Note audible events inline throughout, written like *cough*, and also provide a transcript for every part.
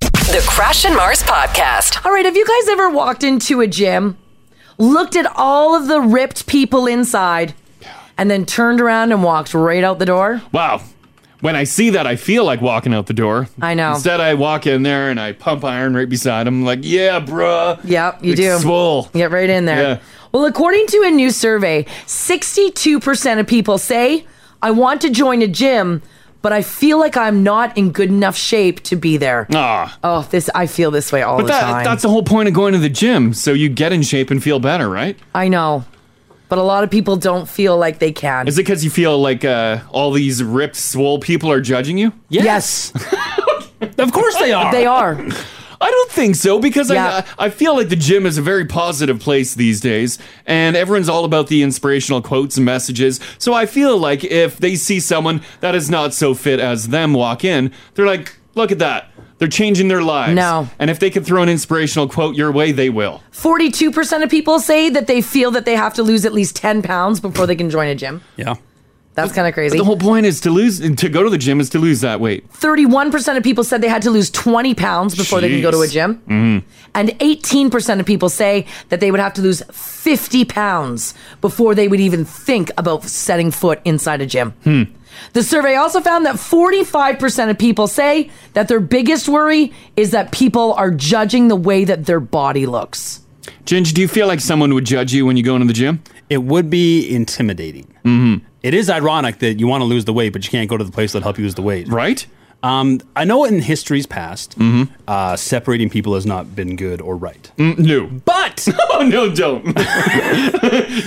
The Crash and Mars Podcast. All right, have you guys ever walked into a gym, looked at all of the ripped people inside, and then turned around and walked right out the door? Wow. When I see that, I feel like walking out the door. I know. Instead, I walk in there and I pump iron right beside him. Like, yeah, bruh. Yep, you Like, do. Swole. Get right in there. Yeah. Well, according to a new survey, 62% of people say, I want to join a gym, but I feel like I'm not in good enough shape to be there. Ah. Oh, this I feel this way all But the that, time. that's the whole point of going to the gym, so you get in shape and feel better, right? I know. But a lot of people don't feel like they can. Is it because you feel like uh, all these ripped, swole people are judging you? Yes. of course they are. They are. I don't think so because Yeah. I, I feel like the gym is a very positive place these days, and everyone's all about the inspirational quotes and messages. So I feel like if they see someone that is not so fit as them walk in, they're like, look at that. They're changing their lives. No. And if they can throw an inspirational quote your way, they will. 42% of people say that they feel that they have to lose at least 10 pounds before they can join a gym. Yeah. That's kind of crazy. The whole point is to lose, to go to the gym is to lose that weight. 31% of people said they had to lose 20 pounds before they can go to a Jeez. Mm-hmm. gym. And 18% of people say that they would have to lose 50 pounds before they would even think about setting foot inside a gym. Hmm. The survey also found that 45% of people say that their biggest worry is that people are judging the way that their body looks. Ginger, do you feel like someone *laughs* would judge you when you go into the gym? It would be intimidating. Mm-hmm. is ironic that you want to lose the weight, but you can't go to the place that help you lose the weight. Right? Mm-hmm. Um, I know in history's past, uh, separating people has not been good or right. Mm, no. But oh *laughs* no, don't.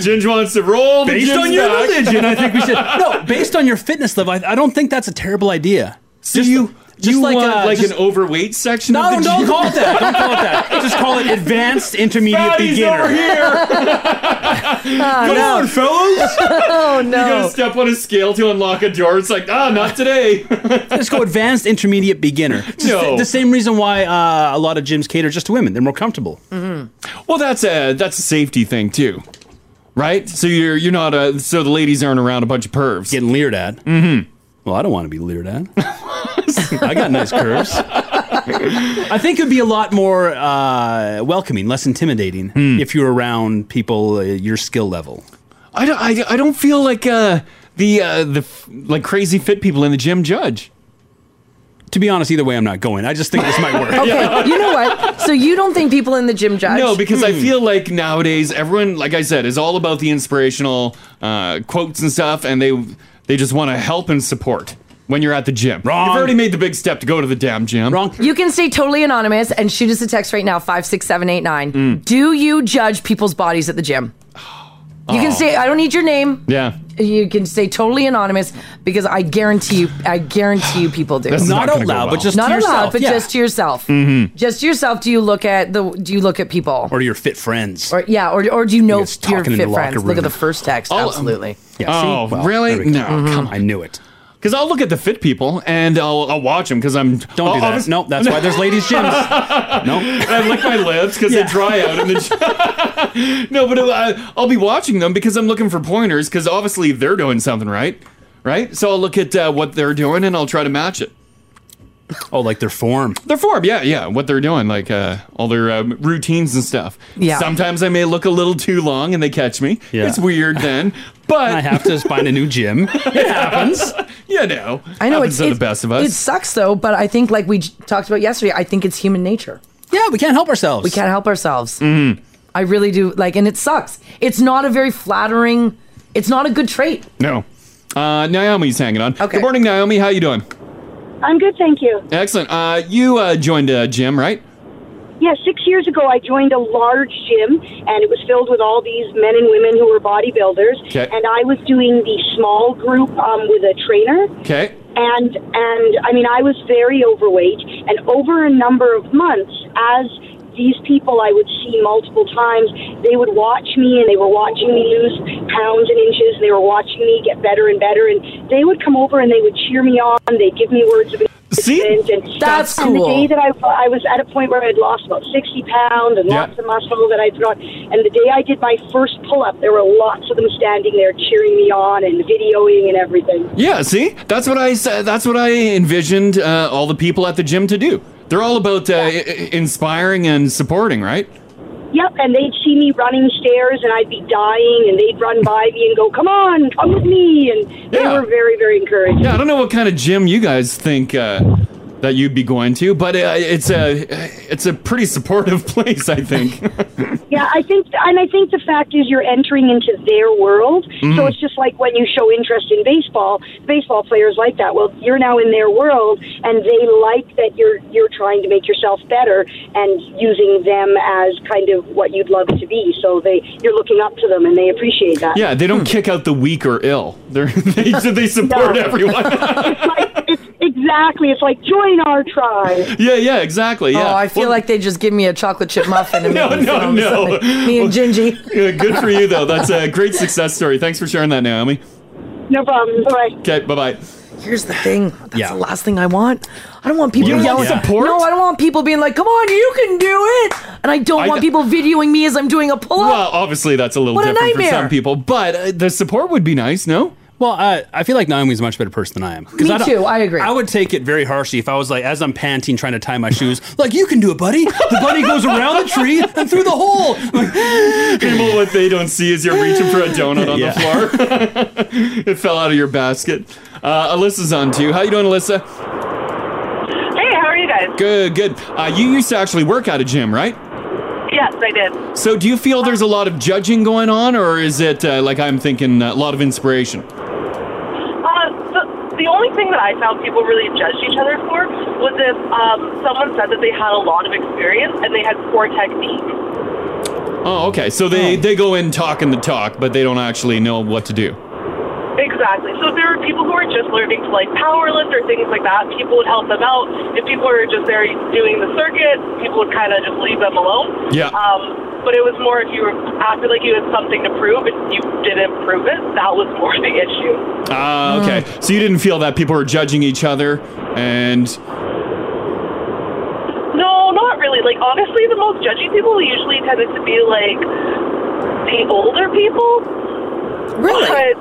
Ginger wants to roll. The Based gym's on your back. religion, I think we *laughs* should. No, based on your fitness level, I, I don't think that's a terrible idea. So you, just you like, want, uh, like just- an overweight section? No, of the don't gym? call it that. Don't call it that. *laughs* Just call it advanced, intermediate, Fatty's beginner. over *laughs* here. *laughs* Oh, Come on, fellas. *laughs* Oh, You gotta no. step on a scale to unlock a door. It's like, ah, not today. *laughs* Let's go advanced, intermediate, beginner. Just No. the, the same reason why uh, a lot of gyms cater just to women. They're more comfortable. Mm-hmm. well, that's a that's a safety thing too, right? So you're you're not a so the ladies aren't around a bunch of pervs. Getting leered at. Mm-hmm. Well, I don't want to be leered at. I got nice curves. I think it'd be a lot more uh, welcoming, less intimidating Hmm. if you're around people uh, your skill level. I don't I, I don't feel like uh the uh the f- like crazy fit people in the gym judge. To be honest, either way, I'm not going. I just think this *laughs* might work. Okay, you know what? So you don't think people in the gym judge? No, because Hmm. Hmm. I feel like nowadays everyone, like I said, is all about the inspirational uh, quotes and stuff, and they they just want to help and support when you're at the gym. Wrong. You've already made the big step to go to the damn gym. Wrong. You can stay totally anonymous and shoot us a text right now, 56789. Do you judge people's bodies at the gym? You can say, uh, I don't need your name. Oh. Yeah. You can stay totally anonymous because I guarantee you, I guarantee you people do. That's Not, not gonna out go loud, well. but just Not to aloud, yourself. but yeah. just to yourself. Mm-hmm. Just to yourself, do you look at the, do you look at people? or your fit friends. Or, yeah, or, or do you know It's your talking in fit the locker friends? Look room. at the first text. I'll- Absolutely. Yeah, Oh, see? Well, really? there we go. No, come I knew it. Because I'll look at the fit people and I'll, I'll watch them because I'm. Don't I'll- do I'll that. just- No, that's why there's ladies' *laughs* gyms. and I lick my lips because Yeah. they dry out in the gym. *laughs* no, but I, I'll be watching them because I'm looking for pointers because obviously they're doing something right, right? So I'll look at uh, what they're doing and I'll try to match it. Oh, like their form. Their form, yeah, yeah, what they're doing, like uh, all their um, routines and stuff. Yeah. Sometimes I may look a little too long and they catch me. Yeah. *laughs* It's weird then, I but have to find a new *laughs* gym. It happens. you know, I know happens it's to the it's- best of It us. sucks though, but I think like we j- talked about yesterday, I think it's human nature. Yeah, we can't help ourselves. We can't help ourselves. Mm-hmm. I really do. Like, and it sucks. It's not a very flattering. It's not a good trait. No, uh, Naomi's hanging on. Okay. Good morning, Naomi. How you doing? I'm good, thank you. Excellent. Uh, you uh, joined a gym, right? Yeah, six years ago, I joined a large gym, and it was filled with all these men and women who were bodybuilders. Okay. And I was doing the small group um, with a trainer. Okay. And and I mean, I was very overweight, and over a number of months, as these people I would see multiple times, they would watch me, and they were watching me lose pounds and inches, and they were watching me get better and better, and they would come over and they would cheer me on, they'd give me words of See? encouragement, and That's and cool. the day that I, I was at a point where I'd lost about 60 pounds and Yeah. lots of muscle that I'd got. And the day I did my first pull up, there were lots of them standing there cheering me on and videoing and everything. Yeah. See, that's what I said. That's what I envisioned uh, all the people at the gym to do. They're all about uh, i- i- inspiring and supporting, right? Yep, and they'd see me running stairs, and I'd be dying, and they'd run by me and go, "Come on, come with me!" And they Yeah. were very, very encouraging. Yeah, I don't know what kind of gym you guys think uh, that you'd be going to, but uh, it's a it's a pretty supportive *laughs* place, I think. *laughs* Yeah, I think, and I think the fact is you're entering into their world. So Mm. it's just like when you show interest in baseball, baseball players like that. Well, you're now in their world, and they like that you're you're trying to make yourself better and using them as kind of what you'd love to be. So they you're looking up to them, and they appreciate that. Hmm. yeah, they don't kick out the weak or ill. They're, *laughs* they they support everyone. exactly. It's like join our tribe. Yeah, yeah, exactly. Yeah. Oh, I feel like they just give me a chocolate chip muffin. And *laughs* No, make me no, feel no. something. Me and Gingy. *laughs* Yeah, good for you though. That's a great success story. Thanks for sharing that, Naomi. *laughs* No problem. Bye. Okay, bye bye. Here's the thing. That's Yeah. the last thing I want. I don't want people You don't yelling. want support? No, I don't want people being like, "Come on, you can do it," and I don't I- want people videoing me as I'm doing a pull-up. Well, obviously that's a little What a different for nightmare. some people, but uh, the support would be nice, no? Well, uh, I feel like Naomi's a much better person than I am. 'Cause Me I don't- too, I agree. I would take it very harshly if I was like, as I'm panting, trying to tie my shoes, like, you can do it, buddy. The bunny goes around the tree and through the hole. People, what they don't see is you're reaching for a donut on Yeah. the floor. *laughs* it fell out of your basket. Uh, Alyssa's on to you. How you doing, Alyssa? Hey, how are you guys? Good, good. Uh, you used to actually work at a gym, right? Yes, I did. So, do you feel there's a lot of judging going on, or is it uh, like I'm thinking a lot of inspiration? Uh, the, the only thing that I found people really judged each other for was if um, someone said that they had a lot of experience and they had poor technique. Oh, okay. So they they go in talking the talk, but they don't actually know what to do. Exactly. So if there were people who were just learning to like power lift or things like that, people would help them out. If people were just there doing the circuit, people would kind of just leave them alone. Yeah. Um, but it was more if you were acted like you had something to prove and you didn't prove it. That was more *laughs* the issue. Ah, okay. So you didn't feel that people were judging each other, and No, not really. Like honestly, the most judgy people usually tended to be like the older people. Really? But,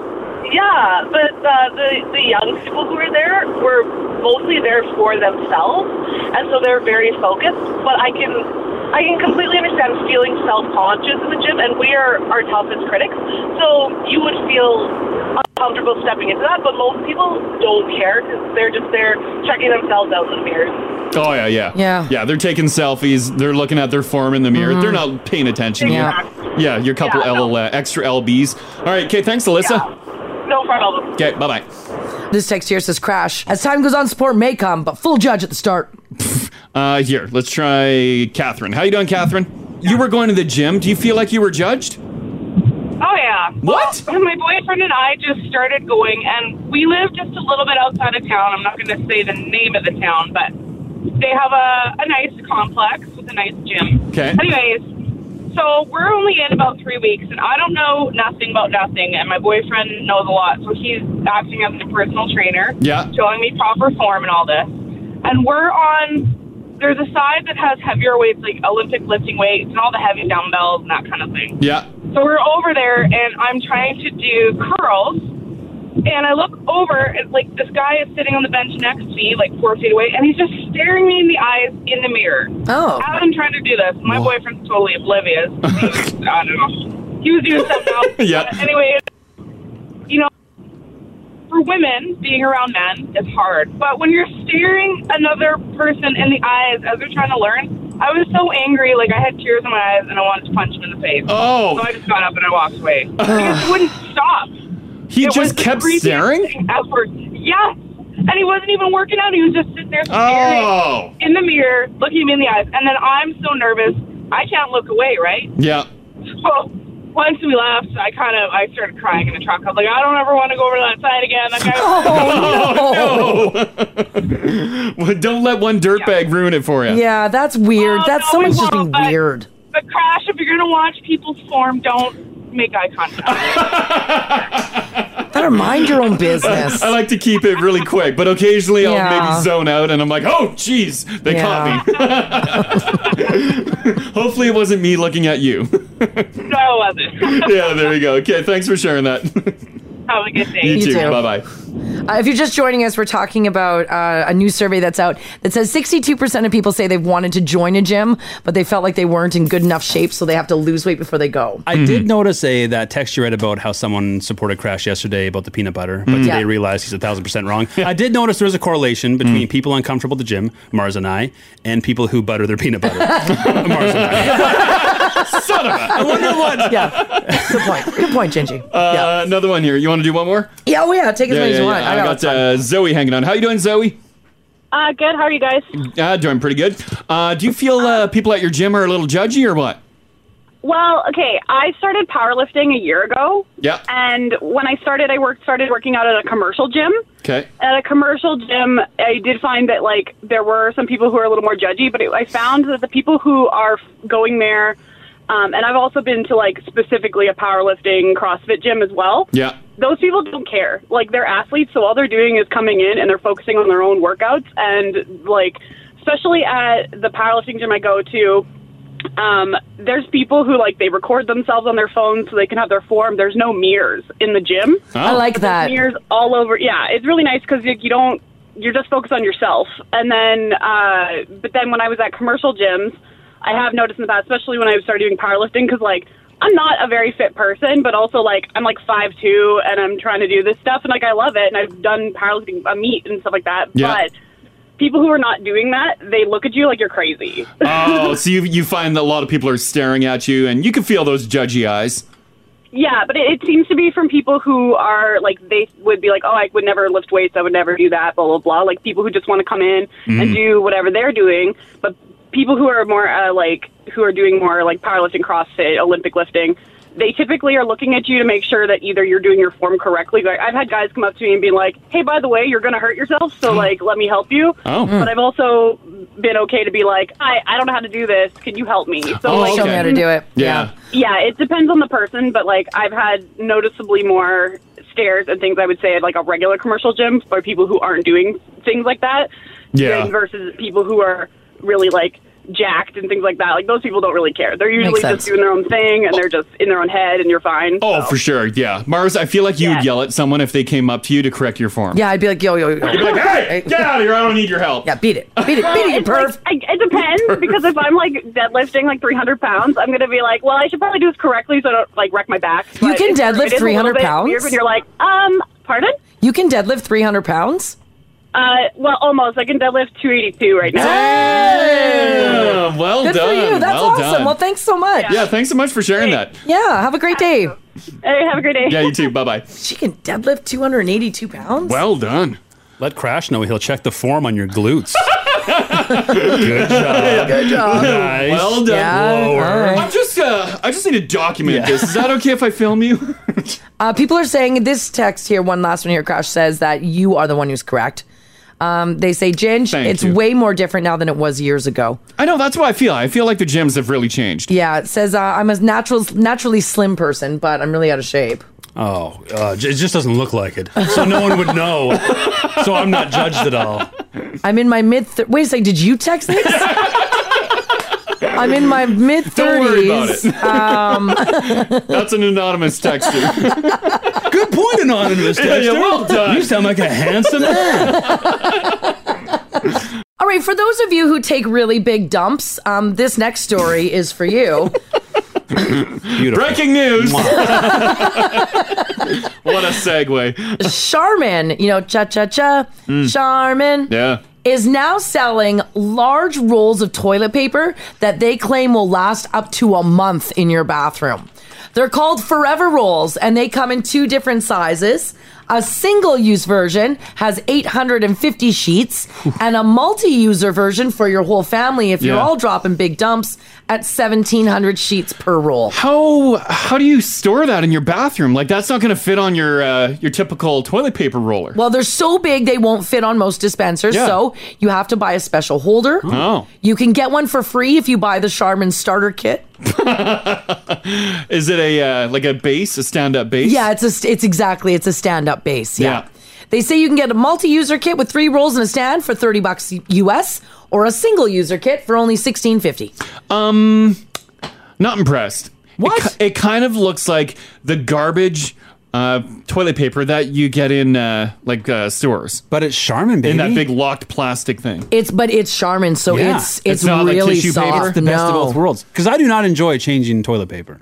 yeah, but uh, the the young people who were there were mostly there for themselves, and so they're very focused. But I can I can completely understand feeling self conscious in the gym, and we are our toughest critics. So you would feel uncomfortable stepping into that, but most people don't care because they're just there checking themselves out in the mirror. oh yeah, yeah, Yeah. yeah. They're taking selfies. They're looking at their form in the mirror. Mm-hmm. Mhm. They're not paying attention. to you. Yeah. yeah. Your couple L, uh, extra lbs. All right. Okay. Thanks, Alyssa. No problem. Okay. Bye bye. This text here says, "Crash." As time goes on, support may come, but full judge at the start. Uh, here, let's try Catherine. How you doing, Catherine? You were going to the gym. Do you feel like you were judged? Oh yeah. What? Well, my boyfriend and I just started going, and we live just a little bit outside of town. I'm not going to say the name of the town, but they have a, a nice complex with a nice gym. Okay. Anyways, so we're only in about three weeks, and I don't know nothing about nothing, and my boyfriend knows a lot, so he's acting as a personal trainer. Yeah. Showing me proper form and all this, and we're on. There's a side that has heavier weights, like Olympic lifting weights and all the heavy dumbbells and that kind of thing. Yeah. So we're over there, and I'm trying to do curls. And I look over, and like this guy is sitting on the bench next to me, like four feet away, and he's just staring me in the eyes in the mirror. Oh. As I'm trying to do this, my boyfriend's totally oblivious. He was- I don't know. He was doing something else. Yeah. But anyway, you know, for women, being around men is hard. But when you're staring another person in the eyes as they're trying to learn, I was so angry, like I had tears in my eyes, and I wanted to punch him in the face. Oh. So I just got up and I *sighs* walked away. because it wouldn't stop. He It was just the kept creepiest staring? thing Ever. Yes. And he wasn't even working out. He was just sitting there staring Oh. in the mirror, looking me in the eyes. And then I'm so nervous, I can't look away, right? Yeah. So once we left, I kind of I started crying in the truck. I was like, I don't ever want to go over to that *laughs* side again. That guy Oh, no. well, don't let one dirtbag ruin it for you. Yeah, that's weird. that's someone's just being weird. But Crash, if you're gonna watch people's form, don't make eye contact. Better mind your own business. *laughs* I like to keep it really quick, but occasionally I'll Yeah. maybe zone out and I'm like, oh, jeez, they caught me. *laughs* Hopefully it wasn't me looking at you. *laughs* no, I wasn't. *laughs* yeah, there you go. Okay, thanks for sharing that. Have a good day. you, too. Bye bye. Uh, if you're just joining us, we're talking about uh, a new survey that's out that says 62% of people say they've wanted to join a gym, but they felt like they weren't in good enough shape, so they have to lose weight before they go. Mm-hmm. I did notice a that text you read about how someone supported Crash yesterday about the peanut butter, but Mm-hmm. Mhm. today Yeah. realized he's a thousand percent wrong. I did notice there was a Mm. correlation between people uncomfortable at the gym, Mars and I, and people who butter their peanut butter. *laughs* Son of a. I wonder what. *laughs* yeah. Good point. Good point, Gingy. Uh, Another one here. You want to do one more? Yeah, oh yeah, take as yeah, many as yeah, you yeah. want. I I, know, it's got uh, Zoe hanging on. How you doing, Zoe? Uh, good. How are you guys? Uh, doing pretty good. Uh, do you feel uh, people at your gym are a little judgy or what? Well, okay. I started powerlifting a year ago, Yeah. and when I started, I worked started working out at a commercial gym. Okay. At a commercial gym, I did find that like there were some people who are a little more judgy, but it, I found that the people who are f- going there, um, and I've also been to like specifically a powerlifting CrossFit gym as well. Yeah. Those people don't care. Like they're athletes, so all they're doing is coming in and they're focusing on their own workouts and like especially at the powerlifting gym I go to, um, there's people who like they record themselves on their phone so they can have their form. There's no mirrors in the gym. I like So there's that. Mirrors all over. Yeah, it's really nice because you, you don't. You're just focused on yourself. And then, uh, but then when I was at commercial gyms, I have noticed in the past, especially when I started doing powerlifting, because like I'm not a very fit person, but also like I'm like five two and I'm trying to do this stuff and like I love it and I've done powerlifting, uh, meet and stuff like that. Yeah. But people who are not doing that, they look at you like you're crazy. Oh, so you you find that a lot of people are staring at you, and you can feel those judgy eyes. Yeah, but it, it seems to be from people who are like they would be like, oh, I would never lift weights, I would never do that, blah blah blah. Like people who just want to come in Mm. and do whatever they're doing, but people who are more uh, like who are doing more like powerlifting, CrossFit, Olympic lifting, they typically are looking at you to make sure that either you're doing your form correctly. Like I've had guys come up to me and be like, hey, by the way, you're going to hurt yourself, so like let me help you. Oh. But I've also been okay to be like, I I don't know how to do this. Can you help me? So Oh, like, show me how to do it. Oh, Yeah. yeah, it depends on the person, but like I've had noticeably more stares and things I would say at like a regular commercial gym by people who aren't doing things like that. Yeah. than Versus people who are really like jacked and things like that. Like those people don't really care. They're usually sense. just doing their own thing and they're just in their own head and you're fine. Oh, for sure. Yeah, Mars. I feel like you would Yeah. yell at someone if they came up to you to correct your form. Yeah, I'd be like, yo, yo, yo. You'd be like, hey, *laughs* get out of here! I don't need your help. Yeah, beat it. Beat it, Well, beat it, you it's like- perv. I, it *laughs* depends because if I'm like deadlifting like 300 pounds, I'm gonna be like, well, I should probably do this correctly so I don't like wreck my back. You But can it's- deadlift it is a 300 little bit pounds? Weird when you're like, um, pardon? You can deadlift 300 pounds? Uh, well, almost. I can deadlift 282 right now. Damn, well Good done. for you. That's well awesome. Done. Well, thanks so much. Yeah, thanks so much for sharing that. Yeah, have a great day. Hey, have a great day. Yeah, you too. Bye bye. She can deadlift 282 pounds? *laughs* Well done. Let Crash know he'll check the form on your *laughs* glutes. *laughs* Good job. Good job. Nice. Well done. Yeah, Lower. all right. I'm just, uh, I just need to document Yeah. this. Is that okay if I *laughs* film you? Uh, people are saying this text here, one last one here, Crash says that you are the one who's correct. Um, they say, Ginge, Thank it's you. way more different now than it was years ago. I know that's what I feel. I feel like the gyms have really changed. Yeah, it says uh, I'm a natural, naturally slim person, but I'm really out of shape. Oh, uh, j- it just doesn't look like it. So no one would know. so I'm not judged at all. I'm in my mid. Th- Wait a second, did you text this? *laughs* I'm in my mid 30s. Don't worry about it. Um, *laughs* That's an anonymous *laughs* texter. Good point, anonymous. *laughs* Yeah, yeah, texter. well done. You sound like a *laughs* handsome man. All right, for those of you who take really big dumps, um, this next story is for *laughs* you. Beautiful. Breaking news. *laughs* what a segue. Mm. Charmin, you know, cha cha cha, Charmin Yeah. is now selling large rolls of toilet paper that they claim will last up to a month in your bathroom. They're called forever rolls and they come in two different sizes. A single use version has 850 sheets, and a multi user version for your whole family if you're Yeah. all dropping big dumps at 1,700 sheets per roll. How how do you store that in your bathroom? Like that's not going to fit on your uh, your typical toilet paper roller. Well, they're so big they won't fit on most dispensers, Yeah. so you have to buy a special holder. Oh. You can get one for free if you buy the Charmin starter kit. Is it a uh, like a base, a stand up base? Yeah, it's a st- it's exactly it's a stand up base. Yeah. Yeah. They say you can get a multi user kit with three rolls and a stand for thirty bucks US, or a single user kit for only sixteen fifty. Um, not impressed. What? It, ki- it kind of looks like the garbage uh, toilet paper that you get in uh, like uh, stores. But it's Charmin, In that baby. big locked plastic thing. It's but it's Charmin, so it's it's, not really like tissue soft. paper. It's the best of No. both worlds. Because I do not enjoy changing toilet paper.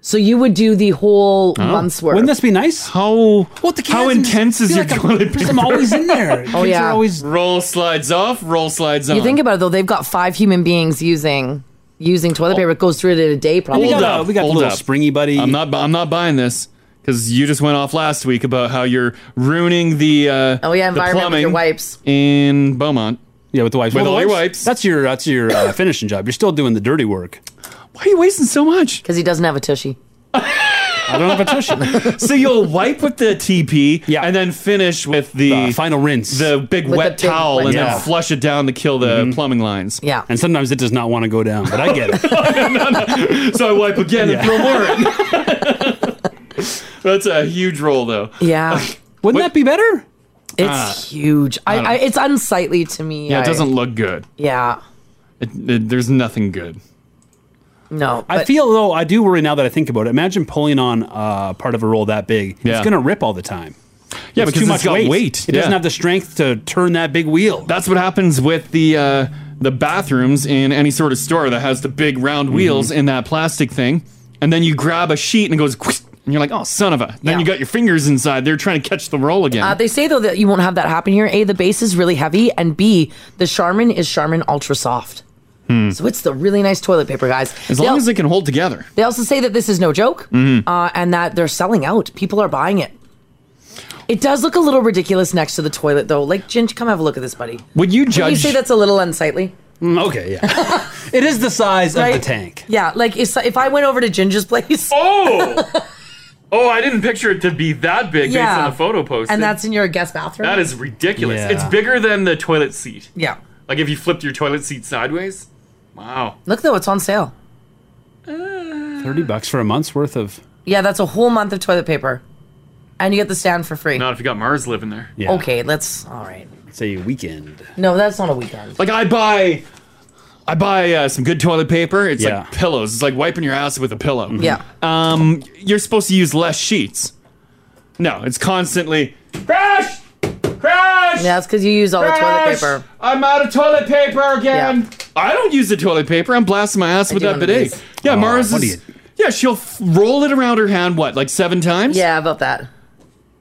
So you would do the whole month's worth. Wouldn't this be nice? Oh. How what the How intense is your toilet paper? I'm always in *laughs* there. *laughs* Oh, yeah. roll slides off, roll slides on. You think about it though; they've got five human beings using using toilet paper. It goes through it in a day, probably. Hold up, hold up. springy buddy. I'm not. bu- I'm not buying this because you just went off last week about how you're ruining the. Uh, Oh, yeah, the environment with your plumbing wipes. in Beaumont. Yeah, with the wipes. With Well, all your wipes- wipes. That's your that's your *laughs* uh, finishing job. You're still doing the dirty work. Why are you wasting so much? Because he doesn't have a tushy. I don't have a *laughs* tushy. so you'll wipe with the TP, yeah. and then finish with the, final rinse, the big With wet the big towel, wet and towel. then flush it down to kill the plumbing lines. Yeah. Mm-hmm. And sometimes it does not want to go down, but I get it. *laughs* so I wipe again Yeah. and throw more in. *laughs* That's a huge roll, though. *laughs* Yeah. Wouldn't that be better? It's Ah. huge. I, don't I, it's unsightly to me. Yeah, I- it doesn't look good. Yeah. It, it- there's nothing good. No. I feel though I do worry now that I think about it. Imagine pulling on uh, part of a roll that big. Yeah. It's gonna rip all the time. Yeah, It's because too it's much got weight. weight, It doesn't yeah. have the strength to turn that big wheel. That's what happens with the uh, the bathrooms in any sort of store that has the big round Mm-hmm. wheels in that plastic thing, and then you grab a sheet and it goes, "Quist," and you're like, oh son of a. Then you got your fingers inside. They're trying to catch the roll again. Uh, they say though that you won't have that happen here. A, the base is really heavy, and B, the Charmin is Charmin Ultra Soft. Hmm. So it's the really nice toilet paper, guys. as They long al- as they can hold together. They also say that this is no joke Mhm. uh, and that they're selling out. People are buying it. It does look a little ridiculous next to the toilet, though. Like, Ginge, come have a look at this, buddy. Would you Would you judge? Mm, say that's a little unsightly? okay, yeah. *laughs* it is the size of Right? the tank. Yeah, like if, if I went over to Ginger's place. *laughs* Oh! oh, I didn't picture it to be that big yeah. And that's in your guest bathroom. That is ridiculous. Yeah. It's bigger than the toilet seat. Yeah. Like if you flipped your toilet seat sideways. Wow. Look, though, it's on sale. Uh. Thirty bucks for a month's worth of Yeah, that's a whole month of toilet paper. And you get the stand for free. Not if you got Mars living there. Okay, let's. All right. say weekend. No, that's not a weekend. Like I buy I buy uh, some good toilet paper. It's like pillows. It's like wiping your ass with a pillow. Yeah. Um you're supposed to use less sheets. No, it's constantly crash crash. Yeah, that's because you use all Crash! the toilet paper. I'm out of toilet paper again. I don't use the toilet paper. I'm blasting my ass I with do that one of bidet. these. Yeah, Oh, Mars what is. Yeah, she'll f- roll it around her hand. What, like seven times? Yeah, about that.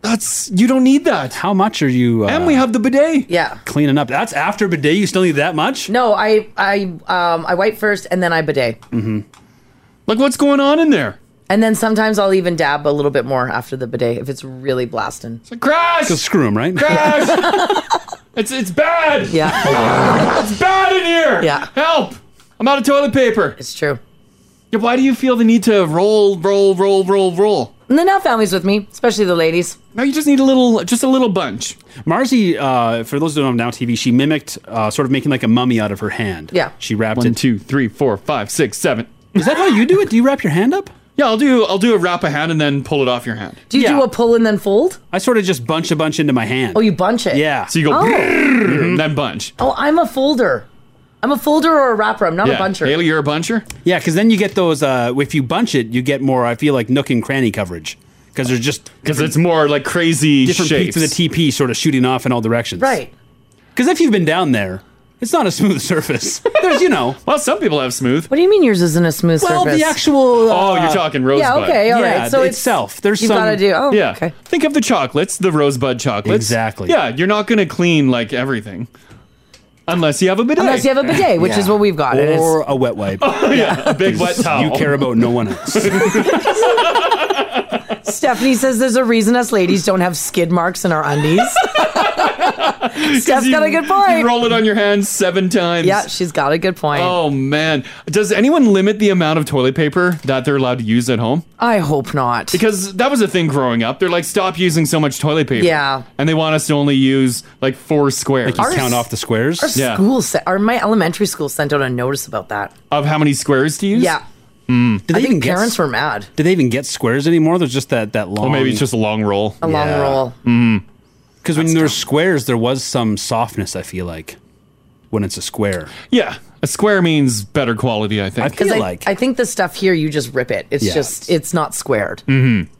That's you don't need that. How much are you? Uh, And we have the bidet. Yeah. cleaning up. That's after bidet. You still need that much? No, I I um I wipe first and then I bidet. Mm-hmm. Like what's going on in there? And then sometimes I'll even dab a little bit more after the bidet if it's really blasting. Crash! Because screw him, right? *laughs* *laughs* It's it's bad. Yeah. it's bad in here. Yeah. Help! I'm out of toilet paper. It's true. Yeah, why do you feel the need to roll, roll, roll, roll, roll? And then now families with me, especially the ladies. No, you just need a little, just a little bunch. Marzi, uh, for those who don't know now TV, she mimicked uh, sort of making like a mummy out of her hand. Yeah. She wrapped One, it. two, three, four, five, six, seven. Is that how you do it? Do you wrap your hand up? Yeah, I'll do I'll do a wrap a hand and then pull it off your hand. Do you do a pull and then fold? I sort of just bunch a bunch into my hand. Oh, you bunch it. Yeah. So you go Oh. brrrr, then bunch. Oh, I'm a folder. I'm a folder or a wrapper. I'm not Yeah. a buncher. Haley, you're a buncher? Yeah, because then you get those. Uh, if you bunch it, you get more. I feel like nook and cranny coverage because there's just Because it's more like crazy different peaks shapes. of the TP sort of shooting off in all directions. Right. Because if you've been down there, it's not a smooth *laughs* surface. There's you know. well, some people have smooth. What do you mean yours isn't a smooth Well, surface? the actual. Oh, uh, you're talking rosebud. Yeah, okay, all right. Yeah, So it's itself. There's you've some. gotta do- oh, yeah. okay. Think of the chocolates, the rosebud chocolates. Exactly. Yeah, you're not going to clean like everything, unless you have a bidet. Unless you have a bidet, which is what we've got. and it's- Or a wet wipe. *laughs* Oh, yeah, a big wet towel. You care *laughs* about no one else. *laughs* Stephanie says there's a reason us ladies don't have skid marks in our *laughs* *laughs* undies. Steph's got a good point. You roll it on your hands seven times. Yeah, she's got a good point. Oh man, does anyone limit the amount of toilet paper that they're allowed to use at home? I hope not. Because that was a thing growing up. They're like, stop using so much toilet paper. Yeah. And they want us to only use like four squares. Like you Our count s- off the squares. Our school sent, or my elementary school sent out a notice about that. Of how many squares to use? Yeah, Did they I even think get- parents were mad. Do they even get squares anymore? There's just that that long. Or maybe it's just a long roll. Mm-hmm. A long roll. Because when there's squares, there was some softness. I feel like when it's a square. Yeah. A square means better quality, I think. Because I, I think the stuff here, you just rip it. It's Yeah. just, it's not squared. Mm-hmm.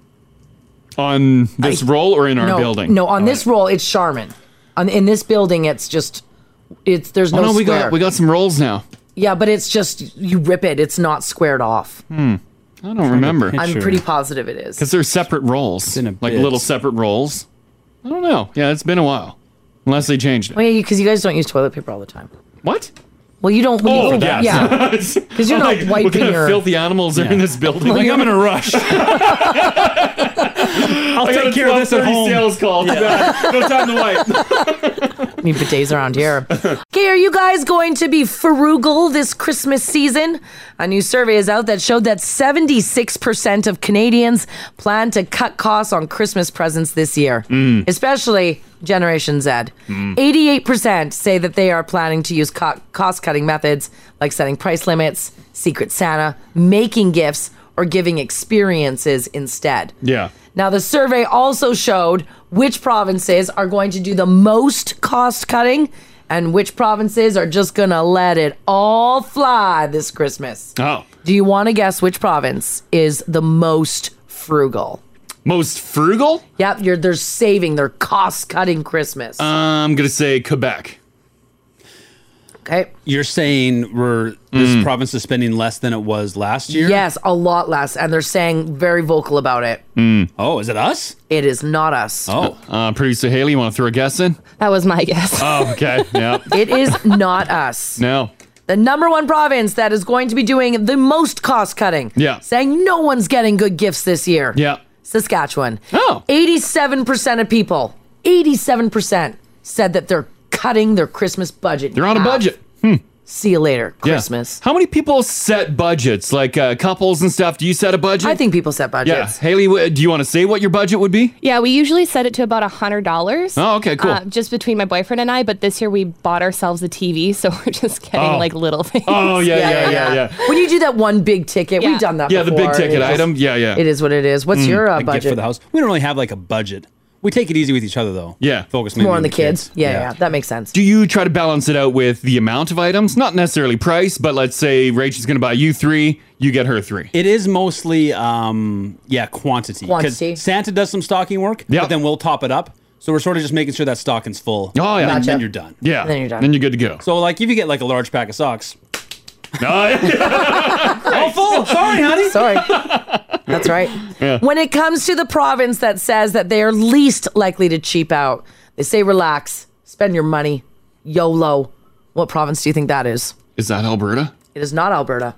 on this roll or in our no, building? No, on this roll it's Charmin. On in this building it's just it's there's Oh, no, no, we square. got we got some rolls now. Yeah, but it's just you rip it. It's not squared off. Hmm. I don't remember. I'm pretty positive it is. Because they're separate rolls, like bit. little separate rolls. I don't know. Yeah, it's been a while, unless they changed it. Well, yeah, because you guys don't use toilet paper all the time. What? Well, you don't. when you- Oh, *laughs* yeah. yes. 'Cause you're not I'm *laughs* wiping like, What kind your- of filthy animals are in this *laughs* building? Like, I'm in a rush. I'll take care of this at home. Sales call. *laughs* no time to wipe. I mean, bidets *laughs* around here. Okay, are you guys going to be frugal this Christmas season? A new survey is out that showed that 76% of Canadians plan to cut costs on Christmas presents this year, Mm. especially Generation Z. Mm. 88% say that they are planning to use co- cost cutting methods like setting price limits, Secret Santa, making gifts, or giving experiences instead. Yeah. Now, the survey also showed which provinces are going to do the most cost cutting and which provinces are just going to let it all fly this Christmas. Oh. Do you want to guess which province is the most frugal? Most frugal? Yep, you're, they're saving their cost cutting Christmas. I'm gonna say Quebec. Okay. You're saying we're this Mm. province is spending less than it was last year. Yes, a lot less. And they're saying very vocal about it. Oh, is it us? It is not us. Oh, Hmm. uh, producer Haley, you want to throw a guess in? That was my guess. *laughs* Oh, okay. Yeah. It is not us. No. The number one province that is going to be doing the most cost cutting. Yeah. Saying no one's getting good gifts this year. Yeah. Saskatchewan. Oh. 87% of people, 87% said that they're cutting their Christmas budget. They're on a budget. Hmm. See you later. Christmas. How many people set budgets, like uh, couples and stuff? Do you set a budget? I think people set budgets. Yeah. Haley, wh- do you want to say what your budget would be? Yeah, we usually set it to about a hundred dollars. Uh, Oh, okay, cool. Uh, just between my boyfriend and I, but this year we bought ourselves a TV, *laughs* so we're just getting Oh. like little things. Oh, yeah, yeah, yeah, yeah. When you do that one big ticket, Yeah. we've done that Yeah, the before. big ticket It's- item. Yeah, yeah. Hmm. It is what it is. What's Mm, your a uh, gift budget? for the house? We don't really have like a budget. We take it easy with each other though. Yeah. Focus maybe More on the kids. Yeah, yeah, That makes sense. Do you try to balance it out with the amount of items? Not necessarily price, but let's say Rachel's going to buy you three, you get her three. It is mostly, um, yeah, quantity. 'Cause Quantity. Santa does some stocking work, but then we'll top it up. So we're sort of just making sure that stocking's full. Oh, yeah. And Gotcha. then you're done. Yeah. Then you're done. Then you're good to go. So like, if you get like a large pack of *laughs* socks. No. *laughs* oh, full. Sorry, honey. *laughs* Sorry. That's right. When it comes to the province that says that they are least likely to cheap out, they say relax, spend your money, YOLO. What province do you think that is? Is that Alberta? Hmm. It is not Alberta.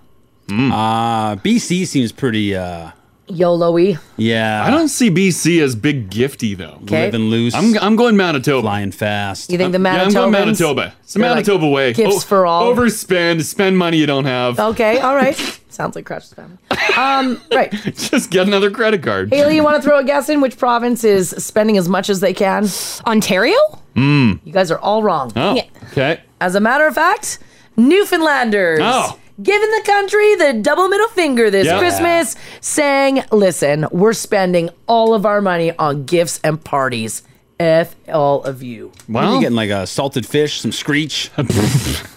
Uh, BC seems pretty. Uh, YOLO y. yeah. I don't see BC as big gifty though. 'Kay. Living loose. I'm, I'm going Manitoba. Flying fast. You think the Yeah, I'm Manitobans? going Manitoba. It's the They're like, Manitoba way. gifts for all. Oh. Overspend. Spend money you don't have. Okay, all right. *laughs* Sounds like Crouch's family. Um, *laughs* right. *laughs* Just get another credit card. Haley, you want to throw a guess in which province is spending as much as they can? Ontario? Mm. You guys are all wrong. Oh. Okay. As a matter of fact, Newfoundlanders. Oh. Giving the country the double middle finger this Yeah. Christmas, saying, listen, we're spending all of our money on gifts and parties. F all of you. Wow. You're getting like a salted fish, some screech.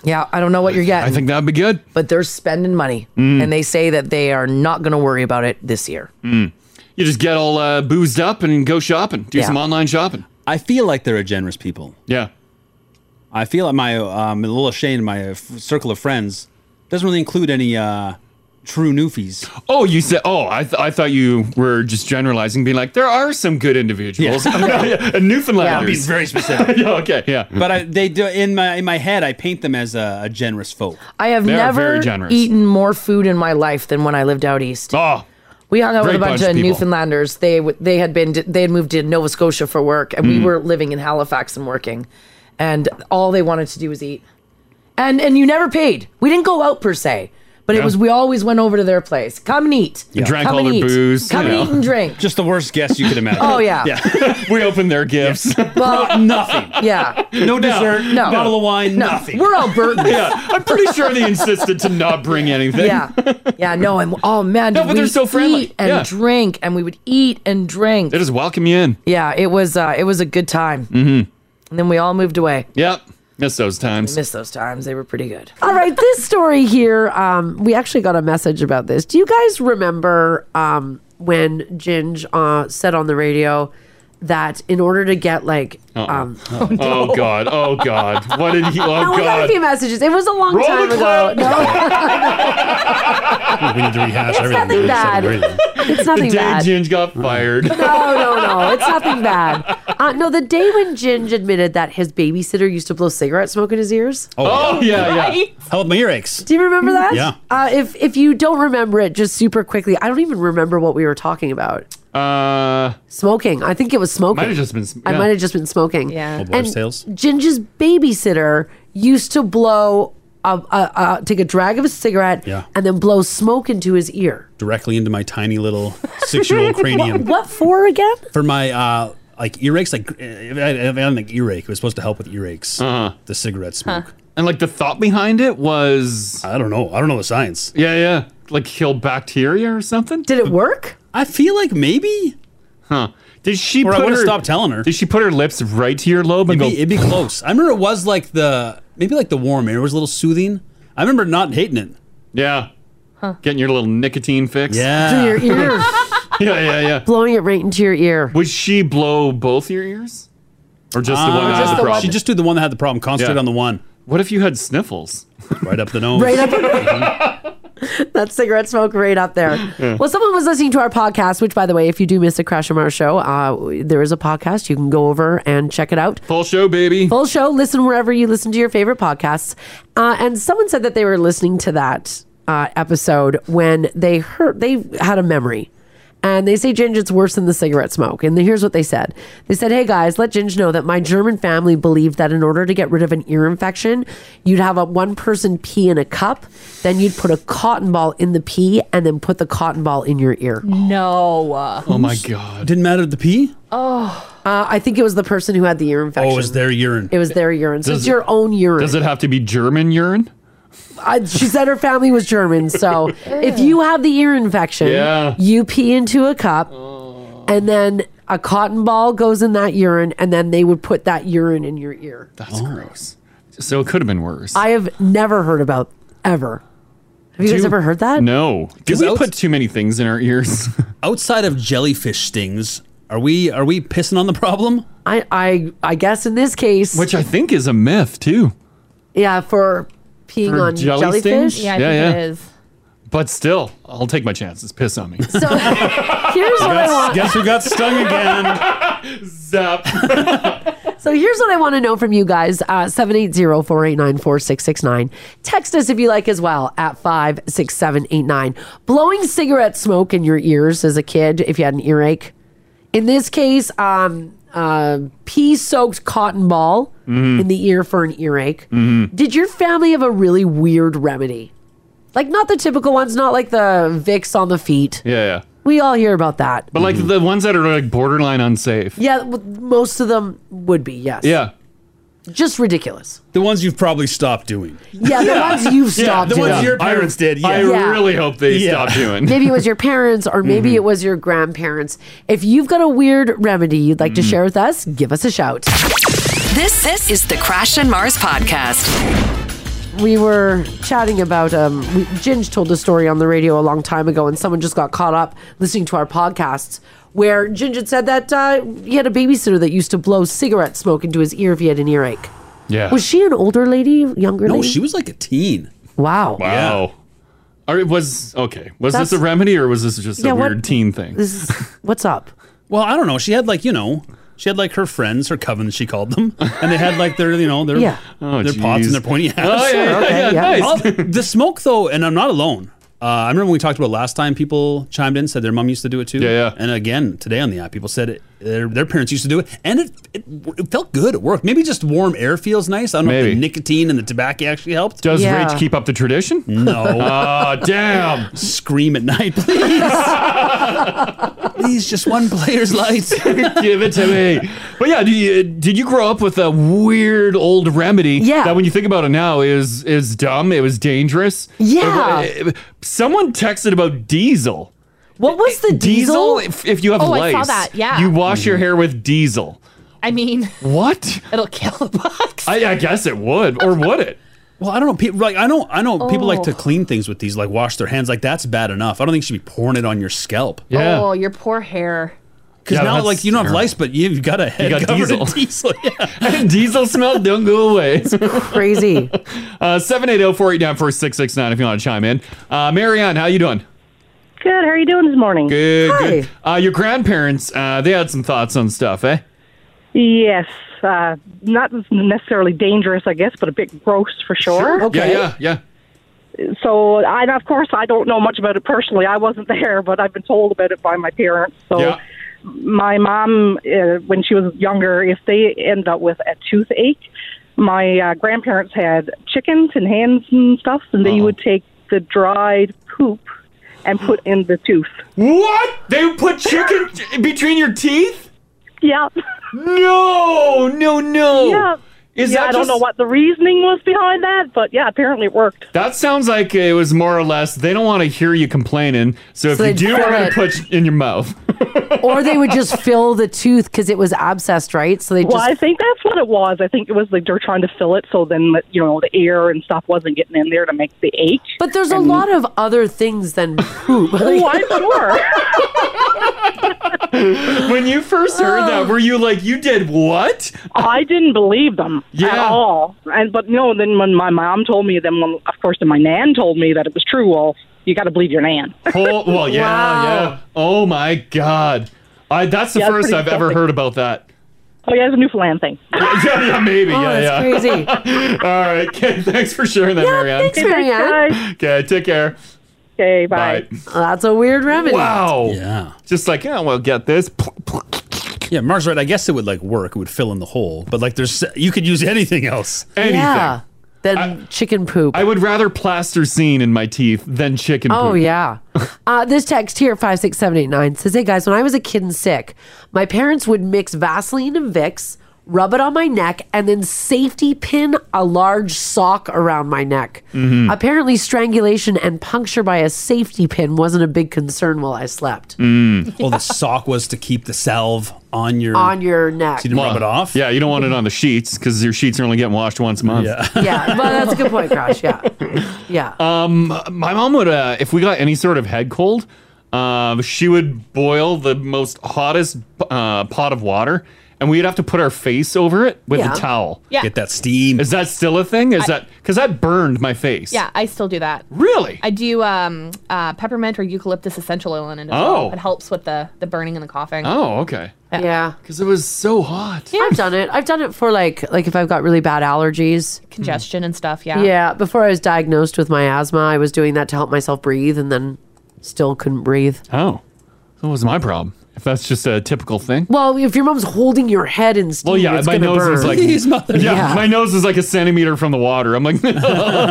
Yeah, I don't know what you're getting. I think that'd be good. But they're spending money, Mm. and they say that they are not going to worry about it this year. Mm. You just get all uh, boozed up and go *laughs* shopping. Do Yeah. some online shopping. I feel like they're a generous people. Yeah. I feel like my um, a little ashamed. My uh, f- circle of friends doesn't really include any uh, true newfies. Oh, you said. Oh, I, th- I thought you were just generalizing, being like, there are some good *laughs* individuals. *laughs* Yeah. and Newfoundlanders. I'm being very *laughs* specific. yeah, okay, yeah. But I, they do in my in my head. I paint them as a, a generous folk. I have never eaten more food in my life than when I lived out east. Oh. We hung out with Great a bunch, bunch of of people. Newfoundlanders. They w- they had been they had moved to Nova Scotia for work, and we Mm. were living in Halifax and working, and all they wanted to do was eat, and and you never paid. We didn't go out per se, but it Yeah. was we always went over to their place. Come and eat. Yeah. Come and eat. Come you and know. eat and drink. Just the worst guess you could imagine. Oh, yeah. *laughs* we opened their gifts. *laughs* Well, nothing. Yeah. *laughs* *laughs* No dessert. No. Bottle of wine. No. Nothing. We're Albertans. yeah, I'm pretty sure they insisted to not bring anything. Yeah, yeah, no, and oh man, No, did but they're we so friendly. eat and Yeah. drink, and we would eat and drink. They just welcome you in. Yeah, it was uh, it was a good time. Mm-hmm. And then we all moved away. Yep. Miss those times. Miss those times. They were pretty good. All right, this story here, um, we actually got a message about this. Do you guys remember um, when Ginge uh, said on the radio that in order to get like um, *laughs* oh, God! Oh God! What did he? Oh no, we got a God! few messages. It was a long Roll the time ago. clip. we need to rehash It's everything. We just said nothing bad. everything. It's nothing *laughs* the day bad. Ginge got fired. *laughs* No, no, no. It's *laughs* nothing bad. Uh, no, the day when Ginge admitted that his babysitter used to blow cigarette smoke in his ears. Oh, *laughs* Right? Help my earaches. Do you remember that? Oh, Yeah. Uh, if if you don't remember it, just super quickly. I don't even remember what we were talking about. Uh, smoking. I think it was smoking. Might have just been sm- I yeah. might have just been smoking. Yeah. Old wives' tales. Ginger's babysitter used to blow a, a, a take a drag of a cigarette Yeah. and then blow smoke into his ear. Directly into my tiny little *laughs* six-year-old What, cranium. what for again? For my uh, like earaches, like if I, if I had an earache, it was supposed to help with earaches. Uh-huh. The cigarette smoke. And like the thought behind it was I don't know. I don't know the science. Yeah, yeah. Like kill bacteria or something. Did it work? I feel like maybe. Huh. Did she Or I put would've her, stopped telling her. Did she put her lips right to your lobe It'd and be, go it'd be close. I remember it was like the maybe like the warm air was a little soothing. I remember not hating it. Yeah. Getting your little nicotine fix. Yeah. Through your *laughs* ear. *laughs* yeah, yeah, yeah. Blowing it right into your ear. Would she blow both your ears? Or just Uh, the one Ah, that had the problem? She just did the one that had the problem. Concentrate Yeah. on the one. What if you had sniffles? Right up the nose. Right up *laughs* *laughs* that cigarette smoke right up there. Yeah. Mm. Well, someone was listening to our podcast, which, by the way, if you do miss a Crash and Mars show, uh, there is a podcast. You can go over and check it out. Full show, baby. Full show. Listen wherever you listen to your favorite podcasts. Uh, and someone said that they were listening to that uh, episode when they heard they had a memory. And they say, Ginge, it's worse than the cigarette smoke. And here's what they said. They said, Hey guys, let Ginge know that my German family believed that in order to get rid of an ear infection, you'd have a one person pee in a cup, then you'd put a cotton ball in the pee, and then put the cotton ball in your ear. No. Oh my god. Didn't matter the pee? Oh. Uh, I think it was the person who had the ear infection. Oh, it was their urine. It was their urine. So Does it's it- your own urine. Does it have to be German urine? I, she said her family was German. *laughs* So if you have the ear infection, Yeah. you pee into a cup Oh. and then a cotton ball goes in that urine and then they would put that urine in your ear. That's gross. Oh. So it could have been worse. I have never heard about ever. Have you guys Do- ever heard that? No. Did we put too many things in our ears? *laughs* Outside of jellyfish stings, are we are we pissing on the problem? I I I guess in this case Which I think is a myth too. Yeah, for peeing For on jelly jellyfish. stings? Yeah, I Yeah, think it yeah. is. But still, I'll take my chances. Piss on me. *laughs* Here's what I want. who got stung again? *laughs* Zap. So here's what I want to know from you guys. uh, 780-489-4669. Text us if you like as well at 56789. Blowing cigarette smoke in your ears as a kid if you had an earache. In this case, um, uh, pea-soaked cotton ball Mm-hmm. Mhm. in the ear for an earache. Did your family have a really weird remedy? Like not the typical ones, not like the Vicks on the feet. Yeah, yeah. We all hear about that. But like Mm-hmm. the ones that are like borderline unsafe. Yeah, w- most of them would be, yes. Yeah. Just ridiculous. The ones you've probably stopped doing. Yeah, the ones you've stopped Yeah, the ones doing. your parents did. Yeah. I Yeah. really hope they Yeah. stop doing. *laughs* Mm-hmm. maybe it was *laughs* your parents or maybe it was your grandparents. If you've got a weird remedy you'd like to Mm-hmm. share with us, give us a shout. This this is the Crash and Mars podcast. We were chatting about um we, Ginge told a story on the radio a long time ago and someone just got caught up listening to our podcasts where Ginge had said that uh, he had a babysitter that used to blow cigarette smoke into his ear if he had an earache. Yeah. Was she an older lady, younger No, lady? she was like a teen. Wow. Wow. Or it was okay. Was this That's- a remedy or was this just Yeah, a what- weird teen thing? *laughs* This is what's up? Well, I don't know. She had like, you know, she had like her friends, her coven, she called them. And they had like their, you know, their Yeah. Oh, their pots and geez. their pointy hats. Oh, yeah, Sure, yeah, okay, yeah, yeah. nice. *laughs* I'll- the smoke though, and I'm not alone. Uh, I remember when we talked about last time people chimed in, said their mom used to do it too. Yeah, yeah. And again, today on the app, people said it, their, their parents used to do it. And it, it, it felt good. It worked. Maybe just warm air feels nice. I don't know if the nicotine and the tobacco actually helped. Does Yeah. Rach keep up the tradition? No. *laughs* Ah, damn. Scream at night, *laughs* please. Please, just one player's light. *laughs* Give it to me. But yeah, do you, did you grow up with a weird old remedy? Yeah. That when you think about it now is is dumb. It was dangerous. Yeah. Uh, Someone texted about diesel. What was the Diesel. If, if you have Oh, I lice, saw that, yeah. you wash your hair with diesel. I mean, *laughs* What? it'll kill the bug. I, I guess it would, or would it? Well, I don't know. People, like I know, I know. People like to Oh. clean things with these, like wash their hands. Like that's bad enough. I don't think you should be pouring it on your scalp. Oh, your *laughs* poor hair. Because Yeah, now, that's like, you don't have lice, but you've got a head got covered in diesel. diesel. *laughs* and diesel smell don't go away. It's crazy. *laughs* Uh, 780-489-4669 if you want to chime in. Uh, Marianne, how you doing? Good. How are you doing this morning? Good, good. Uh, your grandparents, uh, they had some thoughts on stuff, eh? Yes. Uh, not necessarily dangerous, I guess, but a bit gross for sure. Yeah, yeah, So, I, and of course, I don't know much about it personally. I wasn't *laughs* there, but I've been told about it by my parents. So, Yeah. my mom, uh, when she was younger, if they end up with a toothache, my uh, grandparents had chickens and hens and stuff, and Uh-huh. they would take the dried poop and put in the tooth. What? They put *laughs* chicken between your teeth? Yeah. No, no, no. Yeah. Is yeah, that I don't just- know what the reasoning was behind that, but yeah, apparently it worked. That sounds like it was more or less they don't want to hear you complaining, so if So you they do, we're fill going it. to put in your mouth. or they would just fill the tooth because it was abscessed, right? So they just Well, I think that's what it was. I think it was like they're trying to fill it so then you know the air and stuff wasn't getting in there to make the ache. But there's a lot of other things than poop. *laughs* Oh, I'm sure. *laughs* when you first heard that, were you like, you did what? I didn't believe them at Yeah. all. And but no, then when my mom told me, then when, of course, then my nan told me that it was true. Well, you got to believe your nan. Oh, well, yeah, yeah. Oh my God. I, that's the Yeah, it's first pretty I've ever something. heard about that. *laughs* Oh yeah, it's a Newfoundland thing. yeah, yeah, maybe. Oh, yeah, yeah. *laughs* that's All right. Okay, thanks for sharing that, Marianne. thanks, Okay, thanks, Marianne. guys. Okay, take care. Okay, bye. That's a weird remedy. *laughs* Wow. Yeah. Just like, yeah, well, get this. Yeah, Mars right. I guess it would like work. It would fill in the hole. But like, there's you could use anything else. Yeah. Then chicken poop. I would rather plaster scene in my teeth than chicken poop. *laughs* Oh yeah. uh, this text here five six seven eight nine says, "Hey guys, when I was a kid and sick, my parents would mix Vaseline and Vicks, rub it on my neck, and then safety pin a large sock around my neck. Mm-hmm. Mhm. Apparently, strangulation and puncture by a safety pin wasn't a big concern while I slept Mm. Well, the sock was to keep the salve on your on your neck. So you didn't rub it off. Yeah, you don't want it on the sheets because your sheets are only getting washed once a month. *laughs* Yeah. yeah, well, that's a good point, Crash. Yeah, yeah. Um, my mom would, uh, if we got any sort of head cold, uh, she would boil the most hottest uh, pot of water, and we'd have to put our face over it with Yeah. a towel. Yeah. Get that steam. Is that still a thing? Is I- that because that burned my face? Yeah, I still do that. Really? I do um, uh, peppermint or eucalyptus essential oil in it. as Oh. well. It helps with the, the burning and the coughing. Oh, okay. Yeah, because it was *laughs* so hot. I've done it. I've done it for like like if I've got really bad allergies, Congestion and stuff, yeah. Yeah, before I was diagnosed with my asthma, I was doing that to help myself breathe and then still couldn't breathe. Oh, that was my problem. If that's just a typical thing. Well, if your mom's holding your head in steam, Well, yeah, it's my gonna nose burn. is *laughs* like yeah, my nose is like a centimeter from the water. I'm like, *laughs*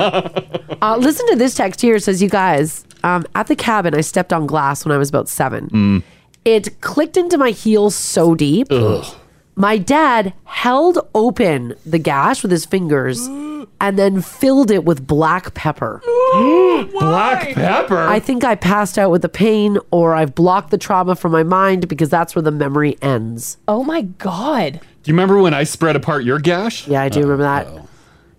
Uh, listen to this text here. It says, "You guys, um, at the cabin, I stepped on glass when I was about seven. Mm. It clicked into my heel so deep. My dad held open the gash with his fingers." And then filled it with black *gasps* pepper. black pepper. I think I passed out with the pain, or I've blocked the trauma from my mind because that's where the memory ends. Oh my God. Do you remember when I spread apart your gash? Yeah, I Uh, do remember that.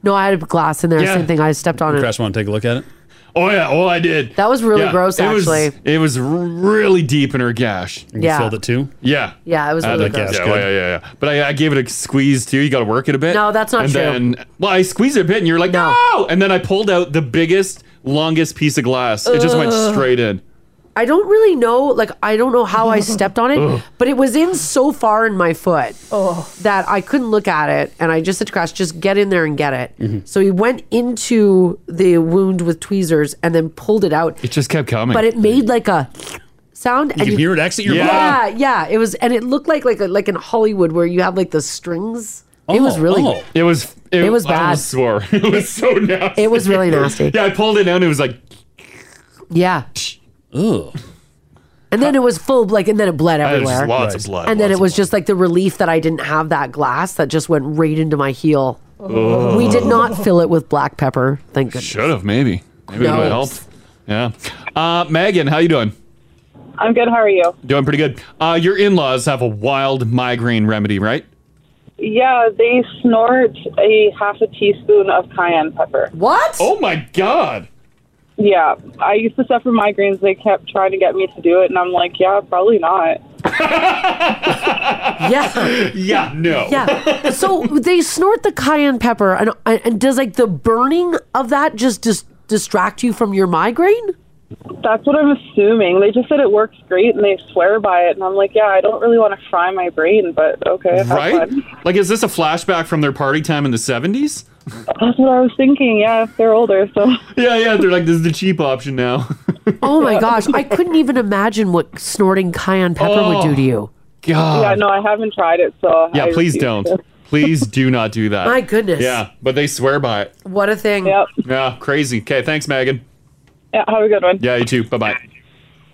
No, I had a glass in there. Yeah. Same thing. I stepped on it. uh, Crash, want to take a look at it? Oh yeah, oh I did. That was really Yeah, gross, it was- actually. it was r- really deep in her gash. you Yeah. filled it too. Yeah. Yeah, it was Uh, really like, gross. Yeah, yeah, yeah, yeah. But I, I gave it a squeeze too. You got to work it a bit. No, that's not and true. Then, well, I squeezed it a bit, and you're like, no. And then I pulled out the biggest, longest piece of glass. It just went Ugh. straight in. I don't really know. Like, I don't know how I stepped on Ugh. it, but it was in so far in my foot that I couldn't look at it. And I just said to Crash, just get in there and get it. So he went into the wound with tweezers and then pulled it out. It Oh just kept coming. But it made like a sound. You can hear it exit your yeah, body. Yeah, It was, and it looked like like like in Hollywood where you have like the strings. Oh, it was really. It was. It, It was I almost bad. swore. *laughs* It was so nasty. It was really nasty. yeah, I pulled it down. It was like, Yeah. Ooh. And then it was full, like, and then it bled There's everywhere. lots of Right. blood, And then it was just like the relief that I didn't have that glass that just went right into my heel. Oh. We did not fill it with black pepper. Thank goodness. should have maybe. Maybe it No. would help. Yeah. Uh, Megan, how you doing? I'm good. How are you? Doing pretty good. Uh, your in-laws have a wild migraine remedy, right? Yeah, they snort a half a teaspoon of cayenne pepper. What? Oh my god. Yeah, I used to suffer migraines. They kept trying to get me to do it, and I'm like, yeah, probably not. yeah. *laughs* Yeah, no. Yeah. So they snort the cayenne pepper, and and does like the burning of that just dis- distract you from your migraine? That's what I'm assuming. They just said it works great, and they swear by it, and I'm like, yeah, I don't really want to fry my brain, but okay, have Right? fun. Like, is this a flashback from their party time in the 70s? That's what I was thinking. Yeah, if they're older, so *laughs* Yeah, yeah. They're like, this is the cheap option now. Oh my gosh, I couldn't even imagine what snorting cayenne pepper would do to you. *laughs* God. yeah, no, I haven't tried it, so Yeah, I please refuse *laughs* don't. to. Please do not do that. My goodness. Yeah, but they swear by it. What a thing. Yep. Yeah, crazy. Okay, thanks, Megan. Yeah, have a good one. Yeah, you too. Bye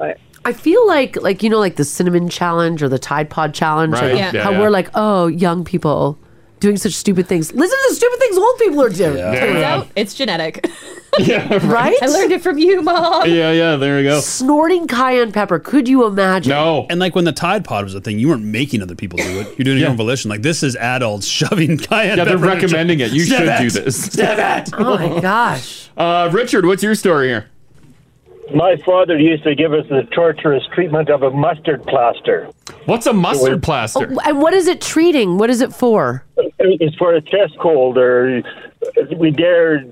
bye. I feel like like you know like the cinnamon challenge or the Tide Pod challenge, Right, like, yeah. how yeah. we're like, oh, young people doing such stupid things. Listen to the stupid things old people are doing. Turns out it's genetic. *laughs* Yeah, right? I learned it from you, *laughs* mom. yeah, there you go. Snorting cayenne pepper. Could you imagine? No. And like when the Tide Pod was a thing, you weren't making other people do it. You're doing your own volition. Like this is adults *laughs* shoving cayenne Yeah, they're pepper in each- recommending it. You Stab should at. do *laughs* this. Stab at. Oh my gosh. *laughs* Uh, Richard, what's your story here? My father used to give us the torturous treatment of a mustard plaster. What's a mustard plaster? Oh, and what is it treating? What is it for? It's Oh, for a chest cold or we dare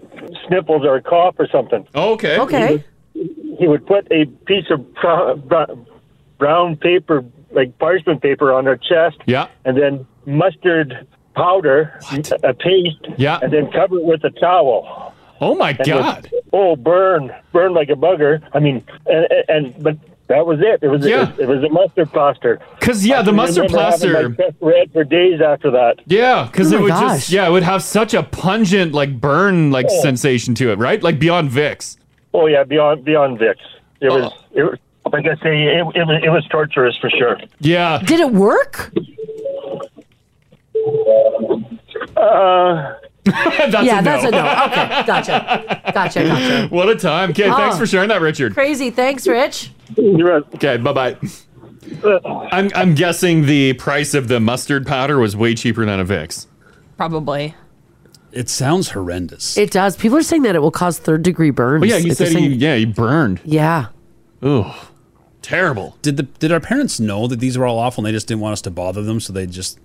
sniffles or cough or something. Okay. Okay. He would, he would put a piece of brown, brown- brown paper, like parchment paper, on our chest. Yeah. And then mustard powder, a paste. Yeah. And then cover it with a towel. Oh my And God. it- oh, burn, burn like a bugger. I mean, and, and but that was it. It was Yeah. it, was a mustard plaster. Because yeah, I the can mustard remember having plaster- my chest red for days after that. Yeah, because Oh it my would gosh. just yeah, it would have such a pungent like burn like Oh. sensation to it, right? Like beyond Vicks. Oh yeah, beyond beyond Vicks. It Oh. was it was like I say, it, it was it was torturous for *laughs* sure. Yeah. Did it work? Uh, *laughs* that's yeah, a no. that's a no. Okay, gotcha, gotcha, gotcha. *laughs* what a time. Okay, thanks Oh. for sharing that, Richard. Crazy. Thanks, Rich. Okay, bye bye. I'm I'm guessing the price of the mustard powder was way cheaper than a Vicks. Probably. It sounds horrendous. It does. People are saying that it will cause third degree burns. Well, yeah, you Like they're said saying- you- Oh, Yeah, he burned. Yeah. Oh, terrible. Did the did our parents know that these were all awful and they just didn't want us to bother them, so they just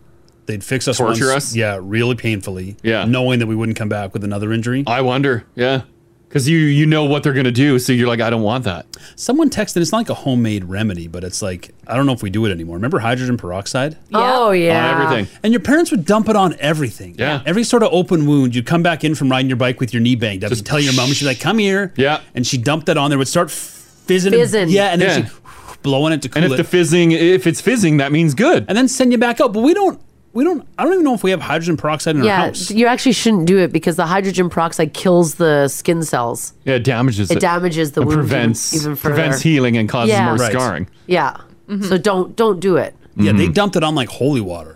they'd fix us Torture once- us? Yeah, really painfully. Yeah. Knowing that we wouldn't come back with another injury. I wonder. Yeah. Cuz you you know what they're going to do, so you're like I don't want that. Someone texted it's not like a homemade remedy, but it's like I don't know if we do it anymore. Remember hydrogen peroxide? Oh yeah. And your parents would dump it on everything. Yeah. Every sort of open wound, you'd come back in from riding your bike with your knee banged up. Just tell your mom, and she'd be like, come here. Yeah. And she dumped that on there, would start fizzing. Fizzing. Yeah. And then Yeah. she blowing it to cool and if it. the fizzing if it's fizzing, that means good. And then send you back out. But we don't we don't I don't even know if we have hydrogen peroxide in our Yeah, house. you actually shouldn't do it because the hydrogen peroxide kills the skin cells. Yeah, it damages It it. damages the It wound even- prevents even further. prevents healing and causes Yeah. more Right. scarring. Yeah. So don't don't do it. Yeah, Mm-hmm. they dumped it on like holy water.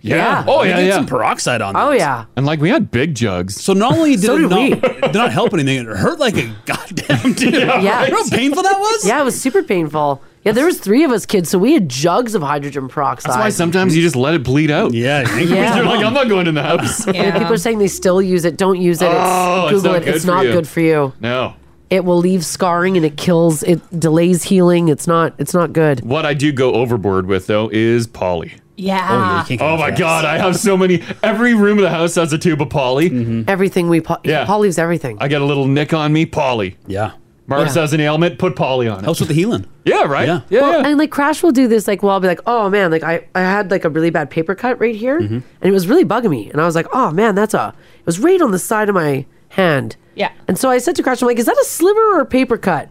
Yeah. Yeah. Oh They yeah, did yeah. some peroxide on Oh, that. yeah. And like we had big jugs. So not only did So it did not, we. *laughs* did not help anything, it hurt like a *laughs* goddamn dude. Yeah. You know how painful that was? Yeah, it was super painful. Yeah, there was three of us kids, so we had jugs of hydrogen peroxide. That's why sometimes you just let it bleed out. Yeah. Yeah. *laughs* You're like I'm not going in *laughs* the house. And if people are saying they still use it. Don't use it. It's, Oh, it's Google not it. good it's for not you. good for you. No. It will leave scarring and it kills. It delays healing. It's not. It's not good. What I do go overboard with though is Polly. Yeah. Oh my god, I have so many. Every room of the house has a tube of Polly. Mm-hmm. Everything we po- yeah. Polly's everything. I got a little nick on me, Polly. Yeah. Mars Yeah. has an ailment, put Polly on it. Helps with the healing. Yeah, right. Yeah, yeah. Well, and like Crash will do this. Like, well, I'll be like, oh man, like I, I had like a really bad paper cut right here, Mhm. and it was really bugging me. And I was like, oh man, that's a, it was right on the side of my hand. Yeah. And so I said to Crash, I'm like, is that a sliver or a paper cut?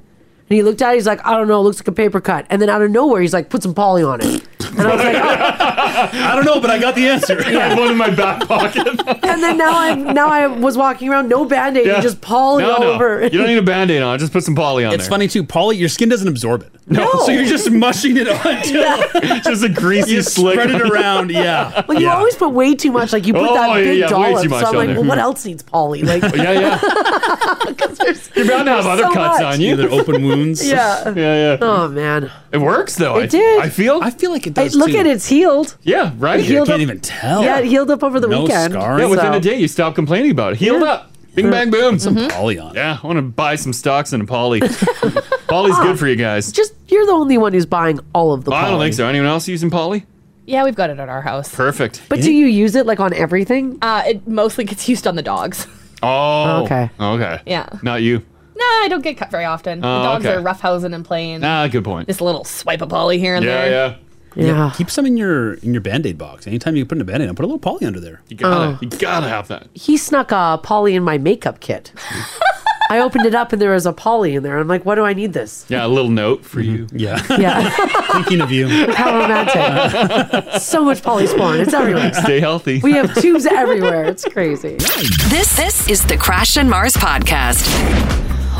And he looked at it. He's like, I don't know. It looks like a paper cut. And then out of nowhere, he's like, put some poly on *laughs* it. I don't know, but I got the answer. I have one in my back pocket. and then now I'm now I was walking around no band aid Yeah. and just poly No, all no. over. You *laughs* don't need a band aid on, just put some Polly on It's there. funny too, Polly, your skin doesn't absorb it. No. So you're *laughs* just mushing it on till *laughs* just a greasy you slick Spread it on- *laughs* around, yeah. Well, you yeah. always put way too much. Like you put Oh, that yeah, big yeah, way dollop. too So much I'm on like, there. well, what else needs *laughs* poly? Like, Oh, yeah, yeah. *laughs* You're bound to have other cuts on you. Either open wounds. Yeah. Yeah, yeah. Oh man. It works though. It I, did. I feel I feel like it it does. look too. at it, it's healed. Yeah, right. It healed up- Yeah, it healed up over the weekend. Yeah, within so- a day you stop complaining about it. Healed up. Bing bang boom. Some Mhm. poly on. Yeah, I want to buy some stocks in a *laughs* poly. Poly's good for you guys. Ah, Just you're the only one who's buying all of the. I don't poly. think so. Anyone else using poly? Yeah, we've got it at our house. Perfect. But do you use it like on everything? Uh, it mostly gets used on the dogs. *laughs* Oh. Okay. Okay. Yeah. Not you. No, I don't get cut very often. the Oh, dogs okay. are roughhousing and playing. Ah, good point. This little swipe of poly here and there. yeah, Keep some in your in your band aid box. Anytime you put in a band aid, put a little poly under there. You gotta- Oh. you gotta have that. He snuck a poly in my makeup kit. I opened it up and there was a poly in there. I'm like, why do I need this? Yeah, a little note for you. Yeah. Yeah. Thinking of you. How romantic. so much poly spawn. It's everywhere. Stay healthy. *laughs* We have tubes everywhere. It's crazy. This this is the Crash and Mars podcast.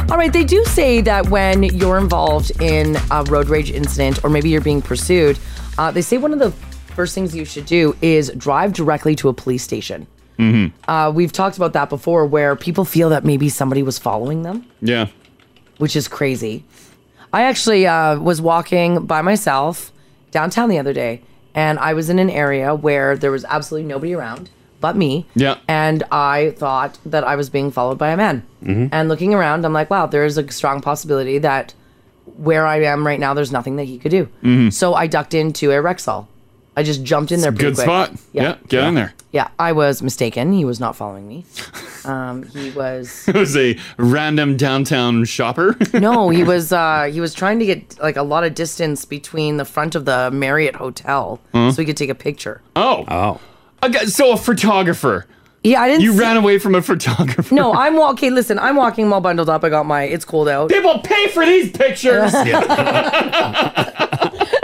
All right, they do say that when you're involved in a road rage incident or maybe you're being pursued, uh, they say one of the first things you should do is drive directly to a police station. Mm-hmm. Uh, we've talked about that before where people feel that maybe somebody was following them, Yeah. *laughs* which is crazy. I actually uh, was walking by myself downtown the other day and I was in an area where there was absolutely nobody around but me. Yeah. And I thought that I was being followed by a man. Mm-hmm. And looking around, I'm like, wow, there is a strong possibility that where I am right now, there's nothing that he could do. Mhm. So I ducked into a Rexall. I just jumped in there. It's a pretty good quick. spot. Yeah, get in there. Yeah, I was mistaken. He was not following *laughs* me. Um, he was it was a random downtown shopper. *laughs* no, he was uh, he was trying to get like a lot of distance between the front of the Marriott hotel Huh? so he could take a picture. Oh. Oh. so a photographer. Yeah, I didn't. You see- ran away from a photographer. *laughs* No, I'm wa- okay. Listen, I'm walking all bundled up. I got my. It's cold out. People pay for these *laughs* pictures.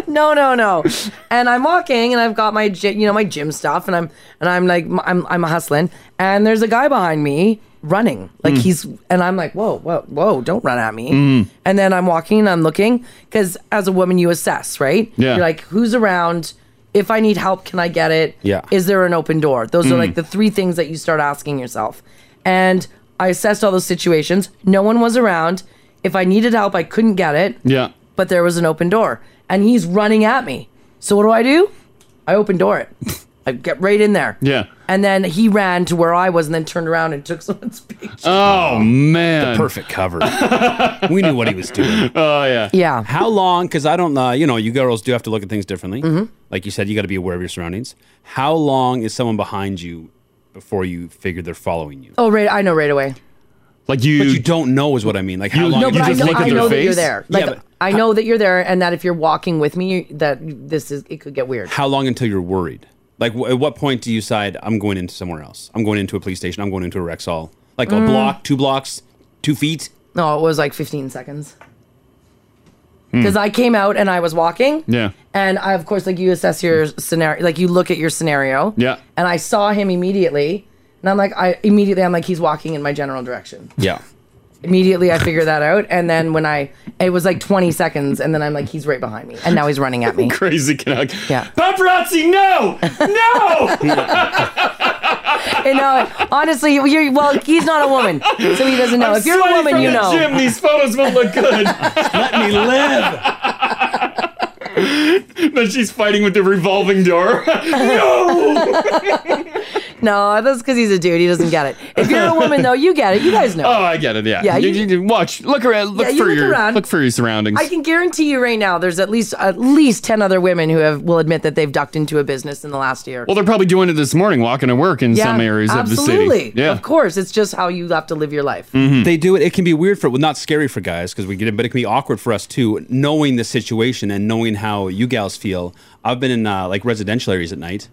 no, no, no. And I'm walking, and I've got my gy- you know my gym stuff, and I'm and I'm like m- I'm I'm hustling, and there's a guy behind me running, like he's and I'm like whoa, whoa, whoa, don't run at me. Mm. And then I'm walking, and I'm looking because as a woman you assess, right? Yeah. You're like who's around. If I need help, can I get it? Yeah. Is there an open door? Those are Mm. like the three things that you start asking yourself. And I assessed all those situations. No one was around. If I needed help, I couldn't get it yeah. but there was an open door and he's running at me. So what do I do? I open door it. I get right in there. Yeah. And then he ran to where I was and then turned around and took *laughs* someone's picture. Oh man. The perfect cover. *laughs* we knew what he was doing. Oh yeah. Yeah. How long? Because I don't know. You know, you girls do have to look at things differently. Mm-hmm. Like you said, you got to be aware of your surroundings. How long is someone behind you before you figure they're following you? Oh, right. I know right away. Like you, but you don't know is what I mean. Like how You- long? No, you but I just know- look at I their know that face? you're there. Like yeah, but I know that you're there and that if you're walking with me that this is it could get weird. how long until you're worried? Like w- at what point do you decide I'm going into somewhere else? I'm going into a police station. I'm going into a Rexall. Like Mm. a block, two blocks, two feet. No, it was like 15 seconds. Hmm. Cuz I came out and I was walking Yeah. and I of course like you assess your scenario like you look at your scenario. Yeah. And I saw him immediately and I'm like I immediately I'm like he's walking in my general direction. Yeah. immediately i figure that out and then when i it was like 20 seconds and then i'm like he's right behind me and now he's running at me *laughs* Crazy Canuck. Yeah. Paparazzi, no, no. and now honestly you're, well he's not a woman so he doesn't know I'm if you're a sweating woman from you the know Gym, these photos won't look good. *laughs* *laughs* Let me live. *laughs* but she's fighting with the revolving door. *laughs* no. no that's because he's a dude he doesn't get it if you're a woman though you get it you guys know Oh, I get it. Yeah. Yeah, You, you- you- you watch. Look around. Look Yeah, you for look your. around. Look for your surroundings. I can guarantee you right now there's at least at least 10 other women who have will admit that they've ducked into a business in the last year well, they're probably doing it this morning, walking to work in some areas of the absolutely. city. Yeah. of course it's just how you have to live your life Mm-hmm. They do it. It can be weird for well, not scary for guys because we get it, but it can be awkward for us too, knowing the situation and knowing how you gals feel. I've been in uh, like residential areas at night,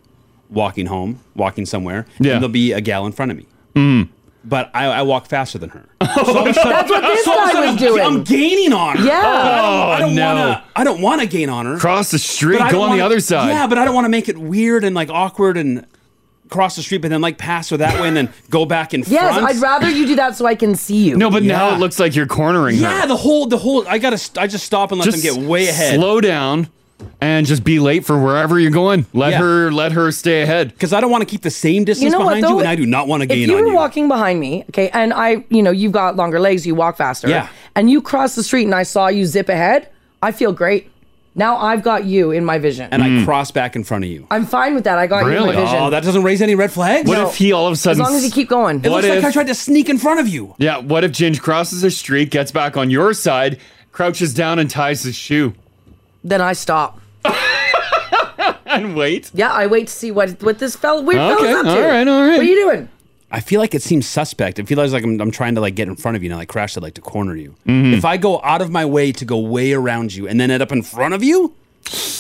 walking home, walking somewhere, Yeah. and there'll be a gal in front of me, Mm. but I, I walk faster than *laughs* her. that's what this So all of a guy sudden was I'm- doing I'm gaining on her. Yeah. But I don't, I don't Oh, no. wanna, I don't want to gain on her. Cross the street, But I go don't on the wanna- other side. Yeah, but I don't want to make it weird and like awkward and cross the street, but then like pass her that way and then go back in yes front. i'd rather you do that so i can see you No, but now it looks like you're cornering her. Yeah, the whole, the whole. I gotta, st- I just stop and let them get way ahead. Slow down and just be late for wherever you're going. Let Yeah. her let her stay ahead. Because I don't want to keep the same distance behind you, and I do not want to If gain you on were you. walking behind me, okay, and I, you know, you've got longer legs, you walk faster, Yeah. and you cross the street, and I saw you zip ahead, I feel great. Now I've got you in my vision. and Mm. I cross back in front of you. I'm fine with that. I got you in my vision. Oh, that doesn't raise any red flags. No. As long as you keep going. It looks like I tried to sneak in front of you. Yeah, what if Ginge crosses her street, gets back on your side, crouches down and ties his shoe? Then I stop. and wait. Yeah, I wait to see what what this fella weird Okay, fella's up to. all right, all right. What are you doing? I feel like it seems suspect. It feels like I'm, I'm trying to like get in front of you and I like crash it like to corner you. Mm-hmm. If I go out of my way to go way around you and then end up in front of you,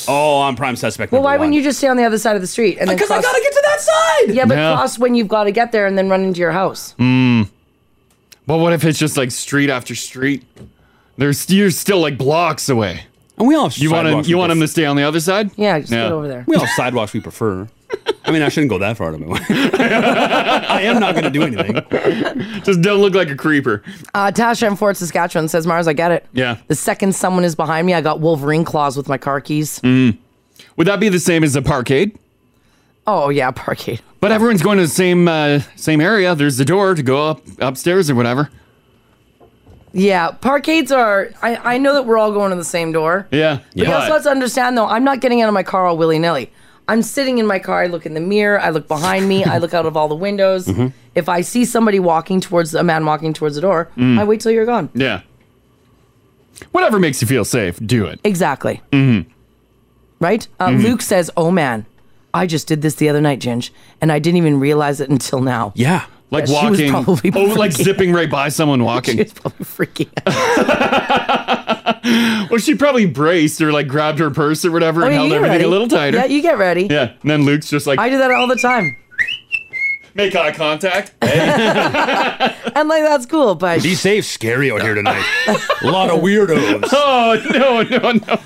oh, I'm prime suspect. Well, number why one. wouldn't you just stay on the other side of the street and then? Because I gotta get to that side. Yeah, but Yeah. cross when you've got to get there and then run into your house. Hmm. But what if it's just like street after street? There's you're still like blocks away. And we all have you want him, sidewalks you we want him to stay on the other side? Yeah, just get over there. We all have sidewalks we prefer. I mean, I shouldn't go that far to my way. I am not going to do anything. Just don't *laughs* look like a creeper. Uh, Tasha in Fort Saskatchewan says, "Mars, I get it. Yeah. The second someone is behind me, I got Wolverine claws with my car keys. Mm. Would that be the same as a parkade? Oh yeah, parkade. But everyone's going to the same uh, same area. There's the door to go up upstairs or whatever. Yeah, parkades are. I, I know that we're all going to the same door. Yeah. But you also have to understand, though, I'm not getting out of my car all willy nilly. I'm sitting in my car. I look in the mirror. I look behind me. I look out of all the windows. Mhm. If I see somebody walking towards a man walking towards the door, Mm. I wait till you're gone. Yeah. Whatever makes you feel safe, do it. Exactly. Mm-hmm. Right? Uh, Mhm. Luke says, "Oh man, I just did this the other night, Ginge, and I didn't even realize it until now." Yeah. Like Yeah, she was walking, probably oh, like freaking- zipping *laughs* right by someone walking. She's probably freaking. *laughs* well, she probably braced or like grabbed her purse or whatever Oh, and yeah, held you get everything a ready. little tighter. Yeah, you get ready. Yeah, and then Luke's just like I do that all the time, make *laughs* eye contact. and like that's cool, but Be safe, scary out here *laughs* tonight. a lot of weirdos. *laughs* Oh no, no, no.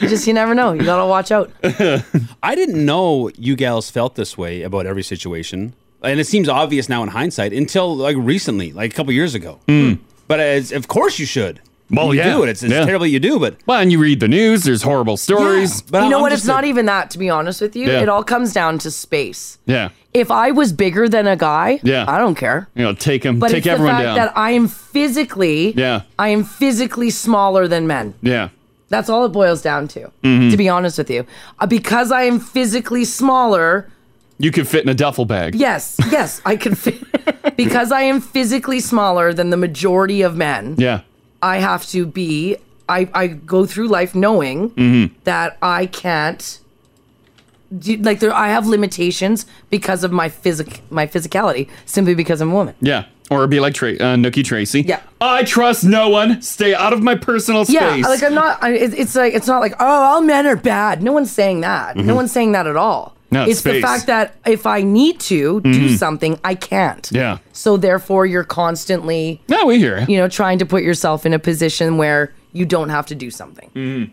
you just you never know. You gotta watch out. *laughs* I didn't know you gals felt this way about every situation, and it seems obvious now in hindsight. Until like recently, like a couple years ago. But as, of course you should. Well, you hmm. yeah, do it. It's, it's yeah. terrible you do, but well, and you read the news. There's horrible stories. you know what? It's not even that. To be honest with you, Yeah. it all comes down to space. Yeah, If I was bigger than a guy, yeah. I don't care. You know, take him, But take it's the everyone fact down. that I am physically, yeah, I am physically smaller than men. yeah. That's all it boils down to. Mhm. To be honest with you, uh, because I am physically smaller. You could fit in a duffel bag. Yes, yes, I can fit *laughs* because I am physically smaller than the majority of men. Yeah. I have to be. I I go through life knowing Mm-hmm. that I can't do, like there I have limitations because of my physic my physicality simply because I'm a woman. Yeah. Or be like Tra- uh, Nookie Tracy. Yeah. I trust no one. Stay out of my personal space. Yeah, like I'm not. I, it, it's like it's not like oh, all men are bad. No one's saying that. No Mhm. one's saying that at all. No, it's the space. fact that if I need to do Mhm. something, I can't. Yeah. So therefore, you're constantly no, we hear you know trying to put yourself in a position where you don't have to do something. Mm-hmm.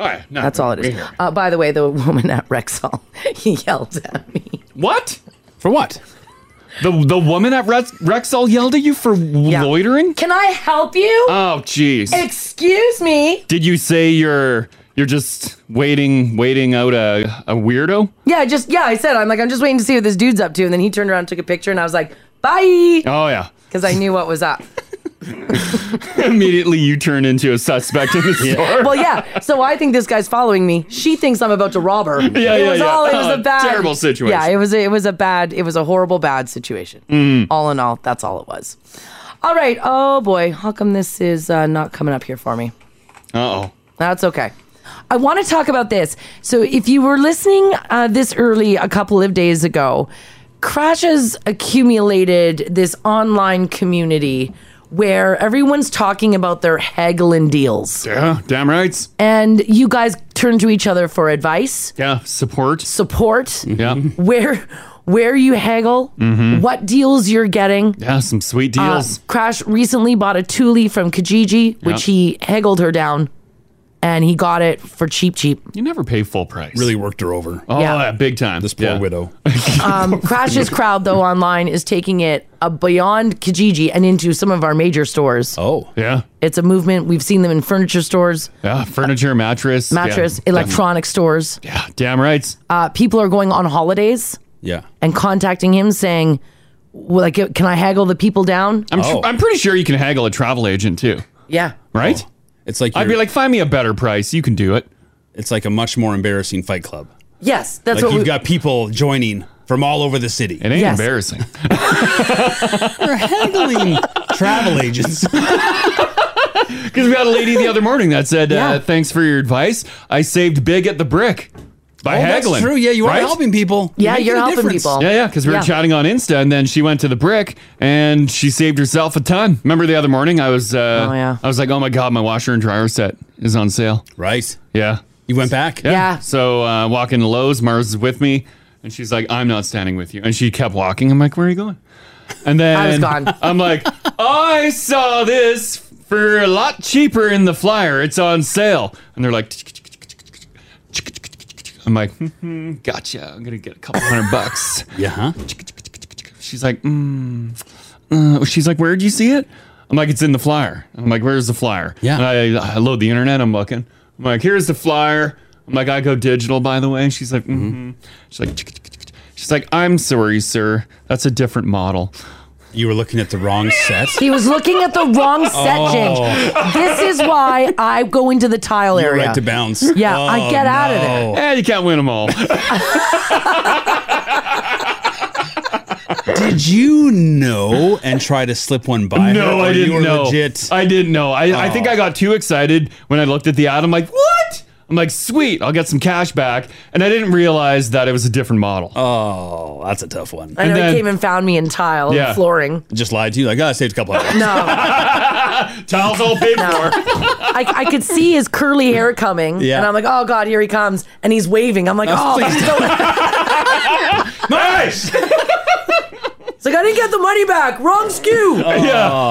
All right. No, That's all it we is. hear. Uh, by the way, the *laughs* woman at Rexall *laughs* yelled at me. What? For what? The the woman at Rex- Rexall yelled at you for loitering? Can I help you? Oh, jeez. Excuse me. Did you say you're you're just waiting waiting out a, a weirdo? Yeah, just yeah. I said I'm like I'm just waiting to see what this dude's up to, and then he turned around, and took a picture, and I was like, bye, Oh yeah. *laughs* because I knew what was up. Immediately you turn into a suspect *laughs* in the store. well, *laughs* yeah. So I think this guy's following me. She thinks I'm about to rob her. *laughs* Yeah, it yeah, was yeah. all. It was Oh, *laughs* a bad, terrible situation. Yeah, it was. A, it was a bad. It was a horrible, bad situation. Mm. All in all, that's all it was. All right. Oh boy, how come this is uh, not coming up here for me? Uh oh. That's okay. I want to talk about this. So, if you were listening uh, this early a couple of days ago, Crashes accumulated this online community where everyone's talking about their haggling deals. Yeah, damn rights. And you guys turn to each other for advice. Yeah, support. Mm-hmm. Support. Yeah. Where where you haggle, Mhm. what deals you're getting. Yeah, some sweet deals. Uh, Crash recently bought a Thule from Kijiji, which Yeah. he haggled her down, and he got it for cheap, cheap. you never pay full price. Really worked her over. Oh Yeah. yeah, big time. This poor *laughs* widow. Um, Crash's crowd, though, online is taking it uh, beyond Kijiji and into some of our major stores. Oh, yeah. It's a movement. We've seen them in furniture stores, Yeah, furniture, mattress, yeah. mattress, Damn- electronic stores. Yeah, damn rights. Uh, people are going on holidays Yeah. and contacting him saying, well, like, can I haggle the people Oh. down? Oh. I'm, tr- I'm pretty sure you can haggle a travel agent too, yeah. right? Oh. It's like I'd be like, find me a better price. You can do it. It's like a much more embarrassing fight club. Yes, that's like what you've we got people joining from all over the city. It ain't *laughs* Yes. embarrassing. They're haggling travel *laughs* agents. Because we had a lady the other morning that said, uh, "Thanks for your advice. I saved big at the brick by Oh, that's haggling." true. Yeah, you are right? helping people. Yeah, making you're a helping people. Yeah, yeah, because we were Yeah. chatting on Insta, and then she went to the brick, and she saved herself a ton. Remember the other morning, I was, uh, oh, yeah. I was like, oh my god, my washer and dryer set is on sale. Right. Yeah. You went back. Yeah. So uh, walking to Lowe's, Mars is with me, and she's like, I'm not standing with you, and she kept walking. I'm like, where are you going? And then I was gone. *laughs* I'm like, I saw this for a lot cheaper in the flyer. It's on sale, and they're like. I'm like, "Hmm, gotcha. I'm gonna get a couple hundred bucks. yeah, huh? She's like, mm. uh, she's like, where'd you see it? I'm like, it's in the flyer. I'm like, where's the flyer? Yeah. And I, I load the internet. I'm looking. I'm like, here's the flyer. I'm like, I go digital, by the way. And she's like, mm-hmm. she's like, she's like, I'm sorry, sir. That's a different model. You were looking at the wrong set. *laughs* He was looking at the wrong set, Oh. James. This is why I go into the tile You're area. right to bounce. Yeah, I Oh, get out of there. no. Eh, you can't win them all. *laughs* Did you know and try to slip one by? her, no, or I you didn't were know. Legit? I didn't know. I, I think I got too excited when I looked at the ad. I'm like, what? I'm like, sweet, I'll get some cash back. And I didn't realize that it was a different model. Oh, that's a tough one. I know he came and found me in tile Yeah. and flooring. Just lied to you. Like, oh, I saved a couple of Tile's all paid *laughs* for. I, I could see his curly hair coming, Yeah. and I'm like, "Oh God, here he comes!" And he's waving. I'm like, "Oh, *laughs* that's so *laughs* nice!" it's like I didn't get the money back. Wrong skew. *laughs* Yeah.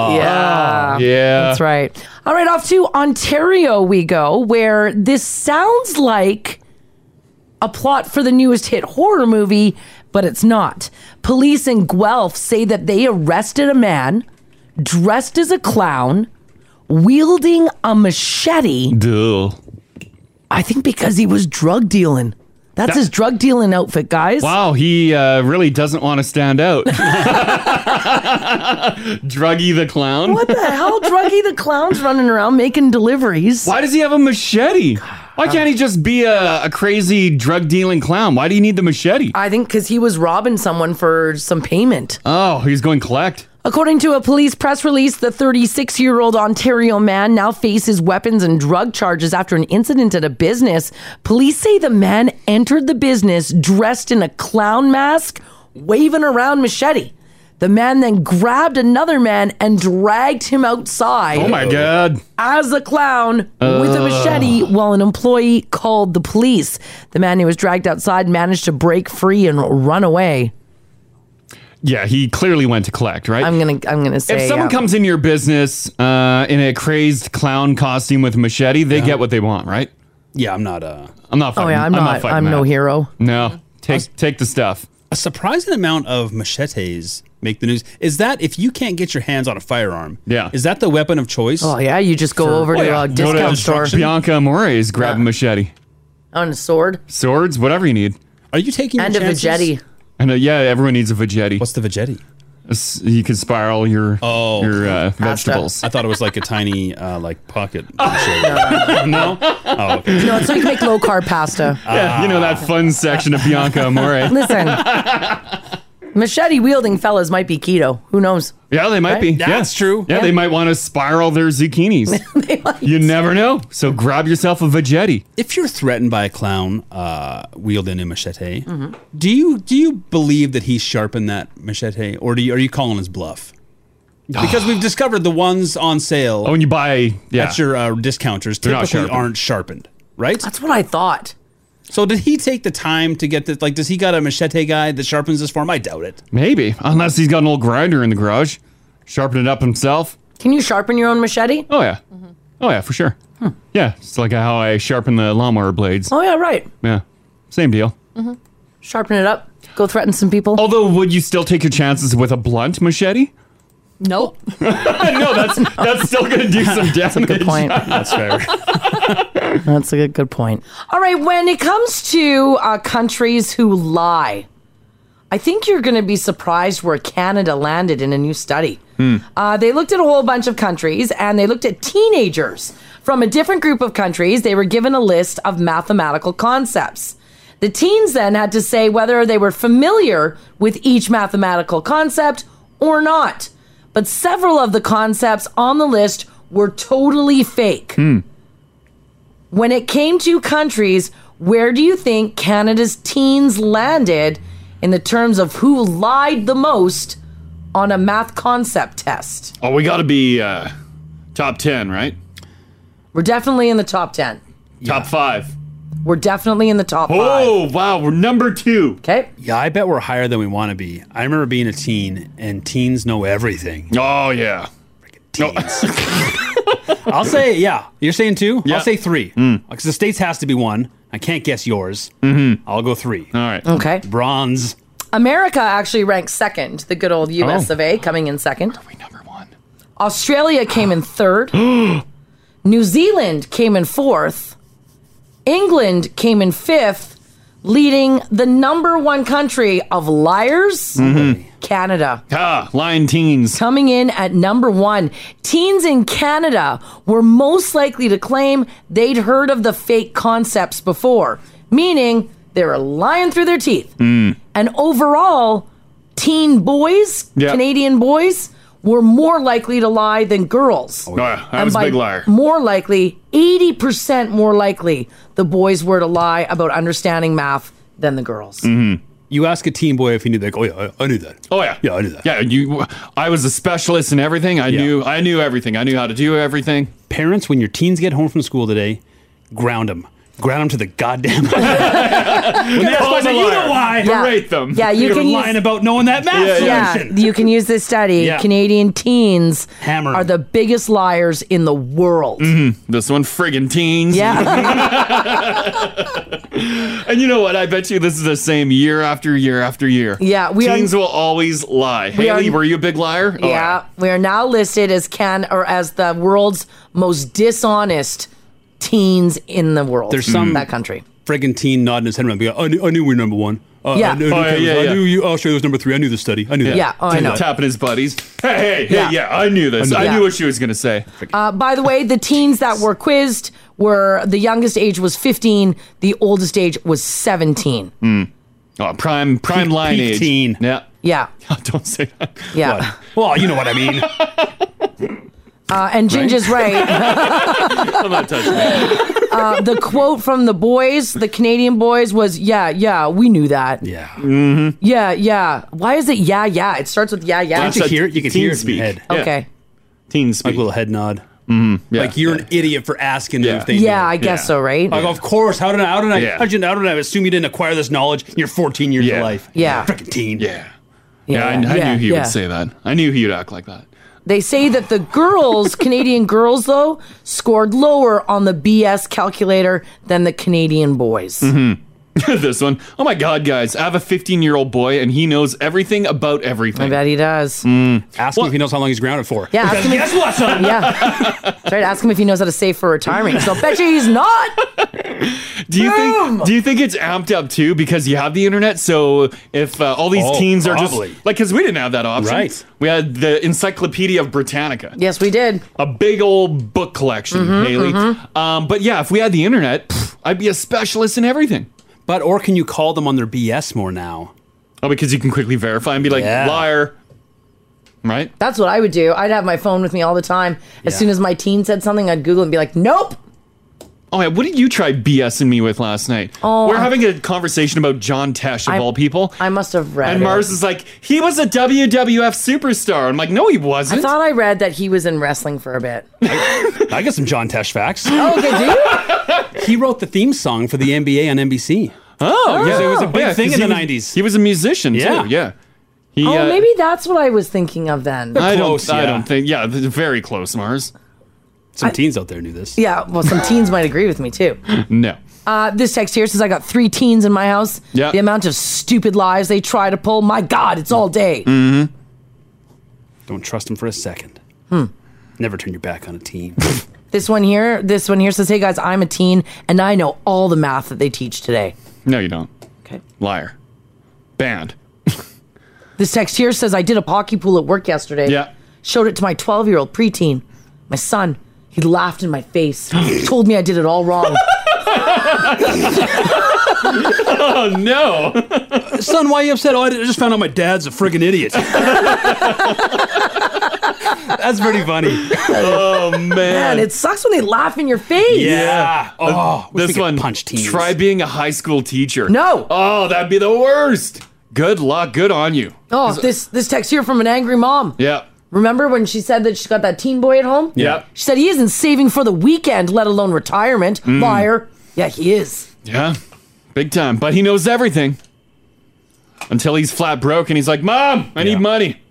yeah, Yeah. That's right. All right, off to Ontario we go, where this sounds like a plot for the newest hit horror movie, but it's not. Police in Guelph say that they arrested a man dressed as a clown, wielding a machete. Duh. I think because he was drug dealing. That's his drug dealing outfit, guys. Wow, he uh, really doesn't want to stand out. *laughs* Druggy the clown. What the hell? Druggy the clown's running around making deliveries. Why does he have a machete? Why can't he just be a, a crazy drug dealing clown? Why do you need the machete? I think because he was robbing someone for some payment. Oh, he's going collect. According to a police press release, the 36 year old Ontario man now faces weapons and drug charges after an incident at a business. Police say the man entered the business dressed in a clown mask, waving around machete. The man then grabbed another man and dragged him outside. Oh my God. As a clown with a Ugh. machete while an employee called the police. The man who was dragged outside managed to break free and run away. Yeah, he clearly went to collect, right? I'm gonna I'm gonna say if someone yeah. comes into your business uh, in a crazed clown costume with a machete, they get what they want, right? Yeah, I'm not. Uh, I'm not. Oh, Fighting, yeah, I'm not- fighting I'm that. no hero. No, take take the stuff. A surprising amount of machetes make the news. Is that if you can't get your hands on a firearm? Yeah. Is that the weapon of choice? Oh, yeah, you just go over to a Go uh, discount store. instruction. Bianca Amores grab a machete, on a sword swords, whatever you need. Are you taking and a veggetti. And uh, yeah, everyone needs a veggetti. What's the veggetti? You can spiral your Oh, your uh, vegetables. I thought it was like a tiny, uh, like *laughs* pocket. no. Oh, okay. *laughs* No, it's so *laughs* you can make low carb *laughs* pasta. Yeah, you know that fun section of Bianca Amore. *laughs* *laughs* Listen, machete wielding fellas might be keto. Who knows? Yeah, they might Right? be. That's yeah. true. Yeah, Yeah. they might want to spiral their *laughs* zucchinis. You never know. So grab yourself a veggetti. If you're threatened by a clown uh, wielding a machete, Mm-hmm. Mm-hmm. do you do you believe that he sharpened that machete, or do you, are you calling his bluff? Because we've discovered the ones on sale. Oh, when you buy yeah. at your uh, discounters, They're not typically sharpened. aren't sharpened, right? That's what I thought. So did he take the time to get this? Like, does he got a machete guy that sharpens this for him? I doubt it. Maybe, unless he's got an old grinder in the garage, sharpen it up himself. Can you sharpen your own machete? Oh yeah, oh yeah, for sure. Yeah, it's like how I sharpen the lawnmower blades. Oh yeah, right. Yeah, same deal. hmm Sharpen it up. Go threaten some people. Although, would you still take your chances with a blunt machete? Nope. *laughs* no, that's that's still *laughs* gonna do some damage. *laughs* That's a good point. That's fair. That's a good, good point. All right, when it comes to uh, countries who lie, I think you're going to be surprised where Canada landed in a new study. Hmm. Uh, they looked at a whole bunch of countries and they looked at teenagers from a different group of countries. They were given a list of mathematical concepts. The teens then had to say whether they were familiar with each mathematical concept or not. But several of the concepts on the list were totally fake. Hmm. When it came to countries, where do you think Canada's teens landed in the terms of who lied the most on a math concept test? Oh, we got to be uh, top 10, right? We're definitely in the top 10. Top five. We're definitely in the top Oh, wow. We're number two. Okay. Yeah, I bet we're higher than we want to be. I remember being a teen, and teens know everything. Oh, yeah. *laughs* I'll say, yeah. You're saying two? Yeah. Hmm. I'll say three. Because the states has to be one. I can't guess yours. I'll go three. All Mm-hmm. right. Okay. Bronze. five. America actually ranked second, the good old US Oh. of A coming in second. Are we number one? Australia came in third. New Zealand came in fourth. England came in fifth, leading the number one country of liars. Mhm. Canada. Ah, lying teens. Coming in at number one. Teens in Canada were most likely to claim they'd heard of the fake concepts before, meaning they were lying through their teeth. Mm-hmm. And overall, teen boys, Yeah. Canadian boys, were more likely to lie than girls. Oh, yeah. Uh, I And was a by big liar. More likely, 80% more likely the boys were to lie about understanding math than the girls. Mm-hmm. You ask a teen boy if he knew that. Oh, yeah, I, I knew that. Oh yeah, yeah, I knew that. Yeah, you. I was a specialist in everything. I knew. I knew everything. I knew how to do everything. Parents, when your teens get home from school today, ground them. Ground them to the *laughs* goddamn. *laughs* when they ask Call why, them say, a you liar. know why. Yeah. Yeah, you You're can lying use- about knowing that math solution. you can use this study. Yeah. Canadian teens Hammer. are the biggest liars in the world. Mm-hmm. This one, friggin' teens. Yeah. *laughs* and you know what? I bet you this is the same year after year after year. Yeah, we are- teens will always lie. We are- Haley, were you a big liar? Oh, yeah, we are now listed as can or as the world's most dishonest teens in the world. There's some that country. Friggin' teen nodding his head around. Be like, I knew, I knew we were number one. Uh, Yeah. I knew, Oh, I knew, yeah, I yeah, knew you, Australia was number three. I knew the study. I knew that. Yeah, oh, I know. Tapping his buddies. Hey, hey, hey, Yeah. yeah. I knew this. I I knew knew, that. what she was gonna say. Uh, by *laughs* the way, the teens that were quizzed were the youngest age was 15, the oldest age was 17. Mm. Oh, prime, prime line peak age. Teen. Yeah. *laughs* Yeah. Don't say that. *laughs* Yeah. Well, you know what I mean. Uh, and Right? Ginger's right. *laughs* *laughs* I'm not *laughs* touching that. uh, the quote from the boys, the Canadian boys, was "Yeah, yeah, we knew that." Yeah. Mm-hmm. Yeah, yeah. Why is it yeah, yeah? It starts with yeah, yeah. Can't you hear it? You can hear it in your head. Okay. Teen speak. Mm-hmm. Like a little head nod. Like you're an idiot for asking them if they. Yeah, know. I guess so, right? Like, of course. How did I? How did I? Yeah. How did I? How did I assume you didn't acquire this knowledge? You're 14 years of life. Yeah. Freaking teen. Yeah. Yeah, Yeah, *laughs* I, I yeah, knew he yeah. would say that. I knew he would act like that. They say that the girls, *laughs* Canadian girls, though, scored lower on the BS calculator than the Canadian boys. Mm. Mm-hmm. *laughs* this one. Oh my God, guys! I have a 15 year old boy, and he knows everything about everything. Hmm. I bet he does. Ask him if he knows how long he's grounded for. Yeah, ask Because him guess what, *laughs* son? *laughs* Yeah. That's right. Ask him if he knows how to save for retirement. So bet you he's not. Do you think? Do you think it's amped up too because you have the internet? So if uh, all these Oh, teens are probably. just like, because we didn't have that option, Right. We had the Encyclopedia of Britannica. Yes, we did. Mm-hmm, A big old book collection, Mhm, Haley. mhm. Um, but yeah, if we had the internet, pff, I'd be a specialist in everything. But or can you call them on their BS more now? Oh, because you can quickly verify and be like liar, right? That's what I would do. I'd have my phone with me all the time. As soon as my teen said something, I'd Google and be like, nope. Oh yeah, what did you try BSing me with last night? Oh, we're I- having a conversation about John Tesh of I- all people. I must have read. And it. Mars is like, he was a WWF superstar. I'm like, no, he I wasn't. thought I read that he was in wrestling for a bit. I got some John Tesh facts. Oh, did you? *laughs* He wrote the theme song for the NBA on NBC. Oh, Because yeah. it was a big Yeah, thing 'cause in he the was- 90s. He was a musician Yeah. too. Yeah. He, oh, uh, maybe that's what I was thinking of then. I don't. I don't think. Yeah, th- very close, Mars. Some teens out there knew this. Yeah, well, some teens might agree with me too. No. Uh, this text here says I got three teens in my house. Yeah. The amount of stupid lies they try to pull, my God, it's all day. Mm-hmm. Don't trust him for a second. Hmm. Never turn your back on a *laughs* teen. This one here, this one here says, "Hey guys, I'm a teen and I know all the math that they teach today." No, you don't. Okay. Liar. Banned. This text here says I did a pocky pool at work yesterday. Yeah. Showed it to my 12 year old preteen, my son. He laughed in my *gasps* face, told me I did it all wrong. oh no, son, why are you upset? Oh, I just found out my dad's a friggin' *laughs* idiot. That's pretty funny. *laughs* oh man. Man, it sucks when they laugh in your face. Oh, this one punch Try being a high school teacher. No. Oh, that'd be the worst. Good luck. Good on you. Oh, this this text here from an angry mom. Yeah. Remember when she said that she got that teen boy at home? Yeah. She said he isn't saving for the weekend, let alone retirement. Mm. Liar. Yeah, he is. Yeah. Big time. But he knows everything. Until he's flat broke and he's like, "Mom, I need money.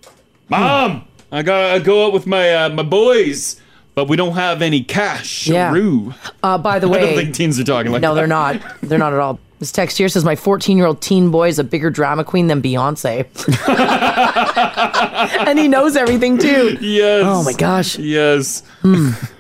Hmm. Mom, I gotta go out with my uh, my boys, but we don't have any cash." Yeah. Roo. Uh, by the *laughs* I way, don't think teens are talking like no, that. they're not. They're not at all. This text here says my 14 year old teen boy is a bigger drama queen than Beyonce, *laughs* and he knows everything too. Yes. Oh my gosh. Hmm. Yes. *laughs*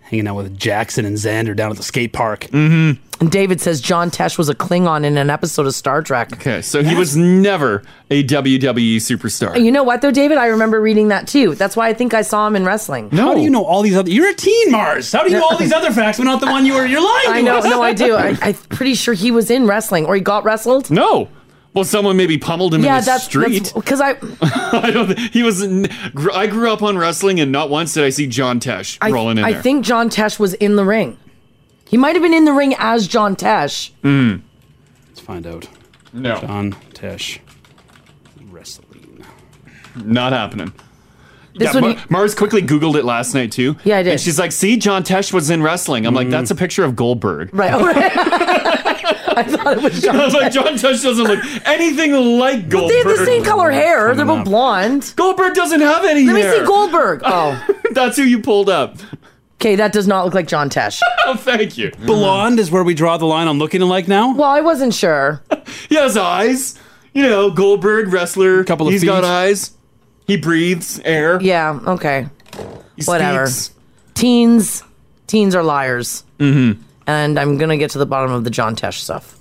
Hanging out with Jackson and Xander down at the skate park. Mm-hmm. And David says John Tesh was a Klingon in an episode of Star Trek. Okay, so he was never a WWE superstar. You know what though, David? I remember reading that too. That's why I think I saw him in wrestling. How do you know all these other? You're a teen, Mars. How do you know all these other facts? But not the one you were. You're lying. I to know. us? No, I do. I, *laughs* I'm pretty sure he was in wrestling, or he got wrestled. No. Well, someone maybe pummeled him in the street. *laughs* because I I don't. thi- He was. n- gr- I grew up on wrestling, and not once did I see John Tesh I, rolling in I there. think John Tesh was in the ring. He might have been in the ring as John Tesh. *laughs* Hmm. Mm. Let's find out. No. John Tesh. Wrestling. Not happening. This yeah, one- Mar- Mars quickly Googled it last night too. Yeah, I did. And she's like, "See, John Tesh was in wrestling." I'm like, "That's a picture of Goldberg." *laughs* Right. Oh, right. I thought it was John. I was like, Tesh. "John Tesh doesn't look anything like Goldberg." They have the same color hair. They're both blonde. Goldberg doesn't have any. Let me hair. see *laughs* Goldberg. Oh, that's who you pulled up. Okay, that does not look like John Tesh. Oh, thank you. Blonde is where we draw the line on looking like now. Well, I *laughs* wasn't sure. He has eyes. You know, Goldberg wrestler. Couple of He's got feet. eyes. He breathes air. Yeah. Okay. He Whatever. speaks. Teens, teens are liars, Mm-hmm. and I'm gonna get to the bottom of the John Tesh stuff.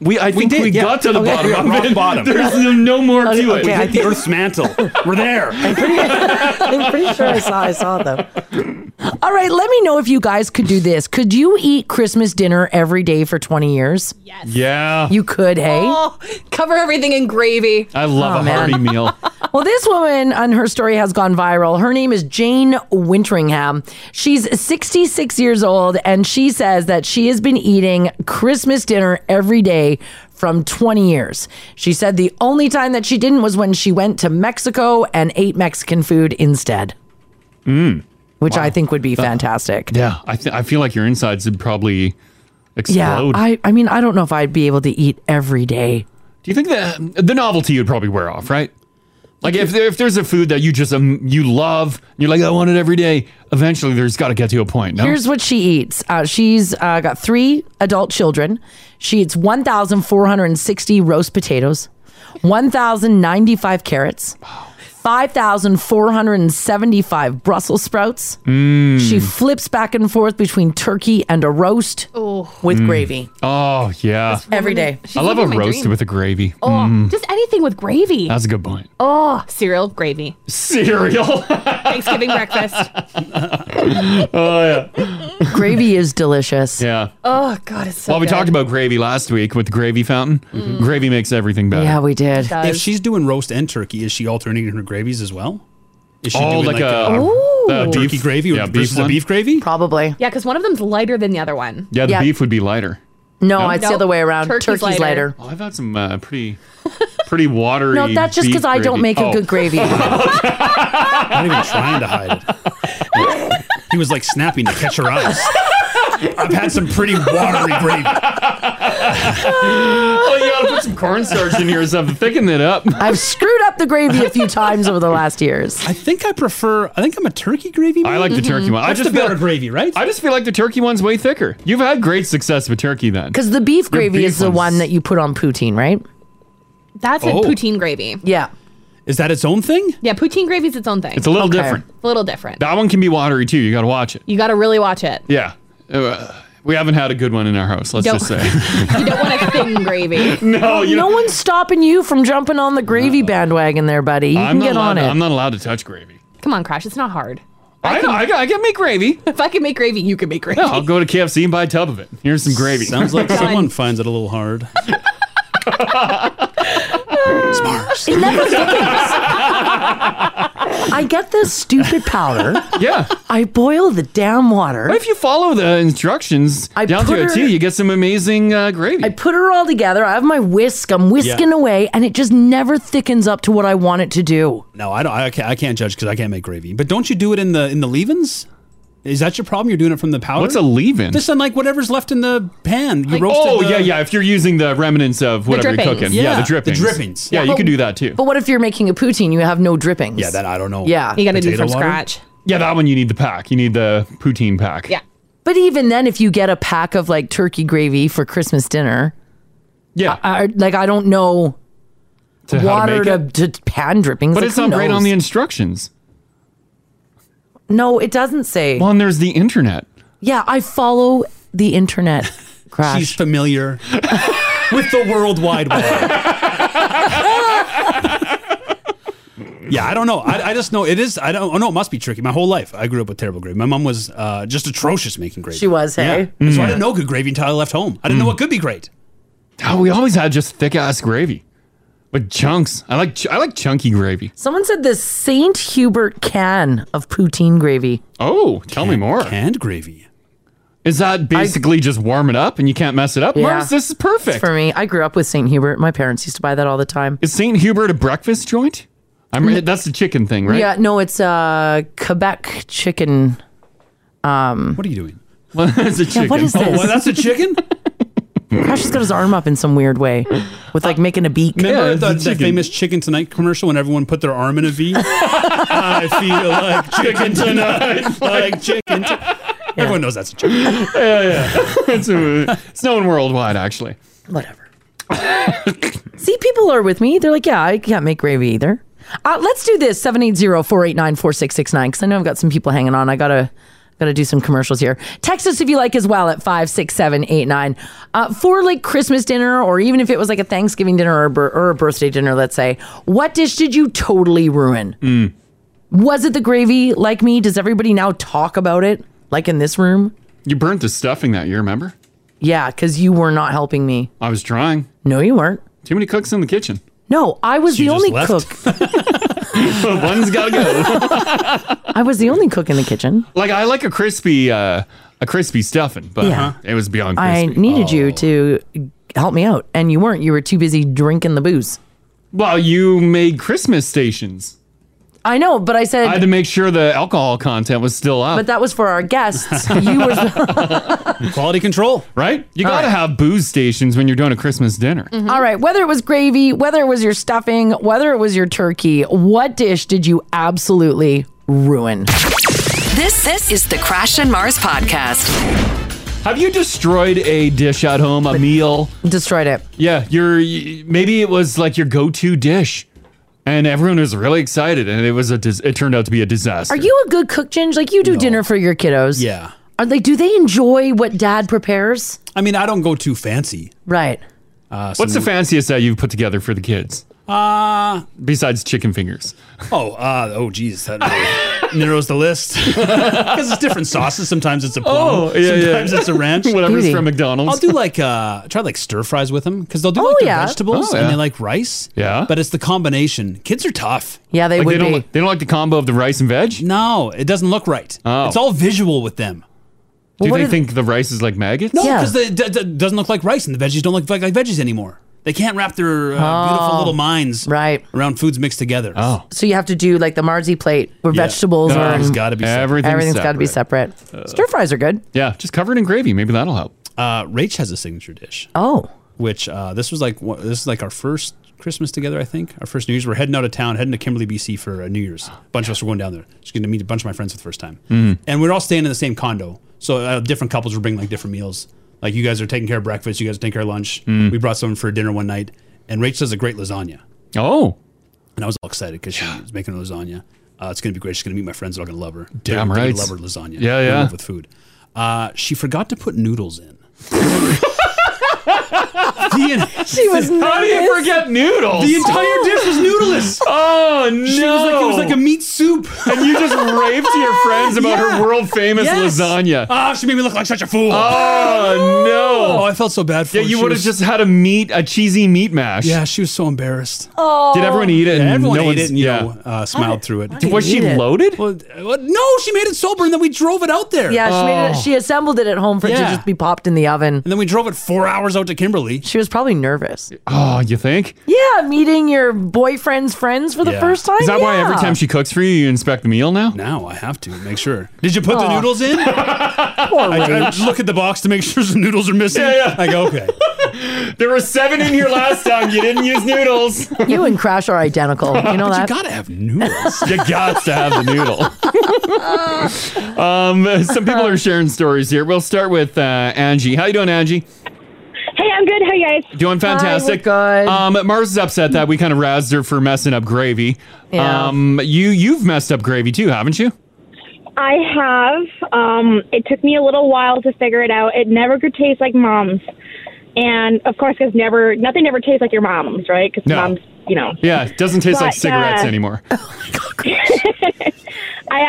We, I think we, got to the Okay. bottom Rock of *laughs* it. bottom. There's no, no more to it. We hit the Earth's mantle. We're there. *laughs* I'm pretty *laughs* sure I saw I saw them. All right, let me know if you guys could do this. Could you eat Christmas dinner every day for 20 years? Yes. Yeah. You could, hey? Oh, cover everything in gravy. I love Oh, a man. hearty *laughs* meal. Well, this woman and her story has gone viral. Her name is Jane Winteringham. She's 66 years old, and she says that she has been eating Christmas dinner every day from 20 years. She said the only time that she didn't was when she went to Mexico and ate Mexican food instead, Mm. which I think would be fantastic. Yeah, I, th- I feel like your insides would probably explode. Yeah, I, I mean, I don't know if I'd be able to eat every day. Do you think that um, the novelty would probably wear off, right? Like if there, if there's a food that you just um, you love, and you're like I want it every day. Eventually, there's got to get to a point. No, Here's what she eats. Uh, she's uh, got three adult children. She eats 1,460 roast potatoes, 1,095 carrots, 5,475 Brussels sprouts. Mm. She flips back and forth between turkey and a roast with Mm. gravy. Oh yeah, Every day. She's I love a living my roast dream. with a gravy. Oh, Mm. just anything with gravy. that's a good point. *laughs* oh, cereal gravy. Cereal. *laughs* Thanksgiving breakfast. oh yeah, *gasps* gravy is delicious. Yeah. Oh God, it's so. well, we good. talked about gravy last week with the gravy fountain. Gravy makes everything better. Mm-hmm. Yeah, we did. If she's doing roast and turkey, is she alternating her gravies as well? Is she Oh, doing like like, a- a, Ooh. the turkey beef- gravy or yeah, beef versus one? a beef gravy? Probably. Yeah, because one of them's lighter than the other one. Yeah, the beef would be lighter. No, No? it's the other way around. Turkey's Turkey's, lighter. lighter. Oh, I've had some uh, pretty, *laughs* pretty watery. No, that's just beef because I don't make gravy. a Oh. good *laughs* gravy. Not even trying to hide it. he was like snapping to catch her eyes. I've had some pretty watery gravy. well, you gotta put some cornstarch in here or something. Thicken it up. I've screwed up the gravy a few times over the last years. I think I prefer. I think I'm a turkey gravy. I like the turkey Mm-hmm. one. I That's just the feel better gravy, right? I just feel like the turkey one's way thicker. You've had great success with turkey then. Because the beef Your gravy beef is the one's- one that you put on poutine, right? That's Oh. a poutine gravy. Yeah. Is that its own thing? Yeah, poutine gravy's its own thing. It's a little different. It's a little different. That one can be watery too. You gotta watch it. You got to really watch it. Yeah. Uh, we haven't had a good one in our house, let's Don't- *laughs* just say. You don't *laughs* want a thin gravy. *laughs* No, you no one's stopping you from jumping on the gravy bandwagon there, buddy. You I'm can not get allowed on to- it. I'm not allowed to touch gravy. Come on, Crash. It's not hard. I, know, I, can, I can make gravy. If I can make gravy, you can make gravy. No, I'll go to KFC and buy a tub of it. Here's some gravy. *laughs* Sounds like Done. someone finds it a little hard. Smart. It never *laughs* fails. I get this stupid powder. Yeah. I boil the damn water. But if you follow the instructions I down put to a her- T, you get some amazing uh, gravy. I put her all together. I have my whisk. I'm whisking Yeah. away, and it just never thickens up to what I want it to do. No, I don't. I can't, I can't judge because I can't make gravy. But don't you do it in the in the leavings? Is that your problem? You're doing it from the powder. What's a leave-in? Just on like whatever's left in the pan. You roast. oh yeah, yeah. If you're using the remnants of whatever you're drippings. cooking, yeah, Yeah, the the drippings, drippings. Yeah, you But- can do that too. But what if you're making a poutine? You have no drippings. Yeah, that I don't know. Yeah, You gotta do Potato from water? scratch. Yeah, that one you need the pack. You need the poutine pack. Yeah. But even then, if you get a pack of like turkey gravy for Christmas dinner, yeah, I, I- like I don't know To how to water make to, to, pan drippings. But Like, it's who not right on knows? the instructions. No, it doesn't say. Well, and there's the internet. Yeah, I follow the *laughs* internet. Crash. She's familiar with the world wide web. yeah, I don't know. I, I just know it is. I don't. Oh no, it must be tricky. My whole life, I grew up with terrible gravy. My mom was uh, just atrocious making gravy. She was, hey? Yeah. So Mm. I didn't know good gravy until I left home. I didn't know what could be great. Oh, Hmm. we always had just thick ass gravy, but chunks. I like ch- I like chunky gravy. Someone said the Saint Hubert can of poutine gravy. Oh, tell me more. Canned gravy. Is that basically just warm it up and you can't mess it up? Mars, this is perfect. It's for me. I grew up with Saint Hubert. My parents used to buy that all the time. Is Saint Hubert a breakfast joint? I'm that's the chicken thing, right? *laughs* Yeah, no, it's uh Quebec chicken. Um, what are you doing? Well, that's a Yeah, what chicken. is Oh, this? well, that's *laughs* a *laughs* chicken? Crash has got his arm up in some weird way, with like making a beak. Remember the, the famous Chicken Tonight commercial when everyone put their arm in a *laughs* V? I feel *laughs* like chicken tonight, like chicken. To- Everyone knows that's a chicken. yeah, yeah. *laughs* It's, uh, it's known worldwide, actually. Whatever. See, people are with me. They're like, yeah, I can't make gravy either. Uh, let's do this 780-489-4669 because I know I've got some people hanging on. I gotta gotta do some commercials here. Text us if you like as well at five six seven eight nine uh, for like Christmas dinner or even if it was like a Thanksgiving dinner or a, bir- or a birthday dinner. Let's say, what dish did you totally ruin? Was it the gravy? Like me, does everybody now talk about it? Like in this room? You burnt the stuffing that year, remember? Yeah, because you were not helping me. I was trying. No, you weren't. Too many cooks in the kitchen. No, I was the only cook. *laughs* One's got to go. *laughs* I was the only cook in the kitchen. like I like a crispy, uh, a crispy stuffing, but Yeah. it was beyond crispy. I needed you to help me out, and you weren't. You were too busy drinking the booze. well, you made Christmas stations. I know, but I said, I had to make sure the alcohol content was still up. but that was for our *laughs* guests. you were. Quality control, right? You All got to right. have booze stations when you're doing a Christmas dinner. All right. Whether it was gravy, whether it was your stuffing, whether it was your turkey, what dish did you absolutely ruin? *laughs* This this is the Crash and Mars podcast. Have you destroyed a dish at home, a meal? Destroyed it. Yeah, your y- maybe it was like your go-to dish, and everyone was really excited, and it was a dis- it turned out to be a disaster. Are you a good cook, Ginge? Like you do dinner for your kiddos. Yeah. Are like, do they enjoy what dad prepares? I mean, I don't go too fancy. Right. Uh, What's the fanciest that you've put together for the kids Uh, besides chicken fingers? oh, uh, oh, geez, that *laughs* narrow- narrows the list *laughs* because it's different sauces. Sometimes it's a plum, Oh, yeah, yeah. sometimes it's a ranch. *laughs* Whatever's from McDonald's. I'll do like uh, try like stir fries with them because they'll do like Oh, their yeah. vegetables Oh, yeah. and they like rice. Yeah, but it's the combination. Kids are tough. Yeah, they Like, would they don't be. li- they don't like the combo of the rice and veg. No, it doesn't look right. Oh. It's all visual with them. Do Well, what they are- think the rice is like maggots? No, because it d- d- doesn't look like rice, and the veggies don't look like, like veggies anymore. They can't wrap their uh, beautiful Oh, little minds right around foods mixed together. Oh, So you have to do like the marzi plate where vegetables are. Everything's Uh, got to be separate. Everything's, got to be separate. Stir fries are good. Yeah, just covered in gravy. Maybe that'll help. Uh, Rach has a signature dish. Oh, which uh, this was like wha- this is like our first Christmas together. I think our first New Year's. We're heading out of town, heading to Kimberly, BC for uh, New Year's. A bunch of us were going down there. She's going to meet a bunch of my friends for the first time, Mm. Mm-hmm. and we're all staying in the same condo. So uh, different couples were bringing like different meals. Like you guys are taking care of breakfast, you guys are taking care of lunch. Mm-hmm. Mm. We brought something for dinner one night, and Rach does a great lasagna. Oh, and I was all excited because she was making a lasagna. Uh, it's going to be great. She's going to meet my friends. They're all going to love her. They're- Damn they're gonna right. love her lasagna. Yeah, They're in yeah. *laughs* love with food. Uh, she forgot to put noodles in. *laughs* she was How do you nervous. forget noodles? The entire dish was noodless. *laughs* Oh no! She was like- it was like a meat soup, and you just raved to your friends about her world famous Yes. lasagna. Ah, she made me look like such a fool. Oh no! Oh, I felt so bad for. Yeah, her. you She would have was- just had a meat, a cheesy meat mash. Yeah, she was so embarrassed. Oh. Did everyone eat it? Yeah, and everyone no ate one's- it and you yeah. know, uh, smiled through it. Did- was she loaded? Well, uh, well, no, she made it sober, and then we drove it out there. Oh. Yeah, she, made it, she assembled it at home for it to Yeah. just be popped in the oven. And then we drove it four hours out to Kimberly. She was probably nervous. Oh, you think? Yeah, meeting your boyfriend's friends for the first time. Is that why every Yeah. time she cooks for you, you inspect the meal now? Now I have to make sure. Did you put the noodles in? Oh. *laughs* *laughs* Poor I, I Rach. look at the box to make sure the noodles are missing. Yeah, yeah. I go, *laughs* okay. There were seven in here last time. You didn't use noodles. You and Crash are identical. You know that. But you gotta have noodles. you got to have the *laughs* noodle. um, some people are sharing stories here. We'll start with uh, Angie. How you doing, Angie? Hey, I'm good. How you guys? Doing fantastic. good. Um, Mars is upset that we kind of razzed her for messing up gravy. Yeah. Um, you you've messed up gravy too, haven't you? I have. Um, it took me a little while to figure it out. It never could taste like mom's, and of course, because never nothing ever tastes like your mom's, right? Because No. mom's, you know. Yeah, it doesn't taste like But, cigarettes uh, anymore. I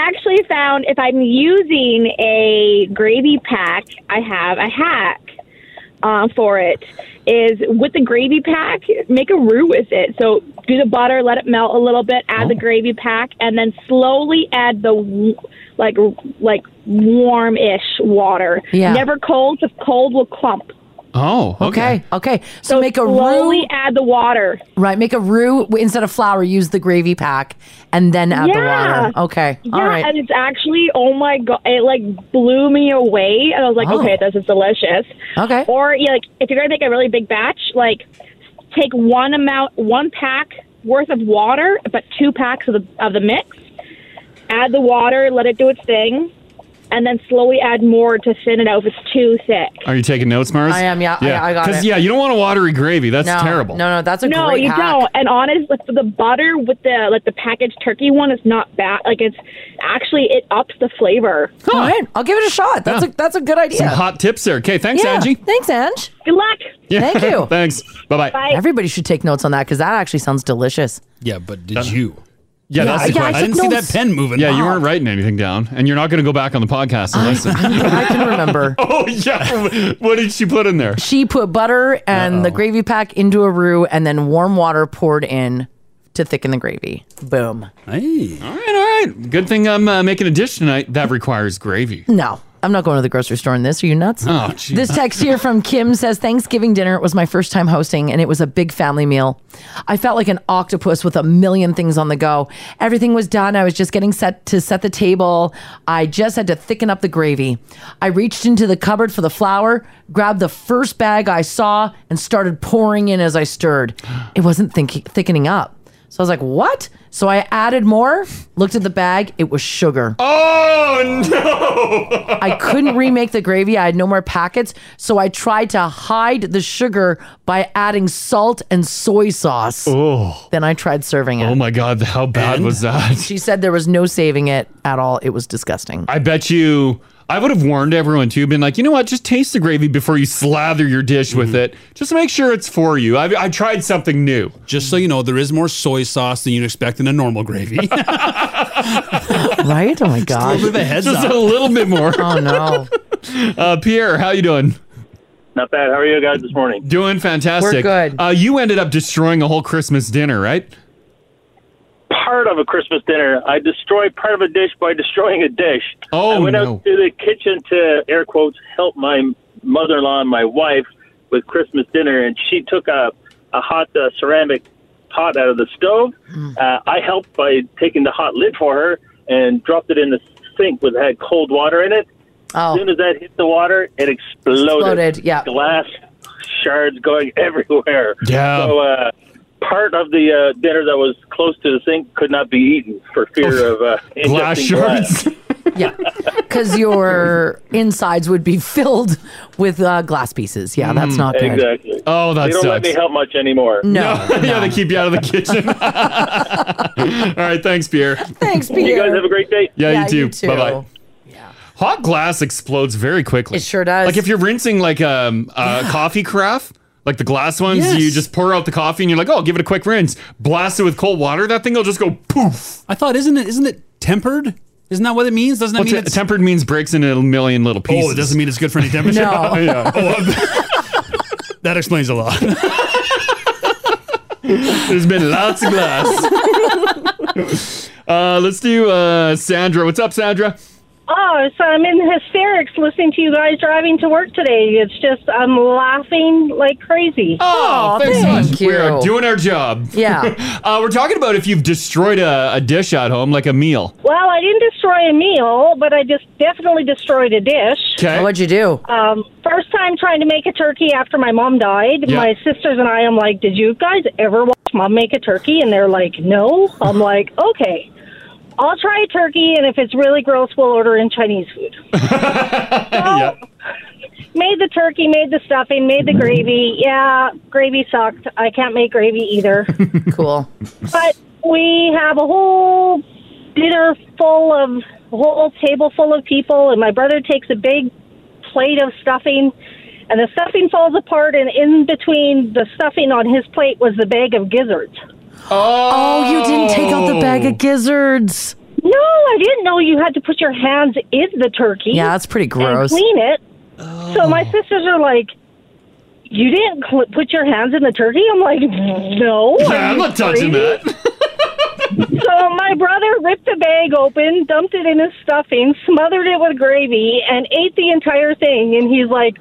actually found if I'm using a gravy pack, I have a hack uh, for it. Is with the gravy pack, make a roux with it. So do the butter, let it melt a little bit, add Oh. the gravy pack, and then slowly add the w- like like warm-ish water. Yeah. Never cold. If cold will clump. Oh, okay. Okay. So, make a slowly roux. add the water. Right. Make a roux instead of flour, use the gravy pack and then add Yeah. the water. Okay. Yeah, All right. and it's actually oh my god, it like blew me away, and I was like, Oh. okay, this is delicious. Okay. Or yeah, like if you're gonna make a really big batch, like take one amount, one pack worth of water, but two packs of the of the mix. Add the water, let it do its thing, and then slowly add more to thin it out if it's too thick. Are you taking notes, Mars? I am, yeah, I- I got it. Because yeah, you don't want a watery gravy. That's terrible. no, that's a no. great you hack. don't. And honest, with the butter with the like the packaged turkey one is not bad. Like it's actually it ups the flavor. All right. I'll give it a shot. That's a that's a good idea. Some hot tips there. Okay, thanks, yeah. Angie. Thanks, Ange. Good luck. Yeah. Thank you. *laughs* thanks. Bye-bye. Everybody should take notes on that because that actually sounds delicious. Yeah, but did you? Yeah, Yeah, that's the yeah, I question. took I didn't see notes. that pen moving. Yeah, you Oh. weren't writing anything down, and you're not going to go back on the podcast and listen. *laughs* I can remember. *laughs* oh yeah, what did she put in there? She put butter and the gravy pack into a roux and then warm water poured in to thicken the gravy. Boom. Hey. All right, all right. Good thing I'm uh, making a dish tonight that requires gravy. No, I'm not going to the grocery store in this. Are you nuts? Oh, jeez. This text here from Kim says Thanksgiving dinner was my first time hosting, and it was a big family meal. I felt like an octopus with a million things on the go. Everything was done. I was just getting set to set the table. I just had to thicken up the gravy. I reached into the cupboard for the flour, grabbed the first bag I saw, and started pouring in as I stirred. It wasn't think- thickening up. So I was like, what? So I added more, looked at the bag, it was sugar. Oh no! I couldn't remake the gravy. I had no more packets, so I tried to hide the sugar by adding salt and soy sauce. Oh. Then I tried serving it. Oh my God, how bad was that? She said there was no saving it at all. It was *laughs* disgusting. I bet you. I would have warned everyone too, been like, you know what? Just taste the gravy before you slather your dish with Mm-hmm. it. Just to make sure it's for you. I've, I tried something new. Just so you know, there is more soy sauce than you'd expect in a normal gravy. right? Oh my gosh. little bit of a heads Just up. a little bit more. oh *laughs* no. Uh, Pierre, how you doing? Not bad. How are you guys this morning? Doing fantastic. We're good. Uh, you ended up destroying a whole Christmas dinner, right? Part of a Christmas dinner, I destroy part of a dish by destroying a dish. Oh, I went no. out to the kitchen to air quotes help my mother-in-law and my wife with Christmas dinner, and she took a a hot uh, ceramic pot out of the stove. Hmm. Uh, I helped by taking the hot lid for her and dropped it in the sink with had cold water in it. Oh. As soon as that hit the water, it exploded. Exploded, yeah. Glass shards going *laughs* everywhere. Yeah. So uh, part of the uh, dinner that was close to the sink could not be eaten for fear of uh, *laughs* Glass ingesting shards. Because your insides would be filled with uh, glass pieces. Yeah, Mm. that's not good. Exactly. Oh, that They don't let sucks. me help much anymore. No. *laughs* yeah, they keep you out of *laughs* the kitchen. *laughs* All right, thanks, *laughs* Pierre. Thanks, You guys Pierre. have a great day. Yeah, Yeah, you too. you too. Bye bye. Hot glass explodes very quickly. It sure does. Like if you're rinsing like um, a uh, coffee carafe, Like the glass ones, you Yes. just pour out the coffee and you're like, oh, give it a quick rinse. Blast it with cold water. That thing will just go poof. I thought, isn't it? Isn't it tempered? Isn't that what it means? Doesn't that Well, mean te- it's tempered means breaks into a million little pieces. Oh, it doesn't mean it's good for any temperature. *laughs* Oh, No. *laughs* *laughs* Yeah. that explains a lot. *laughs* There's been lots of *laughs* *laughs* glass. uh, let's do uh, Sandra. What's up, Sandra? Oh, so I'm in hysterics listening to you guys driving to work today. It's just I'm laughing like crazy. Oh, much. We are doing our job. Yeah. *laughs* uh, we're talking about if you've destroyed a, a dish at home, like a meal. Well, I didn't destroy a meal, but I just definitely destroyed a dish. Okay. What'd you do? Um, first time trying to make a turkey after my mom died. Yeah. My sisters and I am like, "Did you guys ever watch mom make a turkey?" And they're like, "No." I'm like, "Okay, I'll try a turkey, and if it's really gross, we'll order in Chinese food." *laughs* made the turkey, made the stuffing, made the gravy. Yeah, gravy sucked. I can't make gravy either. cool. but we have a whole dinner full of a whole table full of people, and my brother takes a big plate of stuffing, and the stuffing falls apart, and in between the stuffing on his plate was the bag of gizzards. Oh, you didn't take out the bag of gizzards. No, I didn't know you had to put your hands in the turkey. Yeah, that's pretty gross. And clean it. So Oh. my sisters are like, "You didn't cl- put your hands in the turkey?" I'm like, "No, are Yeah, *laughs* I'm you not touching crazy?" that. so my brother ripped the bag open, dumped it in his stuffing, smothered it with gravy, and ate the entire thing. And he's like,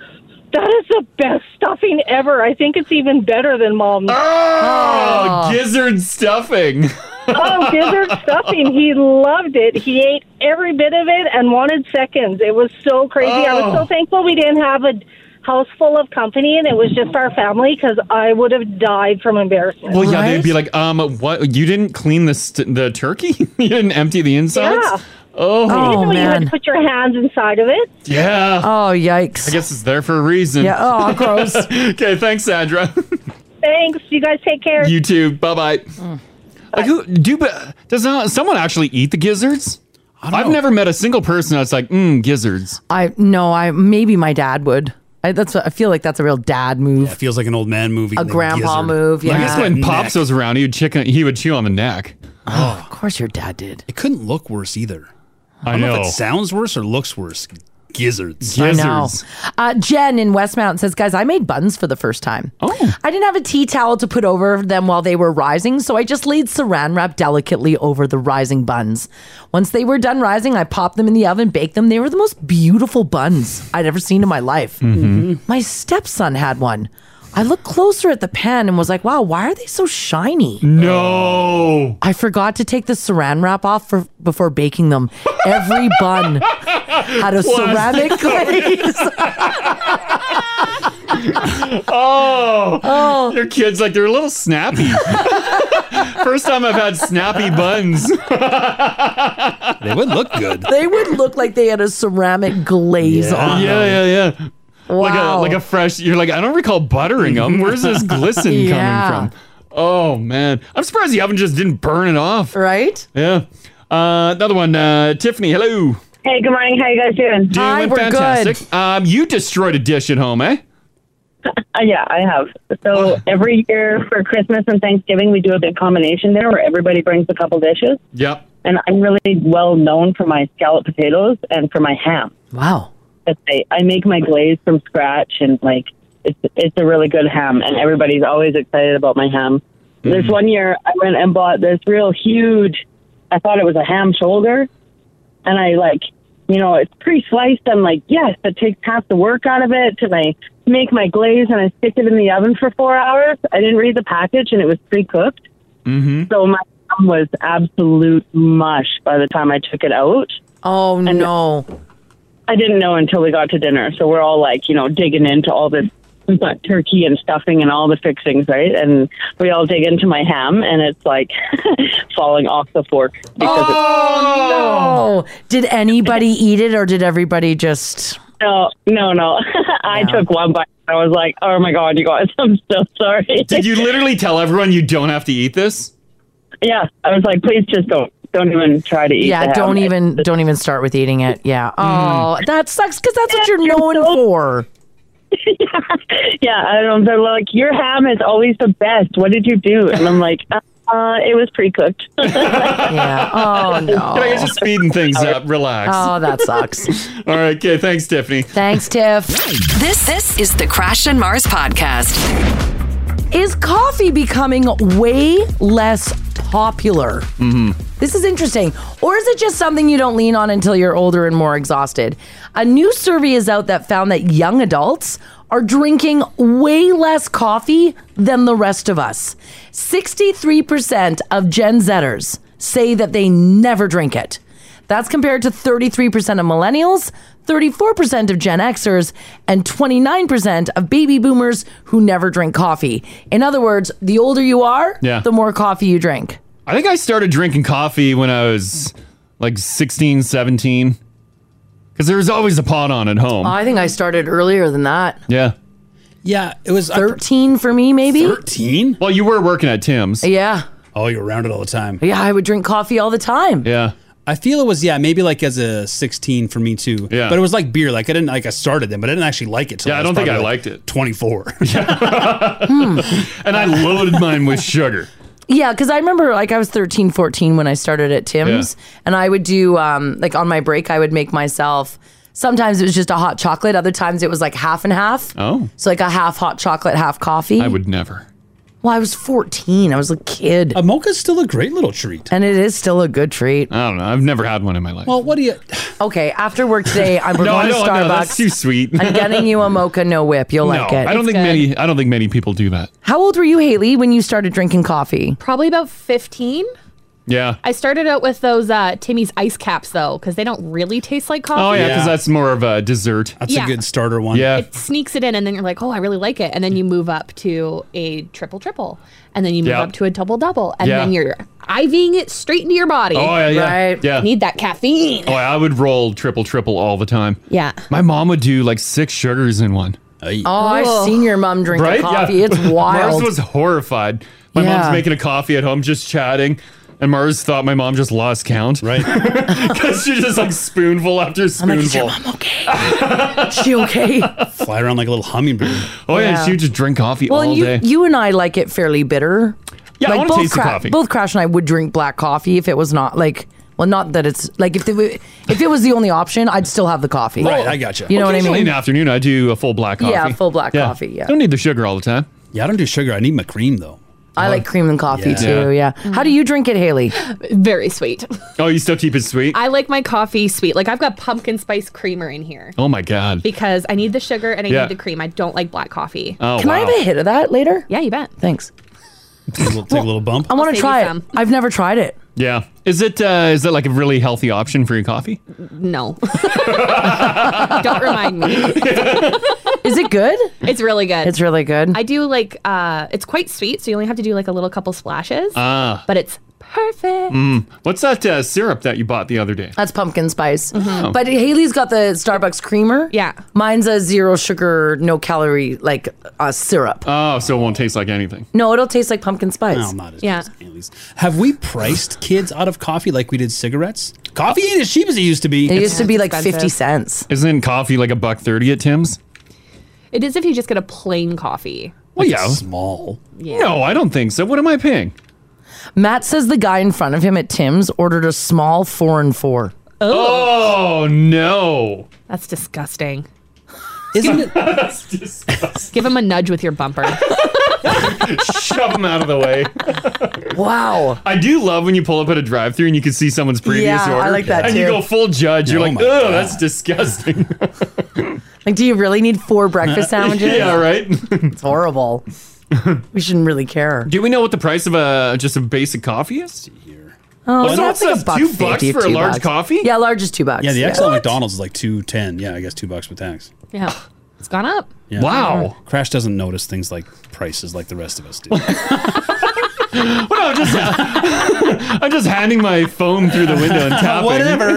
"That is the best stuffing ever. I think it's even better than mom's." Oh, gizzard stuffing. *laughs* oh, gizzard stuffing. He loved it. He ate every bit of it and wanted seconds. It was so crazy. I was Oh. so thankful we didn't have a house full of company and it was just our family because I would have died from embarrassment. Well, yeah, they'd be like, um, what? You didn't clean the st- the turkey? *laughs* you didn't empty the insides? Yeah. Oh, I didn't know you had to put your hands inside of it. yeah. Oh, yikes. I guess it's there for a reason. Yeah, oh, gross. *laughs* okay, *laughs* thanks, Sandra. Thanks. You guys take care. you too. Bye bye. Mm. Like, who do? but Does not, someone actually eat the gizzards? I've never met a single person that's like, mm, gizzards. I no, I maybe my dad would. I, that's what, I feel like that's a real dad move. it feels like an old man movie. a grandpa move. Yeah. I guess when Pops was around, he would chicken. He would chew on the neck. Oh, of course your dad did. It couldn't look worse either. I don't know. if know. it sounds worse or looks worse. Gizzards. I know. Uh, Jen in Westmount says, guys, I made buns for the first time. Oh. I didn't have a tea towel to put over them while they were rising, so I just laid saran wrap delicately over the rising buns. Once they were done rising, I popped them in the oven, baked them. They were the most beautiful buns I'd ever seen in my life. Mm-hmm. Mhm. My stepson had one. I looked closer at the pan and was like, wow, why are they so shiny? No. I forgot to take the saran wrap off for, before baking them. Every bun had *laughs* a Was ceramic glaze. *laughs* Oh, your kids like they're a little snappy. *laughs* First time I've had snappy buns. *laughs* they would look good. they would look like they had a ceramic glaze Yeah, on them. yeah, yeah. Like a Wow. like a fresh. You're like I don't recall buttering them. *laughs* Where's this glisten Yeah. coming from? Oh man, I'm surprised the oven just didn't burn it off. Right? Yeah. Uh, another one. Uh, Tiffany, hello. Hey, good morning. How you guys doing? Doing fantastic. Um, you destroyed a dish at home, eh? Uh, yeah, I have. Oh. So every year for Christmas and Thanksgiving, we do a big combination dinner where everybody brings a couple dishes. Yep. And I'm really well known for my scalloped potatoes and for my ham. Wow. But I, I make my glaze from scratch, and like it's it's a really good ham, and everybody's always excited about my ham. There's one year I went and bought this real huge. I thought it was a ham shoulder, and I like you know it's pre-sliced. I'm like, yes, that takes half the work out of it, and I make my glaze and I stick it in the oven for four hours. I didn't read the package, and it was pre-cooked. Mm-hmm. So my thumb was absolute mush by the time I took it out. Oh no. I didn't know until we got to dinner. So we're all like, you know, digging into all the we've got turkey and stuffing and all the fixings, right? And we all dig into my ham and it's like *laughs* falling off the fork. Because Oh, did anybody eat it or did everybody just no, no, no. *laughs* I took one bite and I was like, Oh my god, you guys, *laughs* I'm so sorry. Did you literally tell everyone you don't have to eat this? Yeah. I was like, please just don't don't even try to eat Mm. the Yeah, ham. don't even don't even start with eating it. Yeah. Oh, that sucks cuz that's what you're known for. *laughs* yeah, I don't know. They're like, your ham is always the best. What did you do? And I'm like, uh, uh, it was pre cooked. *laughs* yeah. Oh no. You're just speeding things up. Relax. Oh, that sucks. *laughs* All right. Okay. Thanks, Tiffany. Thanks, Tiff. This this is the Crash and Mars podcast. Is coffee becoming way less popular? Mm-hmm. This is interesting. Or is it just something you don't lean on until you're older and more exhausted? A new survey is out that found that young adults are drinking way less coffee than the rest of us. 63% of Gen Zers say that they never drink it. That's compared to 33% of millennials, 34% of Gen Xers, and 29% of baby boomers who never drink coffee. In other words, the older you are, Yeah. the more coffee you drink. I think I started drinking coffee when I was like 16, 17. Because there was always a pot on at home. Oh, I think I started earlier than that. yeah. Yeah, it was 13 for me, maybe. 13? Well, you were working at Tim's. Yeah. Oh, you were around it all the time. Yeah, I would drink coffee all the time. Yeah. I feel it was yeah maybe like as a 16 for me too. Yeah. But it was like beer. Like I didn't like I started then, but I didn't actually like it. Till Yeah, I was don't think probably, I like, liked it. *laughs* 24. Hmm. And I loaded mine with sugar. Yeah, because I remember like I was 13, 14 when I started at Tim's, and I would do um, like on my break, I would make myself. Sometimes it was just a hot chocolate. Other times it was like half and half. Oh. So like a half hot chocolate, half coffee. I would never. Well, I was 14. I was a kid. A mocha's still a great little treat. And it is still a good treat. I don't know. I've never had one in my life. Well, what do you? Okay, after work *laughs* today, I'm no, going to no, no, that's Starbucks. too sweet. I'm *laughs* getting you a mocha, no whip. You'll like No, it. I don't think many. I don't think many people do that. How old were you, Haley, when you started drinking coffee? Probably about 15. Yeah. I started out with those uh, Timmy's ice caps though, because they don't really taste like coffee. Oh yeah, because that's more of a dessert. That's a Yeah. good starter one. Yeah. sneaks it in, and then you're like, oh, I really like it, and then you move up to a triple triple, and then you move Yeah. up to a double double, and Yeah. then you're IVing it straight into your body. Oh, yeah, yeah. Right. Yeah. Need that caffeine. oh, I would roll triple triple all the time. Yeah. My mom would do like six sugars in one. Oh, I've seen your mom drink Right? coffee. Yeah. It's wild. *laughs* Mars was horrified. My Yeah. mom's making a coffee at home, just chatting. And Mars thought my mom just lost count. *laughs* Right. Because she just like spoonful after spoonful. she okay? *laughs* Fly around like a little hummingbird. Oh, yeah. Yeah. She would just drink coffee Well, all and you, day. you and I like it fairly bitter. Yeah, I like wanna both taste the coffee. Both Crash and I would drink black coffee if it was not like. Well, not that it's like if the, if it was the only option, I'd still have the coffee. You know what I Occasionally mean? In the afternoon, I do a full black coffee. Yeah, full black coffee, yeah. Don't need the sugar all the time. Yeah, I don't do sugar. I need my cream, though. I like cream and coffee Yeah. too. Yeah. How do you drink it, Haley? Very sweet. Oh, you still keep it sweet? I like my coffee sweet. Like I've got pumpkin spice creamer in here oh, my God. because I need the sugar and I Yeah. need the cream. I don't like black coffee. Oh, Can I have wow. a hit of that later? Yeah, you bet. Thanks. Take a little, take a little bump. I want I'll to save try you it. some. I've never tried it. Yeah. Is it uh, is that like a really healthy option for your coffee? No. *laughs* Don't remind me. Is it good? It's really good. It's really good. I do like uh it's quite sweet, so you only have to do like a little couple splashes. Ah. but it's perfect. Mm. What's that uh, syrup that you bought the other day? *laughs* That's pumpkin spice. Oh. But Haley's got the Starbucks creamer. Yeah. Mine's a zero sugar, no calorie, like uh, syrup. Oh, so it won't taste like anything. No, it'll taste like pumpkin spice. No, not as yeah. Have we priced kids out of coffee like we did cigarettes? Coffee ain't as cheap as it used to be. It used to be like 50 cents. Isn't coffee like a buck thirty at Tim's? It is if you just get a plain coffee. Well, yeah. Small. Yeah. No, I don't think so. What am I paying? Matt says the guy in front of him at Tim's ordered a small four and four. Oh, no. That's disgusting. Isn't *laughs* it? Give him a nudge with your bumper. Shove them out of the way. Wow. I do love when you pull up at a drive thru and you can see someone's previous Yeah, I order. like that And you too. go full judge. You're Oh like, my oh, God." that's *laughs* disgusting. Like, do you really need *laughs* four breakfast sandwiches? yeah, right? It's *laughs* horrible. we shouldn't really care. Do we know what the price of a just a basic coffee is? Oh, Well, so no, that's it like a says buck two 50, bucks for two a large bucks. coffee? Yeah, large is two bucks. Yeah, the yeah. XL McDonald's is like two ten. Yeah, I guess two bucks with tax. yeah. It's gone up. Yeah. Wow. Crash doesn't notice things like prices like the rest of us do. *laughs* well, no, I'm just, *laughs* I'm just handing my phone through the *laughs* window and tapping. *laughs* Whatever.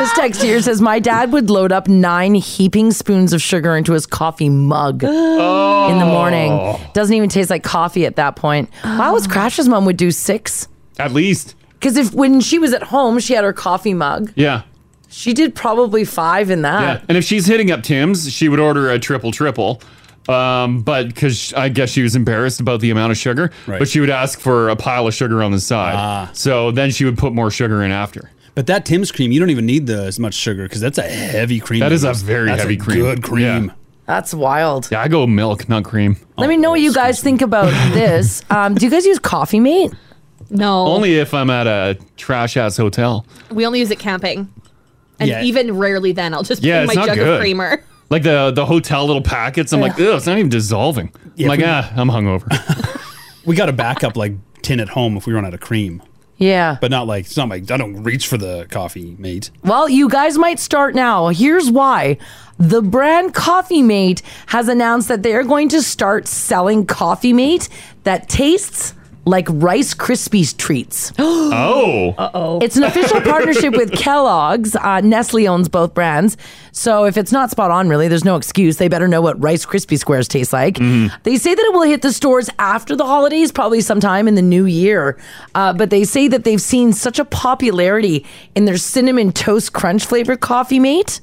This text here says my dad would load up nine heaping spoons of sugar into his coffee mug in the morning. Oh. Doesn't even taste like coffee at that point. Wow, was Crash's mom would do six? At least. Because if when she was at home, she had her coffee mug. Yeah. She did probably five in that. Ah. Yeah. And if she's hitting up Tim's, she would order a triple triple. Um, but because I guess she was embarrassed about the amount of sugar, but she would ask for a pile of sugar on the side. Ah. So then she would put more sugar in after. But that Tim's cream, you don't even need the, as much sugar because that's a heavy cream. That to is a use. very That's heavy cream. Good cream. That's wild. Yeah, I go milk, not cream. Let me know what Oh, you guys think *laughs* about this. Um, do you guys use Coffee Mate? No. Only if I'm at a trash ass hotel. We only use it camping. And Yeah. even rarely then, I'll just Yeah, bring it's my not jug good. of creamer. Like the the hotel little packets. I'm like, Ugh. ugh, it's not even dissolving. Yeah, I'm like, we- ah, I'm hungover. *laughs* We got a backup like tin at home if we run out of cream. Yeah. But not like it's not like I don't reach for the coffee mate. Well, you guys might start now. Here's why. The brand Coffee Mate has announced that they're going to start selling Coffee Mate that tastes like Rice Krispies treats. *gasps* Oh. Uh-oh. It's an official partnership with Kellogg's. Uh, Nestle owns both brands. So if it's not spot on, really, there's no excuse. They better know what Rice Krispie Squares taste like. They say that it will hit the stores after the holidays, probably sometime in the new year. Uh, but they say that they've seen such a popularity in their cinnamon toast crunch flavored coffee mate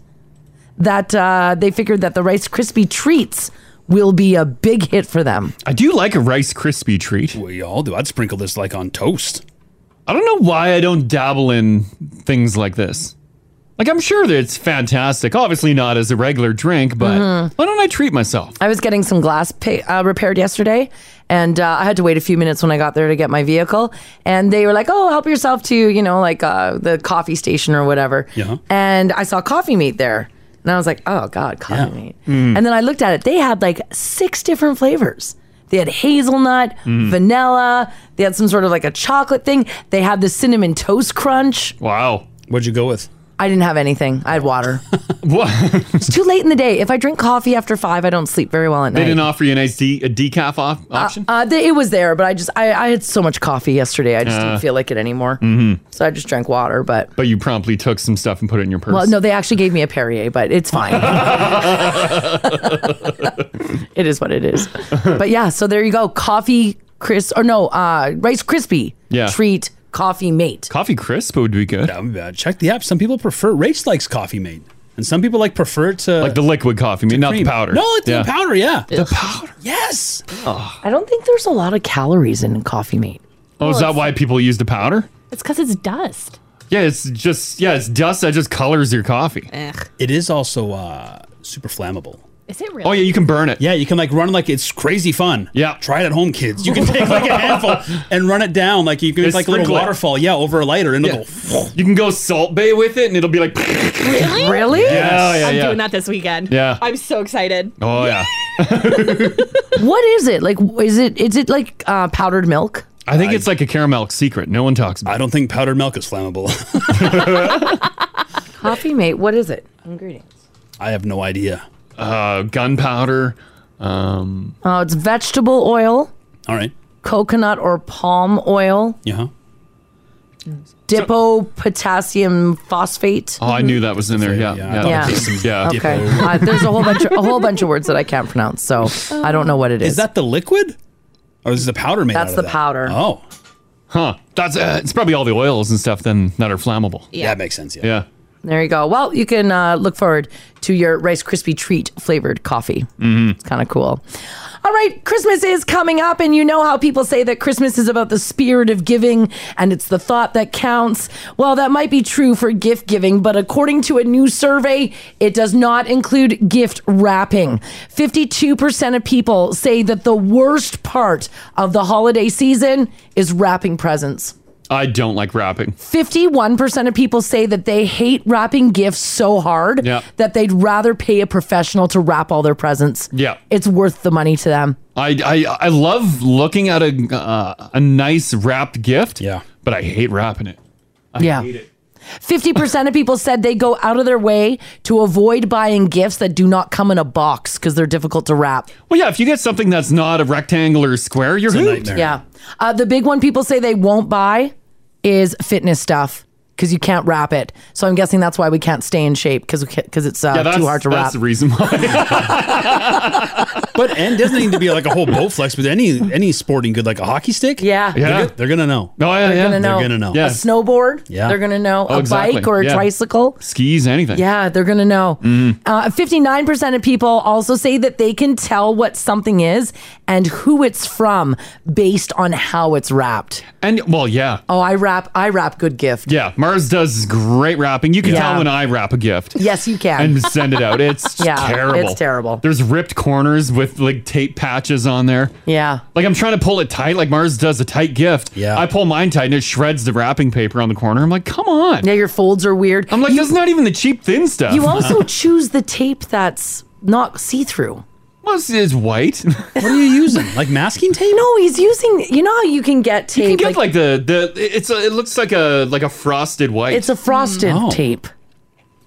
that uh, they figured that the Rice Krispie treats will be a big hit for them. I do like a Rice Krispie treat. We all do. I'd sprinkle this like on toast. I don't know why I don't dabble in things like this. Like I'm sure that it's fantastic. Obviously not as a regular drink, but Mhm. why don't I treat myself? I was getting some glass pa- uh, repaired yesterday, and uh, I had to wait a few minutes when I got there to get my vehicle. And they were like, "Oh, help yourself to you know like uh, the coffee station or whatever." Yeah. And I saw coffee meat there, and I was like, "Oh God, coffee meat." Mm. Mm-hmm. And then I looked at it; they had like six different flavors. They had hazelnut, Mm. vanilla. They had some sort of like a chocolate thing. They had the cinnamon toast crunch. Wow. What'd you go with? I didn't have anything. I had water. *laughs* what? *laughs* it's too late in the day. If I drink coffee after five, I don't sleep very well at They night. didn't offer you a nice de- a decaf off option. Uh, they, it was there, but I just I, I had so much coffee yesterday. I just Uh. didn't feel like it anymore. Mm-hmm. So I just drank water, but But you promptly took some stuff and put it in your purse. well, no, they actually gave me a Perrier, but it's *laughs* fine. it is what it is. *laughs* but yeah, so there you go. Coffee crisp or no, uh, Rice crispy Yeah. treat coffee mate. Coffee crisp would be good. That would be bad. Check the app. Some people prefer. Rach likes coffee mate, and some people like prefer it to like the liquid coffee, mate, not the powder. No, it's Yeah. the powder. Yeah, The powder. Yes. I don't think there's a lot of calories in coffee mate. Oh, is that why people use the powder? *laughs* It's because it's dust. Yeah, it's just yeah, it's dust that just colors your coffee. It is also uh, super flammable. Is it really? Oh yeah, you can burn it. Yeah, you can like run like it's crazy fun. Yeah, try it at home, kids. You can take like a *laughs* handful and run it down like you can it's Just like a little sprinkle it. waterfall. Yeah, over a lighter and it'll go. *laughs* You can go salt bay with it, and it'll be like *laughs* *laughs* Really? Really? Yeah, yeah, I'm yeah. doing that this weekend. Yeah. I'm so excited. Oh yeah. *laughs* what is it like? Is it is it like uh, powdered milk? I think it's like a caramel secret. No one talks about. I don't think powdered milk is flammable. *laughs* Coffee mate, what is it? Ingredients. I have no idea. Uh, gunpowder. Um, Oh, it's vegetable oil, all right. coconut or palm oil. Yeah. Dipo potassium phosphate. Oh, I knew that was in there. Yeah, yeah. Yeah. that was- *laughs* yeah. Okay. Uh, there's a whole bunch of, a whole bunch of words that I can't pronounce, so I don't know what it is. Is that the liquid? Or is the powder made? out That's of the that? powder. Oh, Huh. That's uh, it's probably all the oils and stuff then that are flammable. Yeah. That makes sense. Yeah. Yeah. There you go. Well, you can uh, look forward to your Rice Krispie treat flavored coffee. Mm-hmm. It's kind of cool. All right, Christmas is coming up, and you know how people say that Christmas is about the spirit of giving and it's the thought that counts. Well, that might be true for gift giving, but according to a new survey, it does not include gift wrapping. 52% of people say that the worst part of the holiday season is wrapping presents. I don't like wrapping. 51% of people say that they hate wrapping gifts so hard Yeah. that they'd rather pay a professional to wrap all their presents. Yeah. It's worth the money to them. I I, I love looking at a uh, a nice wrapped gift. Yeah. But I hate wrapping it. I Yeah. hate it. 50% of people said they go out of their way to avoid buying gifts that do not come in a box because they're difficult to wrap. Well, yeah. If you get something that's not a rectangle or square, you're hooped. Yeah. Uh, the big one people say they won't buy is fitness stuff. because you can't wrap it. So I'm guessing that's why we can't stay in shape because because it's uh, Yeah, that's- too hard to that's wrap. the reason *laughs* But and doesn't need to be like a whole bow flex, but any any sporting good like a hockey stick. Yeah, Yeah. They're, go- they're gonna know. Oh yeah, Ah. They're gonna know. They're gonna know. A snowboard. Yeah. They're gonna know Oh, a exactly. bike or a Yeah. tricycle. Skis, anything. Yeah, they're gonna know. Mm. Uh, 59% of people also say that they can tell what something is and who it's from based on how it's wrapped. And well, yeah. Oh, I wrap I wrap good gift. Yeah, Mars does great wrapping. You can Yeah. tell when I wrap a gift. Yes, you can. *laughs* And send it out. It's Yeah, terrible. it's terrible. There's ripped corners with like tape patches on there. Yeah. Like I'm trying to pull it tight, like Mars does a tight gift. Yeah. I pull mine tight and it shreds the wrapping paper on the corner. I'm like, come on. Yeah, your folds are weird. I'm like, that's not even the cheap thin stuff. You *laughs* also choose the tape that's not see through. Mars is white. *laughs* what are you using? Like masking tape? No, he's using you know how you can get tape You can get like, the the it's a, it looks like a like a frosted white. It's a frosted Oh. tape.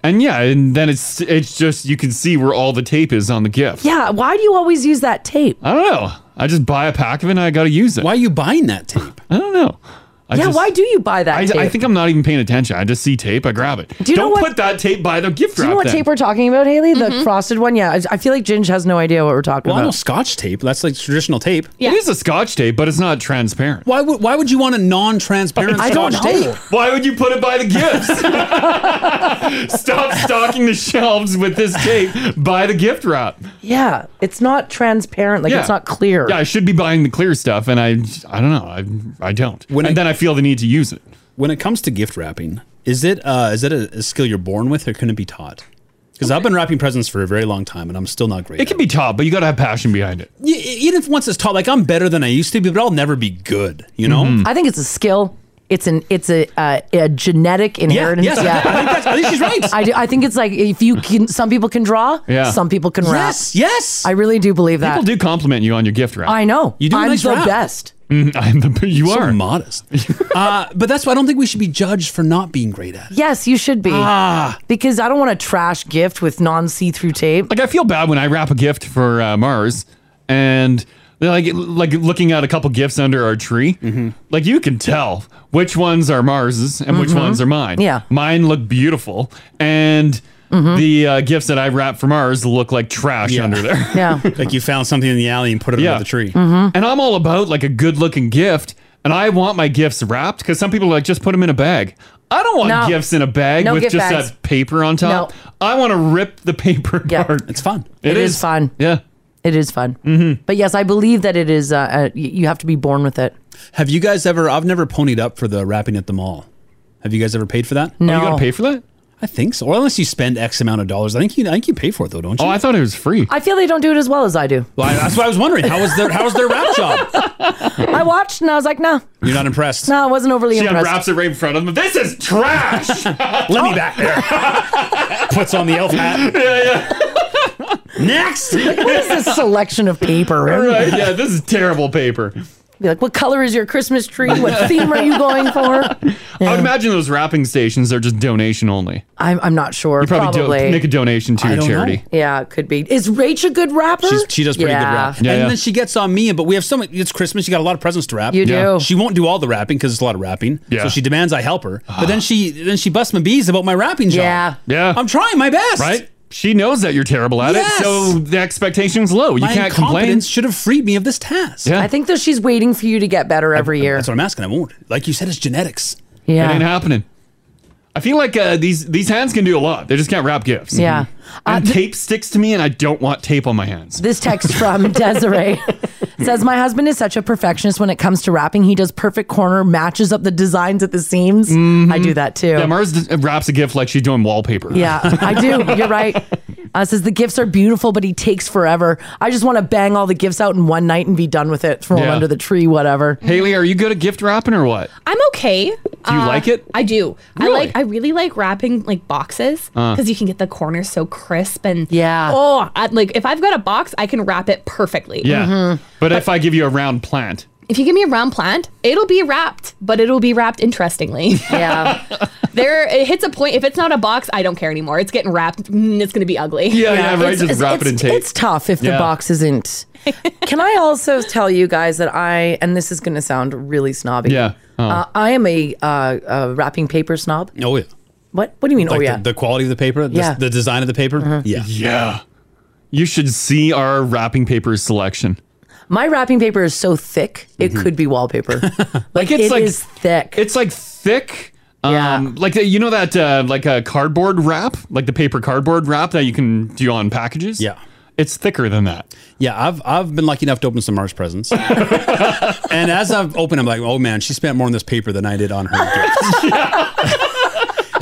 And yeah, and then it's it's just you can see where all the tape is on the gift. Yeah, why do you always use that tape? I don't know. I just buy a pack of it and I got to use it. Why are you buying that tape? I don't know. I yeah, just- why do you buy that I, tape? I think I'm not even paying attention. I just see tape. I grab it. Do you know not what- put that tape by the gift Do wrap. you know what then. tape we're talking about, Haley? The frosted one? Yeah, I, I feel like Ginge has no idea what we're talking Well, I know about. Scotch tape. That's like traditional tape. It is a Scotch tape, but it's not transparent. Why would Why would you want a non-transparent I don't Scotch know. *laughs* tape? Why would you put it by the gifts? Stop stocking the shelves with this tape. Buy the gift wrap. Yeah, it's not transparent. Like, Yeah. it's not clear. Yeah, I should be buying the clear stuff, and I I don't know. I I don't. and then I feel the need to use it. When it comes to gift wrapping, is it uh, is that a, a skill you're born with, or can it be taught? Because I've been wrapping presents for a very long time, and I'm still not great. It can be taught, but you got to have passion behind it. even if once it's taught, like I'm better than I used to be, but I'll never be good. You know. Mm-hmm. I think it's a skill. It's an it's a uh, a genetic inheritance. yes, I think- I think that's- I think she's right. *laughs* I, do, I think it's like if you can, some people can draw, Yeah. some people can rap. Yes, yes. I really do believe that. People do compliment you on your gift wrap. I know. You do a I'm nice the wrap. best. Mm, *laughs* I'm the, you So are modest. *laughs* uh, but that's why I don't think we should be judged for not being great at it. Yes, you should be. Ah. Because I don't want to trash gift with non see through tape. Like I feel bad when I wrap a gift for uh, Mars, and they're like like looking at a couple gifts under our tree. Mm-hmm. Like you can tell which ones are Mars's and Mm-hmm. which Mhm. ones are mine. Yeah. mine look beautiful, and the uh, gifts that I wrap for Mars look like trash under there. Mm-hmm. *laughs* Yeah, like you found something in the alley and put it under the tree. Mm-hmm. Mm. And I'm all about like a good looking gift, and I want my gifts wrapped because some people are like just put them in a bag. I don't want No. gifts in a bag No with gift just bags. that paper on top. I want to rip the *laughs* paper apart. It's fun. It is fun. Yeah. It is fun. Mm-hmm. But yes, I believe that it is, uh, uh, y- you have to be born with it. Have you guys ever? I've never ponied up for the wrapping at the mall. Have you guys ever paid for that? Oh, No. you gotta pay for that. I think so. Or unless you spend X amount of dollars, I think you. I think you pay for it though, don't you? Oh, I thought it was free. I feel they don't do it as well as I do. Well, I- that's what I was wondering. How was their How was their wrap *laughs* job? I watched and I was like, no, You're not impressed. no, I wasn't overly She impressed. unwraps it right in front of them. This *laughs* is trash. Let me back *laughs* there. Puts on the elf hat. Next. Like, what is this selection of paper? Right, yeah, this is terrible paper. Be like, what color is your Christmas tree? What theme are you going for? I would imagine those wrapping stations are just donation only. I'm, I'm not sure. You probably, do- probably. make a donation to I your don't charity. know. Yeah, it could be. Is Rach a good rapper? She's, she does pretty Yeah. good rap. and then she gets on me, but we have so much. It's Christmas. You got a lot of presents to wrap. You Yeah. do. She won't do all the wrapping because it's a lot of wrapping. Yeah. So she demands I help *sighs* her. But then she then she busts my bees about my wrapping job. Yeah. Yeah. I'm trying my best. Right? She knows that you're terrible at Yes. it, so the expectation's low. You My can't complain. incompetence should have freed me of this task. Yeah. I think though she's waiting for you to get better every year. That's what I'm asking. I won't. Like you said, it's genetics. Yeah. It ain't happening. I feel like uh, these these hands can do a lot. They just can't wrap gifts. Mm-hmm. Yeah. Uh, And tape sticks to me, and I don't want tape on my hands. This text *laughs* from Desiree *laughs* says, My husband is such a perfectionist when it comes to wrapping. He does perfect corner, matches up the designs at the seams. I do that too. Mm-hmm. Yeah, Mars d- uh, wraps a gift like she's doing wallpaper. Yeah, I do. You're *laughs* right. Uh, says the gifts are beautiful, but he takes forever. I just want to bang all the gifts out in one night and be done with it. Throw them Yeah. under the tree, whatever. Haley, are you good at gift wrapping or what? I'm okay. Do you like it? I do. Really? I like. I really like wrapping like boxes Uh. because you can get the corners so crisp and yeah. Oh, I, like if I've got a box, I can wrap it Mm-hmm. perfectly. Mm-hmm. Yeah. But if I give you a round plant, If you give me a round plant, it'll be wrapped, but it'll be wrapped interestingly. *laughs* Yeah. *laughs* there, it hits a point. If it's not a box, I don't care anymore. It's getting wrapped. Mm, It's going to be ugly. Yeah, yeah, right. It's- just it's- wrap it in it's- tape. It's tough if the Yeah. box isn't Can I also tell you guys that I, and this is going to sound really snobby. Yeah. Oh. Uh, I am a, uh, uh wrapping paper snob. Oh yeah. What? What do you mean? oh Like yeah. The, the quality of the paper. The, Yeah. Mm-hmm. The design of the paper. Yeah. Yeah. You should see our wrapping paper selection. My wrapping paper is so thick it could be wallpaper. Mm-hmm. *laughs* like it's it like- is thick. It's like thick. Um, like the, you know that uh, like a cardboard wrap, like the paper cardboard wrap that you can do on packages. Yeah, it's thicker than that. Yeah, I've I've been lucky enough to open some Mars presents, and as I've opened, I'm like, oh man, she spent more on this paper than I did on her gift.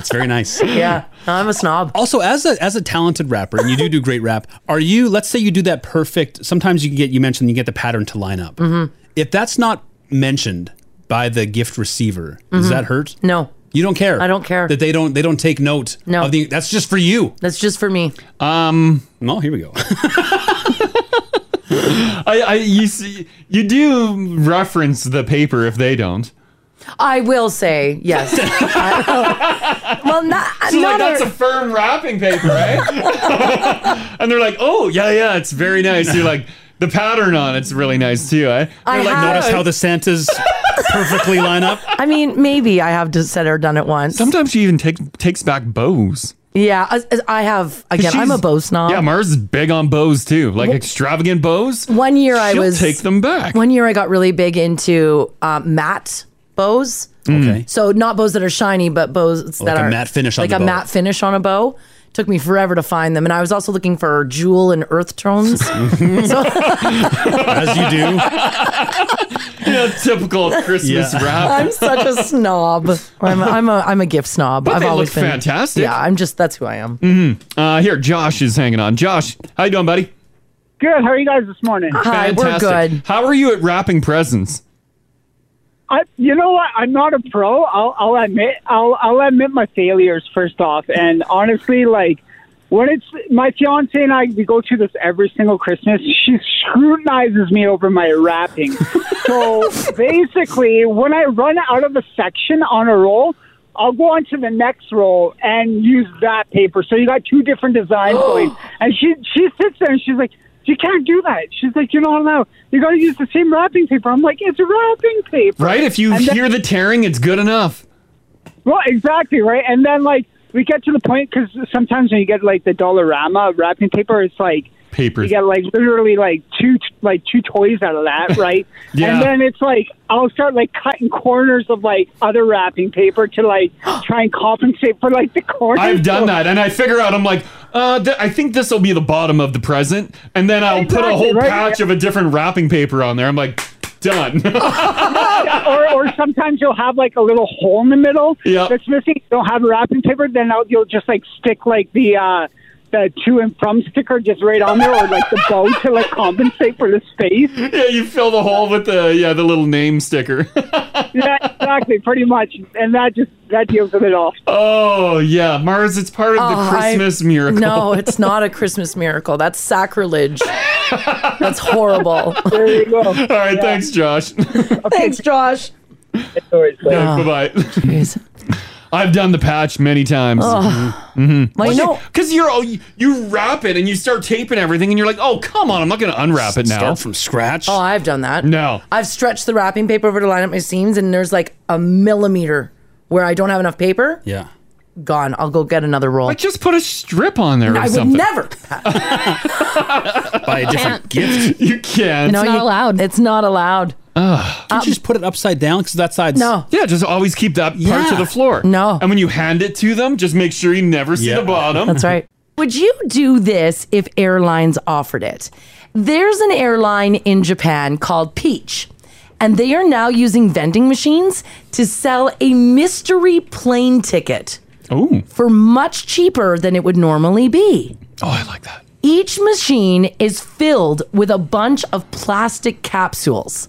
it's very nice. Yeah, I'm a snob. Also, as a as a talented rapper, and you do do great rap, are you? Let's say you do that perfect. Sometimes you can get you mentioned you get the pattern to line up. Mhm. If that's not mentioned by the gift receiver, does Mhm. that hurt? No. You don't care. I don't care that they don't they don't take note. No, of the, that's just for you. That's just for me. Um. Well, here we go. I, I you see, you do reference the paper if they don't. I will say *laughs* yes. I will. Well, not So like not that's a- a firm wrapping paper, right? *laughs* and they're like, oh yeah, yeah, it's very nice. You're like the pattern on it's really nice too. Eh? They're I like, have- Notice how the Santas perfectly line up. I mean, maybe I have said or done it once. Sometimes she even takes takes back bows. Yeah, I, I have. Again, I'm a She's- bow snob. Yeah, Mars is big on bows too, like extravagant bows. One year I She'll was take them back. One year I got really big into uh, matte bows. Okay. Mm-hmm. So not bows that are shiny, but bows Like that a are matte finish on like the a bow. matte finish on a bow. Took me forever to find them, and I was also looking for jewel and earth *laughs* tones. so As you do. you know, typical Christmas *laughs* Yeah. wrap. I'm such a *laughs* snob. I'm a, I'm a I'm a gift snob. But I've they look always been fantastic. Yeah, I'm just that's who I am. hmm Uh, here, Josh is hanging on. Josh, how you doing, buddy? Good. How are you guys this morning? How are you at wrapping presents? I, you know what? I'm not a pro. I'll, I'll admit. I'll, I'll admit my failures first off. And honestly, like when it's my fiance and I, we go through this every single Christmas. She scrutinizes me over my wrapping. so basically, when I run out of a section on a roll. I'll go on to the next roll and use that paper. So you got two different design points. And she she sits there and she's like, You can't do that. She's like, You're not allowed. You gotta use the same wrapping paper. I'm like, It's wrapping paper. Right? If you And then- hear the tearing, it's good enough. well, exactly, right? And then, like, we get to the point because sometimes when you get, like, the Dollarama wrapping paper, it's like, Paper. you get, like, literally, like, two, like, two toys out of that, right? *laughs* Yeah. And then it's like, I'll start, like, cutting corners of, like, other wrapping paper to, like, try and compensate for, like, the corners. I've done that, and I figure out I'm like, uh, th- I think this will be the bottom of the present, and then I'll put a Exactly, whole right? patch of a different wrapping paper on there. I'm like, done. *laughs* Yeah, or, or sometimes you'll have like a little hole in the middle that's missing. You don't have wrapping paper, then I'll, you'll just like stick like the uh, the to and from sticker just right on there, or like the bow to like compensate for the space. yeah, you fill the hole with the yeah the little name sticker. *laughs* yeah, exactly, pretty much, and that just that deals with it all. oh yeah, Mars, it's part of Oh, the I- Christmas miracle. No, it's not a Christmas miracle. That's sacrilege. That's *laughs* horrible. There you go. All right, thanks, Josh. Thanks, Josh. *laughs* Oh, Yeah, bye bye. *laughs* I've done the patch many times. Ugh. Mhm. Well, you know- because you're all you wrap it and you start taping everything, and you're like, oh come on, I'm not going to unwrap it now. Start from scratch. Oh, I've done that. No. I've stretched the wrapping paper over to line up my seams, and there's like a millimeter where I don't have enough paper. Yeah. Gone. I'll go get another roll. Like, just put a strip on there or I something. would never. Buy a different gift. *laughs* You can't. allowed. It's not allowed. Can't you just put it upside down? Because that side's. Um, No. Yeah, just always keep that part Yeah. to the floor. No. And when you hand it to them, just make sure you never see the bottom. That's *laughs* right. Would you do this if airlines offered it? There's an airline in Japan called Peach, and they are now using vending machines to sell a mystery plane ticket for much cheaper than it would normally be. Oh, I like that. Each machine is filled with a bunch of plastic capsules.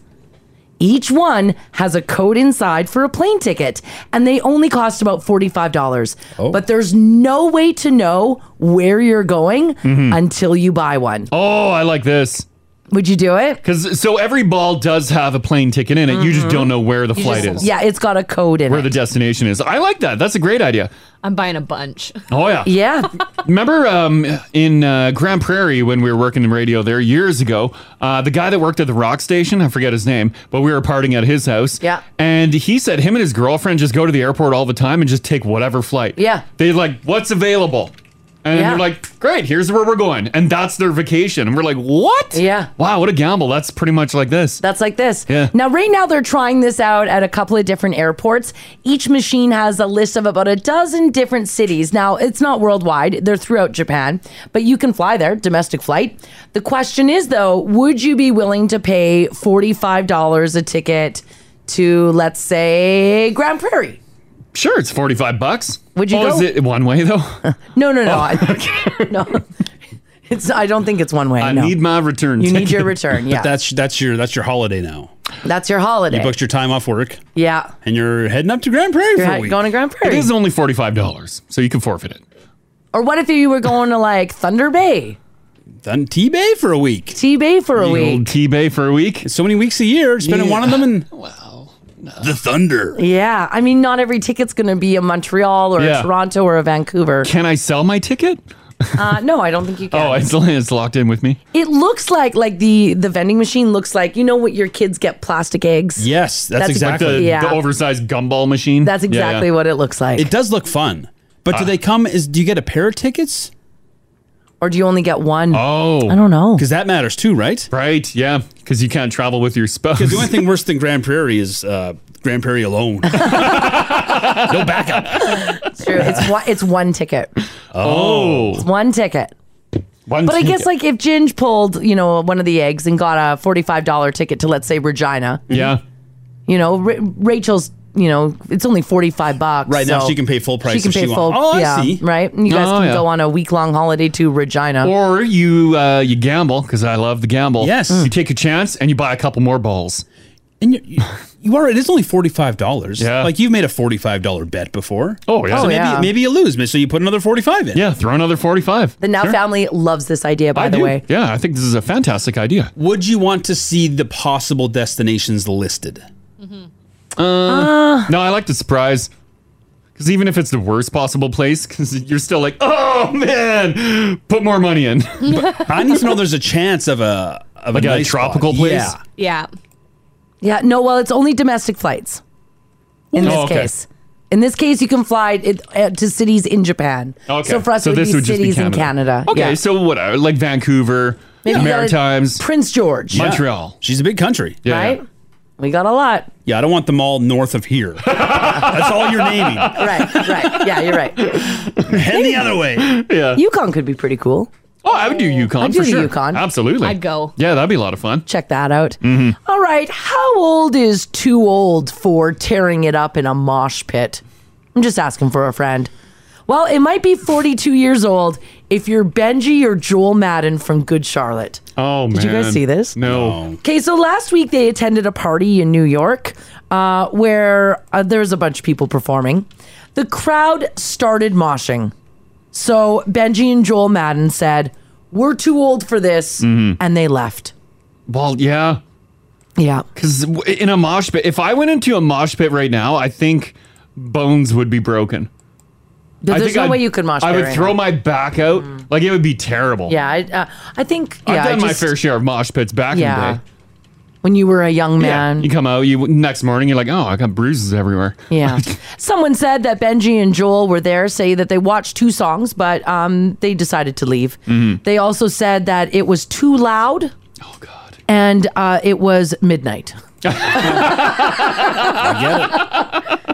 Each one has a code inside for a plane ticket, and they only cost about $45. Oh. But there's no way Mm-hmm. to know where you're going until you buy one. Oh, I like this. Would you do it? Because so every ball does have a plane ticket in it. You just Mhm. don't know where the You flight just- is. Yeah, it's got a code in Where it. the destination is. I like that. That's a great idea. *laughs* I'm buying a bunch. *laughs* Oh yeah. Yeah. Remember um, in uh, Grand Prairie when we were working in radio there years ago, uh, the guy that worked at the rock station, I forget his name, but we were partying at his house. Yeah. And he said him and his girlfriend just go to the airport all the time and just take whatever flight. Yeah. They like what's available. And Yeah. they're like, great, here's where we're going. And that's their vacation. And we're like, what? Yeah. Wow, what a gamble. That's pretty much like this. That's like this. Yeah. Now, right now, they're trying this out at a couple of different airports. Each machine has a list of about a dozen different cities. Now, it's not worldwide, they're throughout Japan, but you can fly there, domestic flight. The question is, though, would you be willing to pay $45 a ticket to, let's say, Grand Prairie? Sure, it's 45 bucks. Would you oh, go- is it one way though? *laughs* No, no, no. Oh, I, *laughs* no. It's, I don't think it's one way. I no. need my return. You need your return, yeah. But that's that's your that's your holiday now. That's your holiday. You booked your time off work, yeah. and you're heading up to Grand Prairie You're for head- a week. going to Grand Prairie. It is only forty five dollars, so you can forfeit it. Or what if you were going to like Thunder Bay? Done T Bay for a week. T Bay for a week. T Bay for a week. So many weeks a year, spending Yeah. one of them in wow, the thunder. Yeah, I mean, not every ticket's going to be a Montreal or Yeah. a Toronto or a Vancouver. Can I sell my ticket? Uh, no, I don't think you can. Oh, it's, it's locked in with me. It looks like like the the vending machine looks like you know what your kids get plastic eggs. Yes, that's, That's exactly exactly- yeah. The oversized gumball machine. That's exactly what it looks like. It does look fun. But Ah. do they come? Is do you get a pair of tickets? Or do you only get one? Oh, I don't know. Because that matters too, right? Right. Yeah. Because you can't travel with your spouse. the only thing worse than Grand Prairie is uh, Grand Prairie *laughs* alone. It's true. It's one, it's one ticket. Oh. It's one ticket. One but I ticket. guess like if Ginge pulled you know one of the eggs and got a forty five dollar ticket to let's say Regina. Yeah. You know Ra- Rachel's. You know, it's only forty five bucks. Right now, so she can pay full price She can if she pay full. wants. Oh, I yeah, see. Right, and you guys Oh, can yeah. go on a week long holiday to Regina. Or you uh, you gamble because I love the gamble. Yes. You take a chance and you buy a couple more balls. And you, you, you are. It is only forty five dollars. Yeah. Like you've made a forty five dollar bet before. Oh yeah. So Oh, maybe yeah. maybe you lose. So you put another forty five in. Yeah. Throw another forty five. the Now family loves this idea, by I the do. way. Yeah, I think this is a fantastic idea. Would you want to see the possible destinations listed? Uh, no, I like the surprise. Because even if it's the worst possible place, because you're still like, oh man, put more money in. *laughs* I need to know there's a chance of a uh, of Like a nice spot. tropical place? Yeah. Yeah. Yeah, no, well, it's only domestic flights in Oh, this okay. case. In this case, you can fly it, uh, to cities in Japan. Okay. So for us, it would be cities in Canada. Okay, yeah. so whatever, like Vancouver, Maybe you got a- Maritimes, Prince George, Montreal. She's a big country. Yeah, right? We got a lot. Yeah, I don't want them all north of *laughs* here. That's all you're naming. Right, right. Yeah, *laughs* you're right. Head the other way. Yeah. Yukon could be pretty cool. Oh, I would do Yukon I'd for do the sure. Yukon. Absolutely. I'd go. Yeah, that'd be a lot of fun. Mm-hmm. Check that out. All right, how old is too old for tearing it up in a mosh pit? I'm just asking for a friend. Well, it might be 42 years old if you're Benji or Joel Madden from Good Charlotte. Oh Did you guys man. see this? No. Okay, so last week they attended a party in New York uh, where uh, there was a bunch of people performing. The crowd started moshing. So Benji and Joel Madden said, We're too old for this. Mm-hmm. And they left. Well, yeah. Yeah. Because in a mosh pit, if I went into a mosh pit right now, I think bones would be broken. There- I there's think no I'd- way you could mosh I pit would right throw now. Mm. my back out. Like it would be terrible. Yeah, I, uh, I think. Yeah, I've I done my just- fair share of mosh pits back in Yeah. the day. When you were a young man. Yeah. You come out, you next morning, you're like, oh, I got bruises everywhere. Yeah. Someone said that Benji and Joel were there, say that they watched two songs, but um, they decided to leave. Mhm. They also said that it was too loud. Oh, God. And uh, it was *laughs* midnight.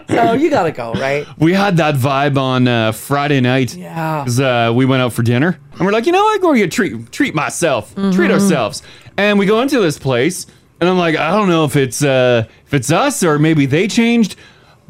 So you got to go, right? We had that vibe on uh, Friday night. Yeah. 'Cause, uh, we went out for dinner and we're like, you know, I'm going to treat treat myself, treat Mhm. ourselves. And we go into this place and I'm like, I don't know if it's uh, if it's us or maybe they changed,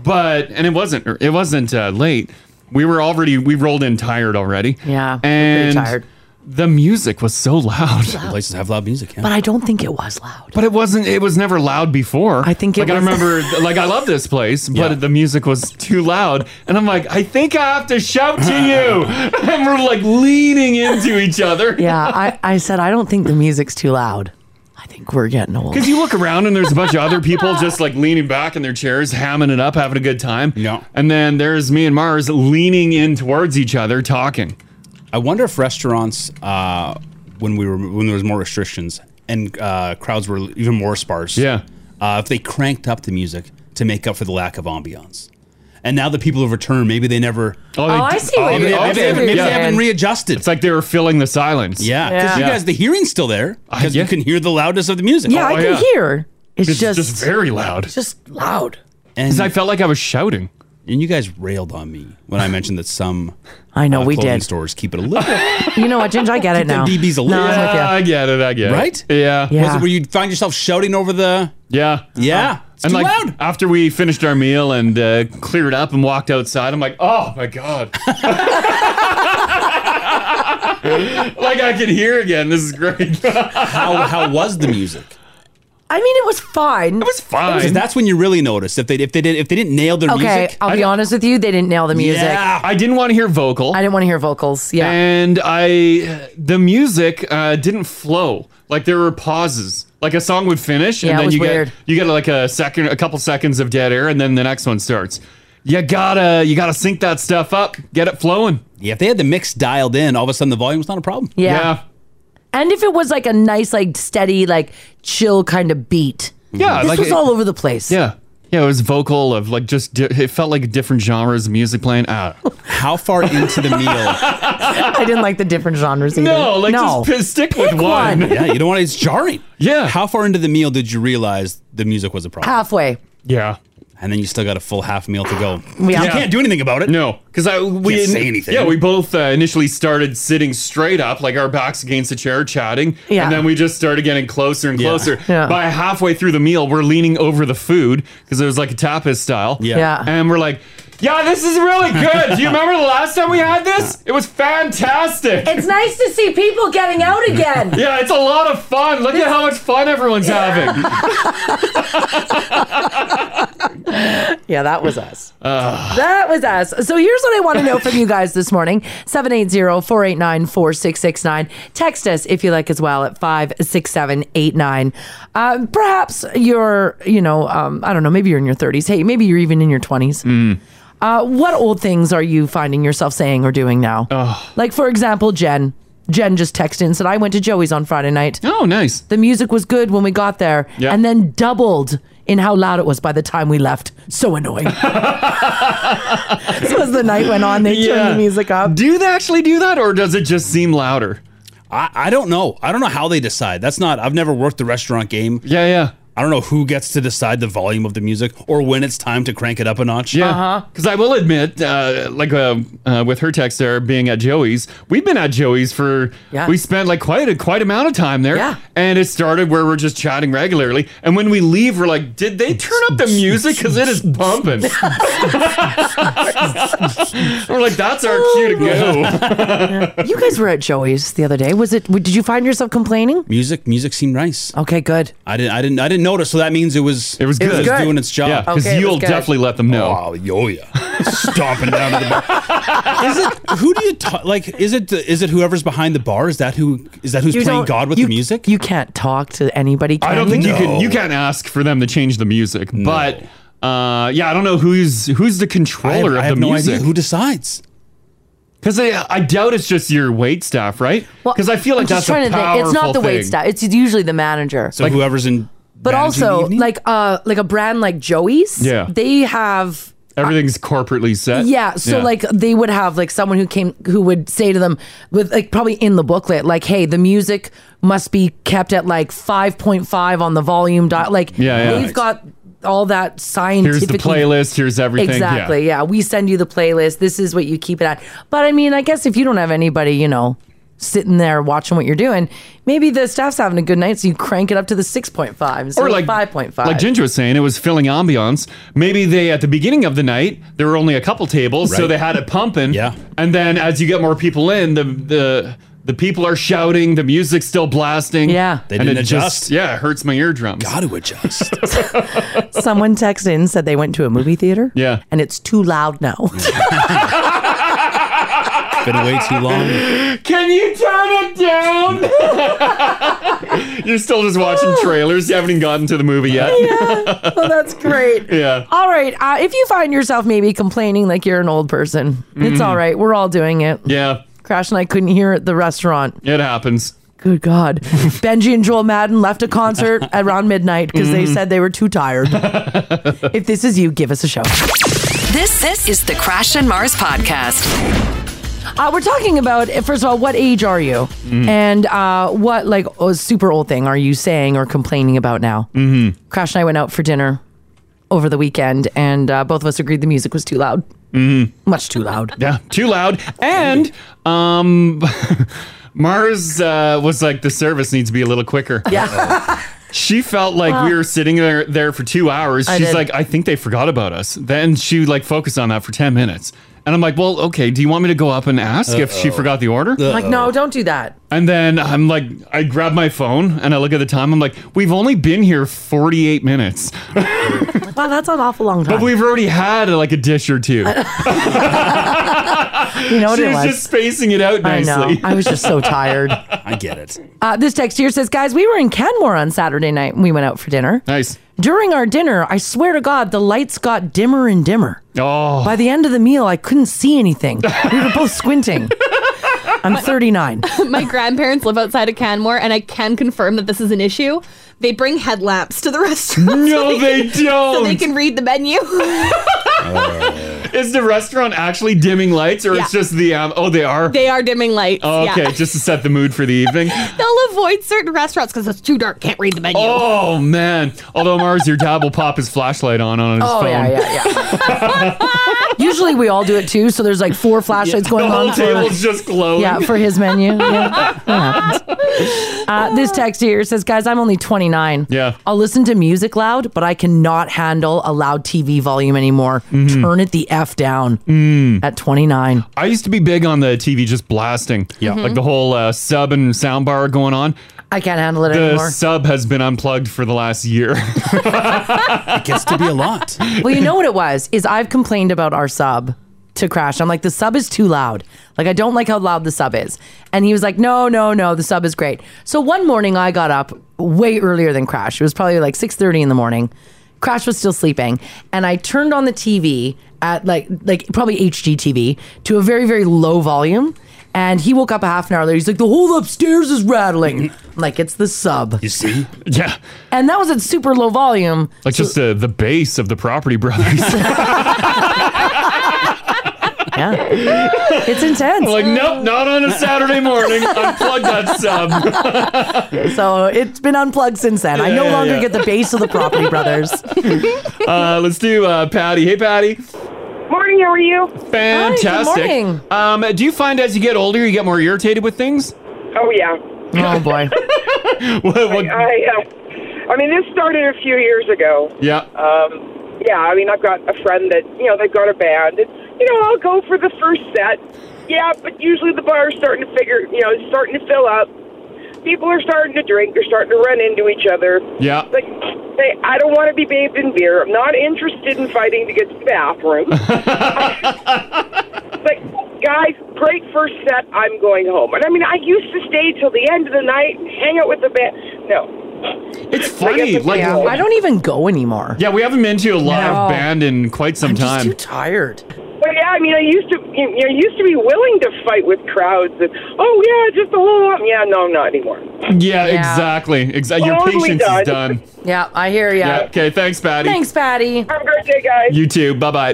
but and it wasn't it wasn't uh, late. We were already we rolled in tired already. Yeah. And tired. the music was so loud. Loud. Places have loud music. But I don't think it was loud. But it wasn't. It was never loud before. I think. it like I was- *laughs* remember. like I love this place, but the music was too loud, and I'm like, I think I have to shout to you, *laughs* and we're like leaning into each other. Yeah, I, I said, I don't think the music's too loud. think we're getting old. Because you look around and there's a bunch of other *laughs* people just like leaning back in their chairs, hamming it up, having a good time. Yeah. And then there's me and Mars leaning in towards each other, talking. I wonder if restaurants, uh, when we were when there was more restrictions and uh, crowds were even more sparse, yeah, uh, if they cranked up the music to make up for the lack of ambiance. And now the people have returned. Maybe they never. Oh, they Oh, I d- see what Maybe, you're they- maybe saying. they haven't- maybe Yeah. they haven't readjusted. It's like they were filling the silence. Yeah, because Yeah. you guys, the hearing's still there because you can hear the loudness of the music. Oh, Yeah, I can hear. It's, just, very loud. Just loud. Because I felt like I was shouting. And you guys railed on me when I mentioned that some uh, I know, we clothing did. stores keep it a *laughs* little you know what, Ginger? I get it Keep them now. BBs a No, little. I'm with Yeah, ya. I get it. I get it. Right? Yeah. Was it where you'd find yourself shouting over the? Yeah. Yeah. It's and too like loud. after we finished our meal and uh, cleared up and walked outside, I'm like, oh my god, *laughs* like I can hear again. This is great. *laughs* how how was the music? I mean, it was fine. It was Because that's when you really notice if they if they did if they didn't nail their okay, music. I'll be honest with you. They didn't nail the music. Yeah. I didn't want to hear vocal. I didn't want to hear vocals. Yeah. And I, the music uh, didn't flow. Like there were pauses. Like a song would finish, Yeah, it and then was you weird. get you get like a second, a couple seconds of dead air, and then the next one starts. You gotta you gotta sync that stuff up, get it flowing. Yeah, if they had the mix dialed in, all of a sudden the volume was not a problem. Yeah. And if it was like a nice, like steady, like chill kind of beat. Yeah, This like was it- all over the place. *laughs* Yeah. Yeah, it was vocal of like just di- it felt like different genres of music playing. Ah. *laughs* How far into the *laughs* meal? I didn't like the different genres either. No, like, just p- stick with Pick *laughs* one. yeah, you don't want it. It's jarring. Yeah. How far into the meal did you realize the music was a problem? Halfway. Yeah. And then you still got a full half meal to go. Yeah. You can't do anything about it. No, because I we Can't say anything. Yeah, we both uh, initially started sitting straight up, like our backs against the chair, chatting. Yeah. And then we just started getting closer and Yeah. closer. *laughs* Yeah. By halfway through the meal, we're leaning over the food because it was like a tapas style. Yeah. Yeah. And we're like, yeah, this is really good. *laughs* Do you remember the last time we had this? It was fantastic. It's nice to see people getting out again. *laughs* yeah, it's a lot of fun. Look at how much fun everyone's having. yeah, that was us. Uh, That was us. So here's what I want to know from *laughs* you guys this morning 780 489 4669. Text us if you like as well at 56789. Um, perhaps you're, you know, um, I don't know, maybe you're in your 30s. Hey, maybe you're even in your 20s. Mm. Uh, what old things are you finding yourself saying or doing now? Like, for example, Jen. Jen just texted and said, I went to Joey's on Friday night. Oh, nice. The music was good when we got there and then doubled in how loud it was by the time we left. So *laughs* annoying. so as the night went on, they turned the music Uh, up. Do they actually do that, or does it just seem louder? I, I don't know. I don't know how they decide. That's not. I've never worked the restaurant game. Yeah, yeah. I don't know who gets to decide the volume of the music or when it's time to crank it up a notch. Yeah, because I will admit, uh, like uh, uh, with her text there being at Joey's, we've been at Joey's for Yeah. we spent like quite a quite amount of time there. Yeah, and it started where we're just chatting regularly, and when we leave, we're like, did they turn up the music? Because it is pumping. *laughs* we're like, that's our cue to go. you guys were at Joey's the other day. Was it? Did you find yourself complaining? Music, music seemed nice. Okay, good. I didn't, I didn't, I didn't notice. So that means it was, it was good. It was doing its job. Yeah, 'cause Okay, it was you'll good. definitely let them know. Oh, yo, yeah, stomping down to the bar. Is it who do you ta- like? Is it is it whoever's behind the bar? Is that who? Is that who's You playing don't- God with you- the music? You can't talk to anybody. Can I don't think you you can. You can't ask for them to change the music, but uh, yeah, I don't know who's who's the controller I of have the no music. idea. Who decides? Because I, I doubt it's just your wait staff, right? Because I feel like I'm that's just a trying to think. powerful It's not the thing. wait staff. It's usually the manager. So whoever's in. but managing the also evening? like uh like a brand like Joey's. Yeah. they have everything's corporately set. Yeah. So like they would have like someone who came who would say to them with like probably in the booklet like, "Hey, the music must be kept at like 5.5 on the volume dot." Like Yeah, yeah. they've Right. got all that here's scientific the playlist. Here's everything. Exactly. Yeah. we send you the playlist. This is what you keep it at. But I mean, I guess if you don't have anybody, you know, sitting there watching what you're doing, maybe the staff's having a good night, so you crank it up to the 6.5 instead Or of like 5.5. *laughs* Like Ginger was saying, it was filling ambiance. Maybe they at the beginning of the night there were only a couple tables, so Right. they had it pumping. Yeah. And then as you get more people in, the the the people are shouting, the music's still blasting. Yeah. They didn't adjust. Just, yeah, it hurts my eardrums. Got to *laughs* adjust. Someone texted in and said they went to a movie theater. Yeah. And it's too loud now. Been way too long. Can you turn it down? You're still just watching trailers. You haven't even gotten to the movie yet. Oh. well, that's great. *laughs* yeah. *laughs* All right. Uh, if you find yourself maybe complaining like you're an old person, it's Mhm. all right. We're all doing it. Yeah. Crash and I couldn't hear at the restaurant. It happens. Good *laughs* God. Benji and Joel Madden left a concert around midnight because they Mm. said they were too *laughs* tired. if this is you, give us a show. This this is the Crash and Mars podcast. Uh, we're talking about uh, first of all, what age are you, Mm. and uh, what like oh, super old thing are you saying or complaining about now? Mm-hmm. Crash and I went out for dinner over the weekend, and uh, both of us agreed the music was too loud, mm-hmm. much too loud. Yeah, too loud. And um, *laughs* Mars uh, was like, the service needs to be a little quicker. Yeah. *laughs* She felt like we Well- were sitting there there for two hours. I She's did. like, I think they forgot about us. Then she like focused on that for ten minutes, and I'm like, well, okay. Do you want me to go up and ask if she Uh-oh. forgot the order? I'm like, no, don't do that. And then I'm like, I grab my phone and I look at the time. I'm like, we've only been here 48 minutes, Oh, Wow, that's an awful long time. *laughs* but we've already had like a dish or two. you know what she it was, was. just spacing it out I nicely. know. I was just so tired. *laughs* I get it. Uh, this text here says, guys, we were in Kenmore on Saturday night and we went out for dinner. Nice. During our dinner, I swear to God, the lights got dimmer and dimmer. Oh. By the end of the meal, I couldn't see anything. We were both squinting. I'm 39. My grandparents live outside of Canmore, and I can confirm that this is an issue. They bring headlamps to the *laughs* restaurant. No, they can- So they don't. can read the menu. *laughs* Is the restaurant actually dimming lights, or it's Yeah. just the um? Oh, they are. they are dimming lights. Oh, okay, yeah. just to set the mood for the *laughs* evening. They'll avoid certain restaurants because it's too dark. Can't read the menu. Oh man! Although Mars, your dad will pop his flashlight on on his Oh, phone. yeah, yeah, *laughs* Usually we all do it too. So there's like four flashlights going The on. whole for- table's just glowing. Yeah, for his menu. *laughs* Yeah. That happens. Uh, this text here says, guys, I'm only 29. Yeah. I'll listen to music loud, but I cannot handle a loud TV volume anymore. Mm-hmm. Turn it the F down Mm. at 29. I used to be big on the TV just blasting. Yeah. Mhm. Like the whole uh, sub and sound bar going on. I can't handle it the anymore. sub has been unplugged for the last year. *laughs* it gets to be a lot. well, you know what it was is I've complained about our sub to Crash. I'm like the sub is too loud. Like I don't like how loud the sub is. And he was like, "No, no, no, the sub is great." So one morning I got up way earlier than Crash. It was probably like 6:30 in the morning. Crash was still sleeping, and I turned on the TV at like like probably HGTV to a very very low volume. And he woke up a half an hour later. He's like, "The whole upstairs is rattling." I'm like, "It's the sub." You see? Yeah. And that was at super low volume. Like just the, the base of the Property Brothers. yeah. *laughs* It's intense. *laughs* Like, nope, not on a Saturday morning. Unplug that sub. so it's been unplugged since then. I Yeah, no yeah, longer yeah. get the base of the Property Brothers. *laughs* Uh, let's do uh, Patty. Hey, Patty. Morning, how are you? Fantastic. Um, do you find as you get older, you get more irritated with things? Oh yeah. Oh boy. *laughs* what, what, I, uh, I mean, this started a few years ago. yeah. Um, yeah, I mean, I've got a friend that, you know, they've got a band. And, you know, I'll go for the first set. Yeah, but usually the bar's starting to figure, you know, it's starting to fill up. People are starting to drink. They're starting to run into each other. Yeah. Like, they, I don't want to be bathed in beer. I'm not interested in fighting to get to the *laughs* bathroom. like, guys, great first set. I'm going home. And I mean, I used to stay till the end of the night and hang out with the band. No. It's funny. Like, Yeah, I don't even go anymore. Yeah, we haven't been to a live No. band in quite some time. too tired. But yeah, I mean, I used to, you know, I used to be willing to fight with crowds, and oh yeah, just a whole lot. Yeah, no, not anymore. Yeah, Yeah. exactly. Exactly. Your Totally patience done. is done. *laughs* Yeah, I hear you. Yeah. Okay. Thanks, Patty. Thanks, Patty. Have a great day, guys. You too. Bye bye.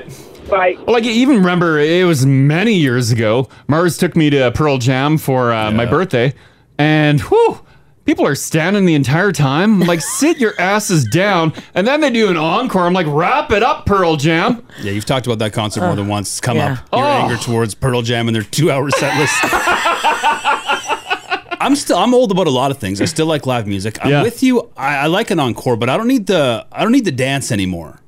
Bye. Well, like, even remember, it was many years ago. Mars took me to Pearl Jam for uh, my birthday, and whew, people are standing the entire time. I'm like, sit your asses down. And then they do an encore. I'm like, wrap it up, Pearl Jam. Uh, Yeah, you've talked about that concert more than once. It's come yeah. Oh. up. Your anger towards Pearl Jam and their two-hour set *laughs* list. I'm still I'm old about a lot of things. I still like live music. I'm Yeah. with you. I, I like an encore, but I don't need the I don't need the dance anymore.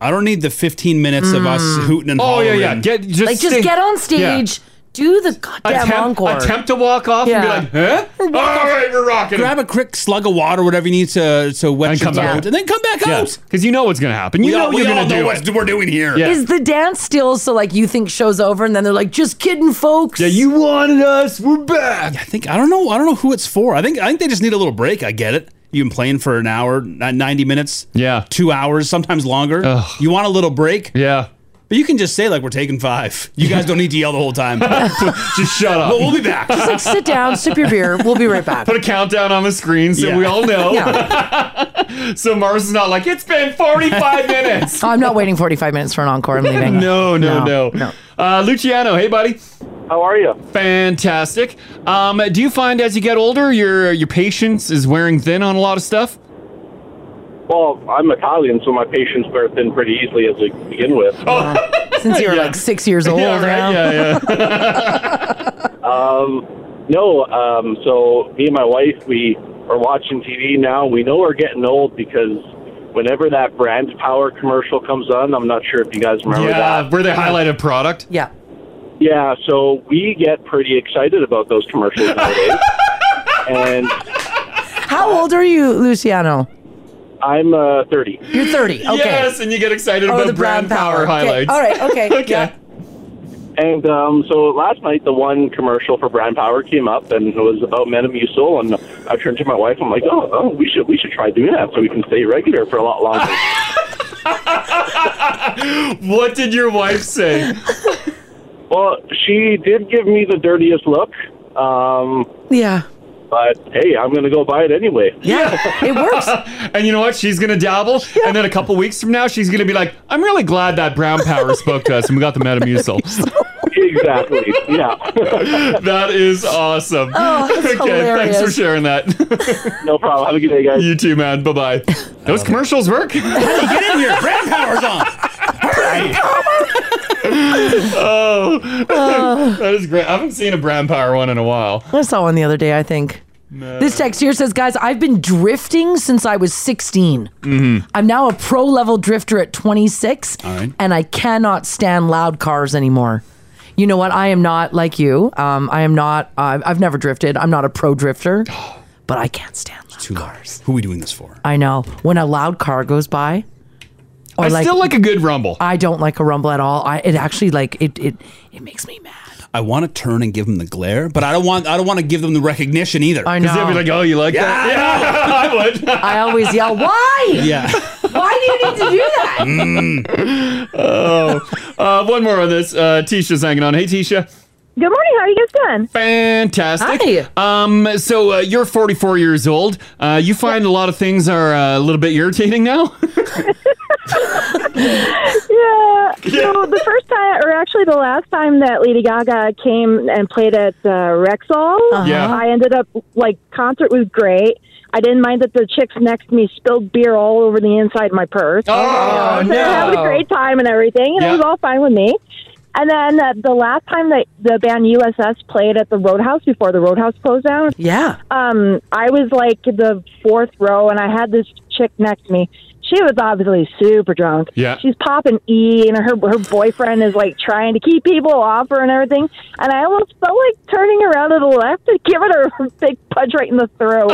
I don't need the 15 minutes of us Mm. hooting and Oh, yeah, hollering. yeah. Get- just like, just get on stage, Do the goddamn attempt, encore. attempt to walk off and be like, huh? All right, we're rocking. Grab a quick slug of water, whatever you need to to wet your come boat, out. and then come back out. Because you know what's going to happen. You We know all- what we you're all going to know do. what we're doing here. Is the dance still so like you think show's over and then they're like, just kidding, folks? Yeah, you wanted us. We're back. I think I don't know. I don't know who it's for. I think I think they just need a little break. I get it. You've been playing for an hour, ni- ninety minutes, yeah, two hours, sometimes longer. You want a little break, yeah. But you can just say like we're taking five. You guys don't need to yell the whole time. *laughs* just shut up. But we'll be back. Just like sit down, sip your beer. We'll be right back. Put a countdown on the screen so Yeah. we all know. *laughs* so Mars is not like, it's been 45 *laughs* minutes. I'm not waiting 45 minutes for an encore. I'm leaving. *laughs* no, no, no. Uh, Luciano, hey, buddy. How are you? Fantastic. Um, do you find as you get older, your your patience is wearing thin on a lot of stuff? Well, I'm Italian, so my patients wear thin pretty easily as we begin with. Oh. Since you were like six *laughs* years old. Yeah, right, now. yeah, *laughs* Um, no, um, so me and my wife, we are watching TV now. We know we're getting old because whenever that brand power commercial comes on, I'm not sure if you guys remember yeah, that. where they highlight a product. Yeah. Yeah, so we get pretty excited about those commercials *laughs* nowadays. and *laughs* How old are you, Luciano? I'm uh, 30. You're 30. Okay. Yes, and you get excited Oh, about the brand, brand power, power. Okay, highlights. all Oh, right, okay, *laughs* okay. yeah. And um, so last night, the one commercial for Brand Power came up, and it was about Madame Musil. And I turned to my wife. I'm like, oh, oh, we should we should try doing that so we can stay regular for a lot longer. *laughs* what did your wife say? well, she did give me the dirtiest look. Um, yeah. But hey, I'm going to go buy it anyway. Yeah, it works. *laughs* and you know what? She's gonna dabble, and then a couple weeks from now, she's gonna be like, "I'm really glad that Brown Power spoke to us, and we got *laughs* the Metamucil." *laughs* exactly. Yeah. *laughs* that is awesome. Oh, that's okay, thanks for hilarious. sharing that. *laughs* no problem. Have a good day, guys. You too, man. Bye bye. Those *laughs* commercials work. *laughs* Get in here. Brand power's on. oh, Uh. *laughs* that is great. I haven't seen a Brown Power one in a while. I saw one the other day, I think. This text here says, guys, I've been drifting since I was 16. Mm-hmm. I'm now a pro level drifter at 26, and I cannot stand loud cars anymore. You know what? I am not like you. Um, I am not, I've I've never drifted. I'm not a pro drifter, *gasps* but I can't stand loud cars. Who are we doing this for? I know. When a loud car goes by, I still like a good rumble. I don't like a rumble at all. I, it actually, like, it, it, it makes me mad. I want to turn and give them the glare, but I don't want I don't want to give them the recognition either. I 'Cause they'll be know. like, "Oh, you like that?" Yeah, *laughs* I would. I always yell, why? Yeah. Why do you need to do *laughs* that? oh, uh, one more on this. Uh, Tisha's hanging on. Hey, Tisha. Good morning. How are you guys doing? Fantastic. Hi. Um, so uh, you're 44 years old. Uh, you find a lot of things are uh, a little bit *laughs* irritating now. yeah. So the first time, or actually the last time that Lady Gaga came and played at uh, Rexall, Uh-huh. Yeah. I ended up like concert was great. I didn't mind that the chicks next to me spilled beer all over the inside of my purse. Oh, They were having no. a great time and everything, and Yeah. it was all fine with me. And then uh, the last time that the band USS played at the Roadhouse before the Roadhouse closed down, yeah, um, I was like the fourth row, and I had this chick next to me. She was obviously super drunk. Yeah. she's popping E, and her her boyfriend is like trying to keep people off her and everything. And I almost felt like turning around to the left and giving her a big punch right in the throat.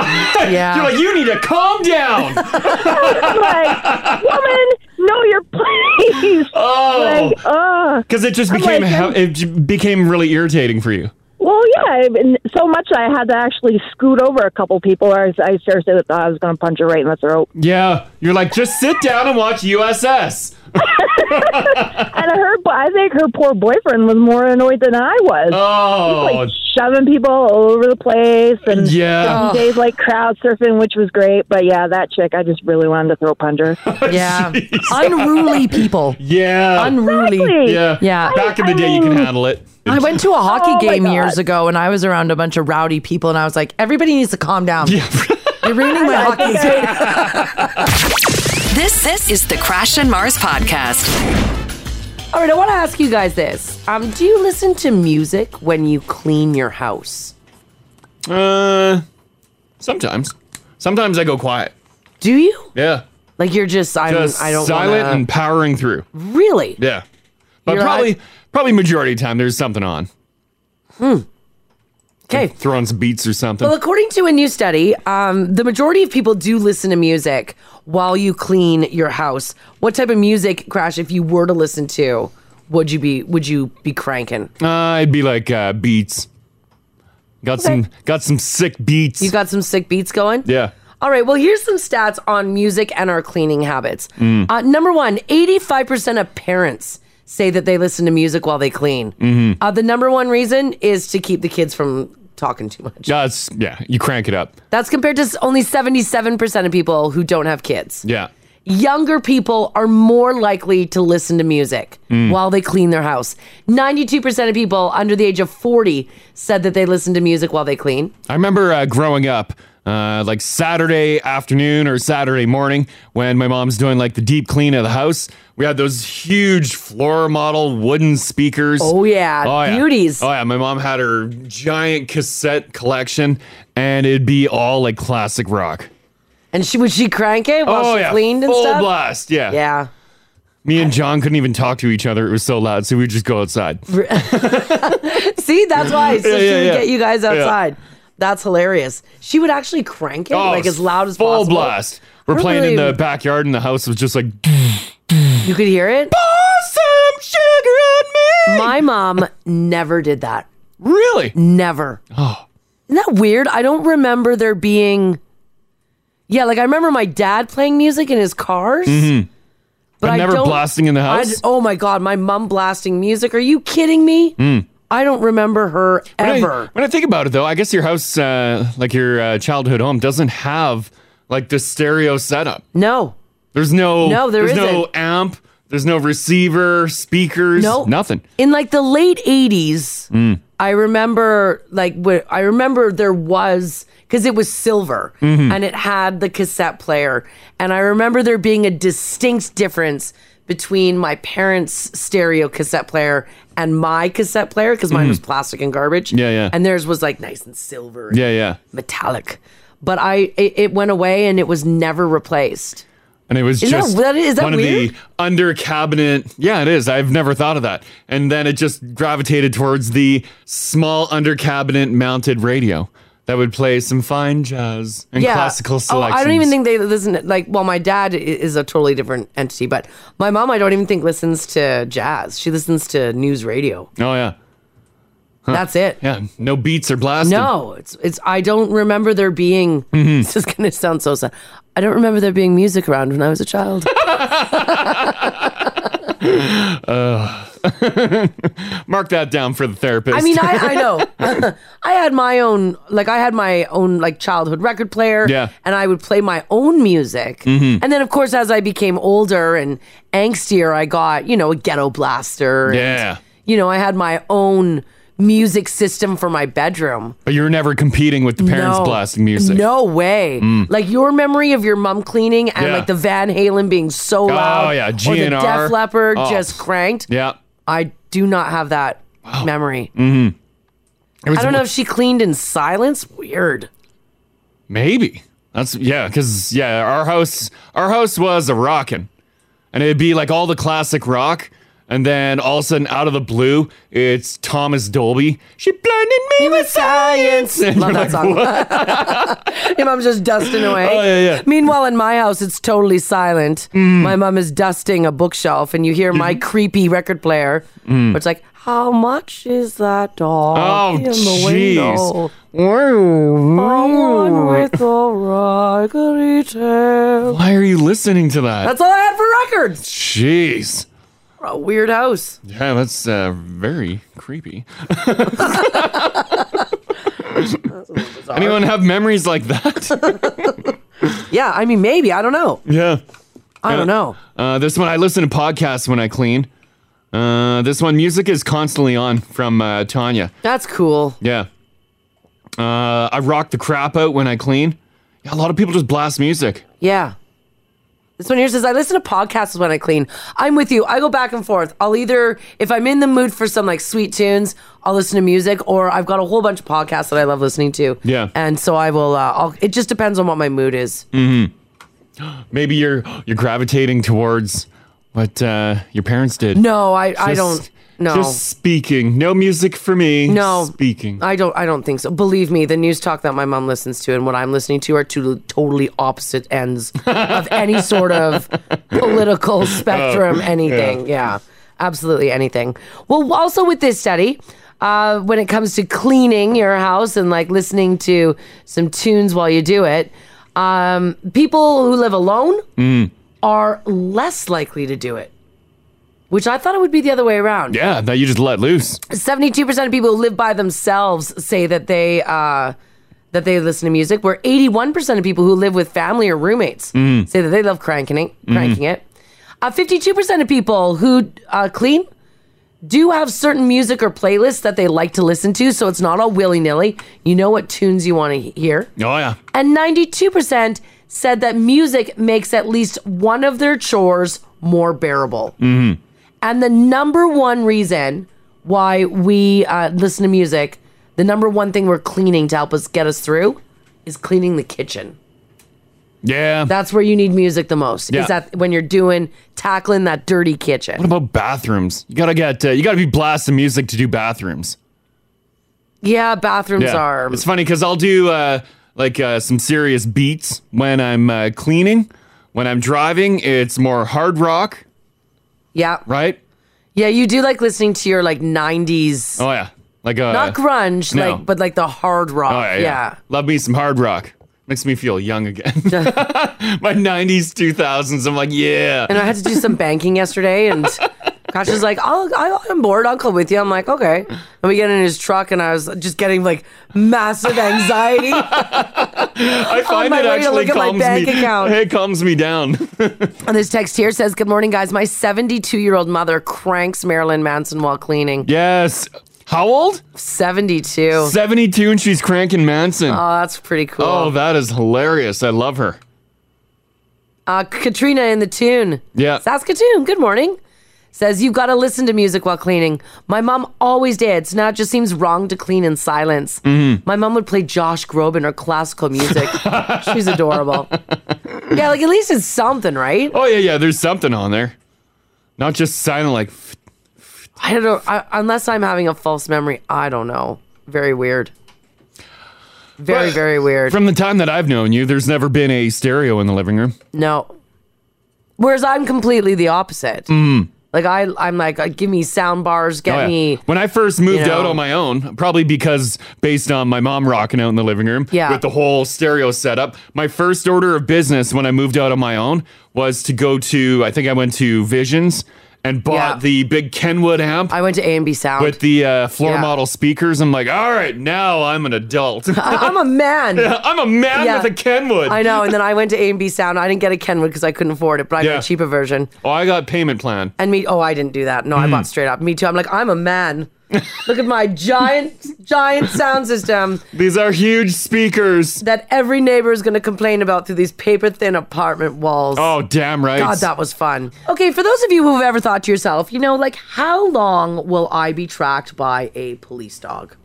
yeah. *laughs* you're like, you need to calm down. like, woman, know your place. *laughs* Oh. Like, ugh. Because it just I'm became like, ha- it j- became really irritating for you. Well, yeah, I mean, so much I had to actually scoot over a couple people, or I, I seriously thought I was going to punch her right in the *laughs* throat. Yeah, you're like, just sit down and *laughs* watch USS. and her, bo- I think her poor boyfriend was more annoyed than I was. Oh. He's like shoving people all over the place, and Yeah. some days like crowd surfing, which was great. But yeah, that chick, I just really wanted to throw punch *laughs* her. Yeah. Unruly people. Yeah. Unruly. Exactly. Yeah. Yeah. Back in the day, you can handle it. I went to a hockey Oh my game years God. ago and I was around a bunch of rowdy people and I was like, everybody needs to calm down. You're ruining my hockey game. *laughs* This this is the Crash and Mars podcast. All right, I want to ask you guys this. Um, do you listen to music when you clean your house? Uh, sometimes, sometimes I go quiet. Do you? Yeah. Like you're just, I'm, Just I don't silent wanna- and powering through. Really? Yeah. But You're probably like- probably majority of the time there's something on. Hmm. Okay. Throw on some beats or something. Well, according to a new study, um, the majority of people do listen to music while you clean your house. What type of music, Crash, if you were to listen to, would you be would you be cranking? Uh, I'd be like uh, beats. Got some got some sick beats. You got some sick beats going? Yeah. All right, well, here's some stats on music and our cleaning habits. Mm. Uh, number one, 85% of parents say that they listen to music while they clean. Mm-hmm. Uh, the number one reason is to keep the kids from talking too much. yeah, it's, yeah, you crank it up. That's compared to s- only 77% of people who don't have kids. Yeah. Younger people are more likely to listen to music Mm. while they clean their house. 92% of people under the age of 40 said that they listen to music while they clean. I remember uh, growing up, uh, like Saturday afternoon or Saturday morning, when my mom's doing like the deep clean of the house. We had those huge floor model wooden speakers. Oh, yeah. Beauties. Oh yeah, my mom had her giant cassette collection, and it'd be all like classic rock. And she would she crank it while oh she yeah, cleaned and full stuff? blast. Yeah, Yeah. Me and John couldn't even talk to each other. It was so loud, so we'd just go outside. *laughs* See, that's why. So Yeah, she yeah, would yeah. get you guys Yeah. outside. That's hilarious. She would actually crank it Oh, like as loud as full possible. blast. I We're don't playing in really- the backyard, and the house was just like. *sniffs* You could hear it. Pour some sugar on me. My mom never did that. Really? Never. Oh. Isn't that weird? I don't remember there being. Yeah, like I remember my dad playing music in his cars. Mhm. But But I never don't- blasting in the I house? d- oh my god, my mom blasting music. Are you kidding me? Mm. I don't remember her When I- ever. When I, think about it, though, I guess your house, uh, like your uh, childhood home, doesn't have like the stereo setup. No. There's no. No, there there's no isn't. amp. There's no receiver, speakers. No. nothing. In like the late 80s, Mm. I remember like what I remember there was because it was silver Mhm. and it had the cassette player. And I remember there being a distinct difference between my parents' stereo cassette player and my cassette player because mine Mhm. was plastic and garbage. Yeah, yeah. And theirs was like nice and silver, and Yeah, yeah. metallic. But I it, it went away and it was never replaced. And it was Isn't that- just that- is that one weird? of the under cabinet. Yeah, it is. I've never thought of that. And then it just gravitated towards the small under cabinet mounted radio that would play some fine jazz and classical Oh, selections. I don't even think they listen. Like, well, my dad i- is a totally different entity, but my mom, I don't even think listens to jazz. She listens to news radio. Oh yeah. That's it. Yeah, no beats or blasting. No, it's it's. I don't remember there being. *laughs* Mhm. This is gonna sound so sad. I don't remember there being music around when I was a *laughs* child. Ugh. *laughs* mark that down for the therapist. I mean, I, I know. I had my own, like, I had my own, like, childhood record player. Yeah. And I would play my own music. Mhm. And then, of course, as I became older and angstier, I got, you know, a ghetto blaster. and, *laughs* Yeah. you know, I had my own music system for my bedroom. but you were never competing with the parents No. blasting music. No way. Mm. Like your memory of your mum cleaning and Yeah. like the Van Halen being so Oh, loud. yeah, Or the GNR. Def Leppard Oh. just cranked. Yeah. I do not have that memory. Mm-hmm. I don't know if she cleaned in silence. Weird. Maybe that's yeah, because yeah, our house our house was a rockin', and it'd be like all the classic rock, and then all of a sudden out of the blue, it's Thomas Dolby. She blinded me with science. And Love you're that *laughs* like, song. *laughs* "What?" Your mom's just dusting away. Oh, yeah, Mm. yeah. Meanwhile, in my house, it's totally silent. My mom is dusting a bookshelf, and you hear my creepy record player, Mm-hmm. Mm. where it's like, "How much is that dog Oh, in the jeez. window? Someone with a raggedy tail." Why are you listening to that? That's all I had for records. Jeez. A weird house. Yeah, that's uh, very creepy. *laughs* Anyone have memories like that? yeah, I mean, maybe I don't know. Yeah. I don't know. Uh, this one, I listen to podcasts when I clean. Uh, this one, music is constantly on from uh, Tanya. That's cool. Yeah. Uh, I rock the crap out when I clean. Yeah, a lot of people just blast music. Yeah. This one here says, I listen to podcasts when I clean. I'm with you. I go back and forth. I'll either, if I'm in the mood for some like sweet tunes, I'll listen to music, or I've got a whole bunch of podcasts that I love listening to. Yeah. And so I will, uh, I'll, it just depends on what my mood is. Mm-hmm. *gasps* Maybe you're you're gravitating towards what uh, your parents did. No, I, I Just don't. No. Just speaking. No music for me. No. Speaking. I don't. I don't think so. Believe me, the news talk that my mom listens to and what I'm listening to are two totally opposite ends of any sort of political spectrum. Oh, anything, yeah. absolutely anything. Well, also with this study, uh, when it comes to cleaning your house and like listening to some tunes while you do it, um, people who live alone Mm. are less likely to do it. Which I thought it would be the other way around. Yeah, that you just let loose. 72% of people who live by themselves say that they uh, that they listen to music, where 81% of people who live with family or roommates Mm. say that they love cranking it. Cranking Mhm. it. Uh, 52% of people who uh, clean do have certain music or playlists that they like to listen to, so it's not all willy nilly. You know what tunes you want to hear. *laughs* Oh yeah. And 92% said that music makes at least one of their chores more bearable. Mm-hmm. And the number one reason why we uh, listen to music, the number one thing we're cleaning to help us get us through is cleaning the kitchen. Yeah. That's where you need music the most. Yeah. Is that when you're doing tackling that dirty kitchen? What about bathrooms? You gotta get. Uh, you gotta be blasting music to do bathrooms. Yeah, bathrooms Yeah. are. It's funny because I'll do uh, like uh, some serious beats when I'm uh, cleaning. When I'm driving, it's more hard rock, Yeah. right? Yeah, you do like listening to your like 90s. Oh yeah, like uh, not grunge, no. like but like the hard rock. Oh, yeah, yeah. Love me some hard rock. Makes me feel young again. *laughs* *laughs* My 90s, 2000s. I'm like, yeah. And I had to do some banking yesterday, and Kosh was like, I'll, I- I'm bored. I'll come with you. I'm like, okay. And we get in his truck, and I was just getting like massive anxiety. *laughs* I find my way it to actually look at my calms bank me. account. *laughs* It calms me down. and this text here says, Good morning, guys. My 72 year old mother cranks Marilyn Manson while cleaning. yes. How old? 72. 72, and she's cranking Manson. Oh, that's pretty cool. Oh, that is hilarious. I love her. Uh, Katrina in the tune. Yeah. Saskatoon, good morning. Says, you've got to listen to music while cleaning. My mom always did, so now it just seems wrong to clean in silence. Mm-hmm. Mhm. My mom would play Josh Groban or classical *laughs* music. She's adorable. Yeah, like at least it's something, right? Oh, yeah, yeah. There's something on there. Not just silent, like, I don't know. I, unless I'm having a false memory, I don't know. Very weird. Very, very weird. from the time that I've known you, there's never been a stereo in the living room. No. Whereas I'm completely the opposite. Mm. Like I, I'm like, uh, give me sound bars, get Oh, yeah. me. When I first moved you know- out on my own, probably because based on my mom rocking out in the living room Yeah. with the whole stereo setup, my first order of business when I moved out on my own was to go to, I think I went to Visions and bought Yeah. the big Kenwood amp. I went to A and B Sound with the uh, floor Yeah. model speakers. I'm like, all right, now I'm an adult. *laughs* I- *laughs* I'm a man. Yeah, I'm a man Yeah. with a Kenwood. I know. And then I went to A and B Sound. I didn't get a Kenwood because I couldn't afford it, but I got Yeah. a cheaper version. Oh, I got payment plan. And me, oh, I didn't do that. No, I Mm. bought straight up. Me too. I'm like, I'm a *laughs* man. Look at my giant, giant sound system. These are huge speakers that every neighbor is going to complain about through these paper thin apartment walls. Oh, damn right. God, that was fun. Okay, for those of you who've ever thought to yourself, you know, like, how long will I be tracked by a police dog?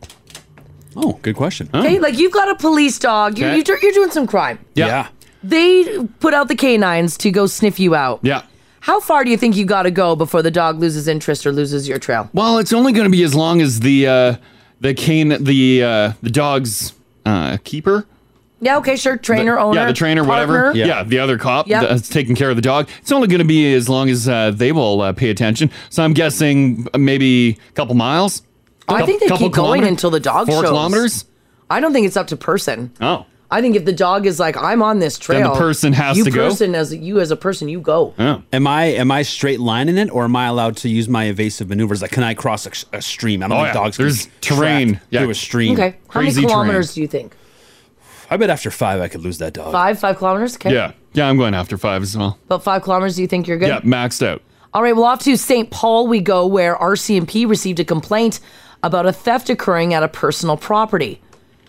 Oh, good question. Okay, like you've got a police dog, you're, Okay. you're, you're doing some crime. yeah. They put out the canines to go sniff you out. Yeah. How far do you think you got to go before the dog loses interest or loses your trail? Well, it's only going to be as long as the uh, the cane the uh, the dog's uh, keeper. Yeah, okay, sure. Trainer, owner. yeah, the trainer, whatever. partner. Yeah. the other cop Yep. that's taking care of the dog. It's only going to be as long as uh, they will uh, pay attention. So I'm guessing uh, maybe a couple miles. I think they Couple keep going kilometers? until the dog Four shows. kilometers? I don't think it's up to person. Oh. I think if the dog is like, I'm on this Then the trail, person has you to go? Person as you as a person, you go. Am I am I straight lining it, or am I allowed to use my evasive maneuvers? Like, can I cross a, sh- a stream? I don't Oh, think yeah. dogs. can There's be terrain. tracked Yeah. through a stream. Okay, how many kilometers do you think? I bet after five, I could lose that dog. Five, five kilometers. Okay. Oh. Yeah, yeah, I'm going after five as well. About five kilometers. Do you think you're good? Yeah, maxed out. All right, well, off to St. Paul we go, where RCMP received a complaint about a theft occurring at a personal property.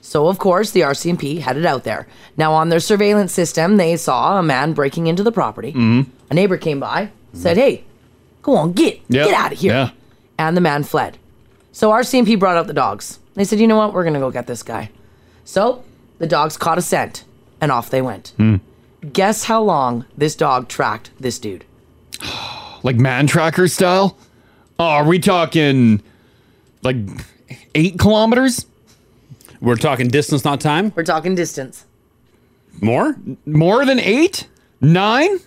So, of course, the RCMP headed out there. Now, on their surveillance system, they saw a man breaking into the property. Mhm. A neighbor came by, said, Hey, go on, get, Yeah, get out of here. Yeah. And the man fled. So, RCMP brought out the dogs. They said, You know what? We're going to go get this guy. So, the dogs caught a scent and off they went. Hmm. Guess how long this dog tracked this dude? Like man tracker style. Oh, are we talking like eight kilometers? We're talking distance, not time. We're talking distance. More? More than eight? Nine?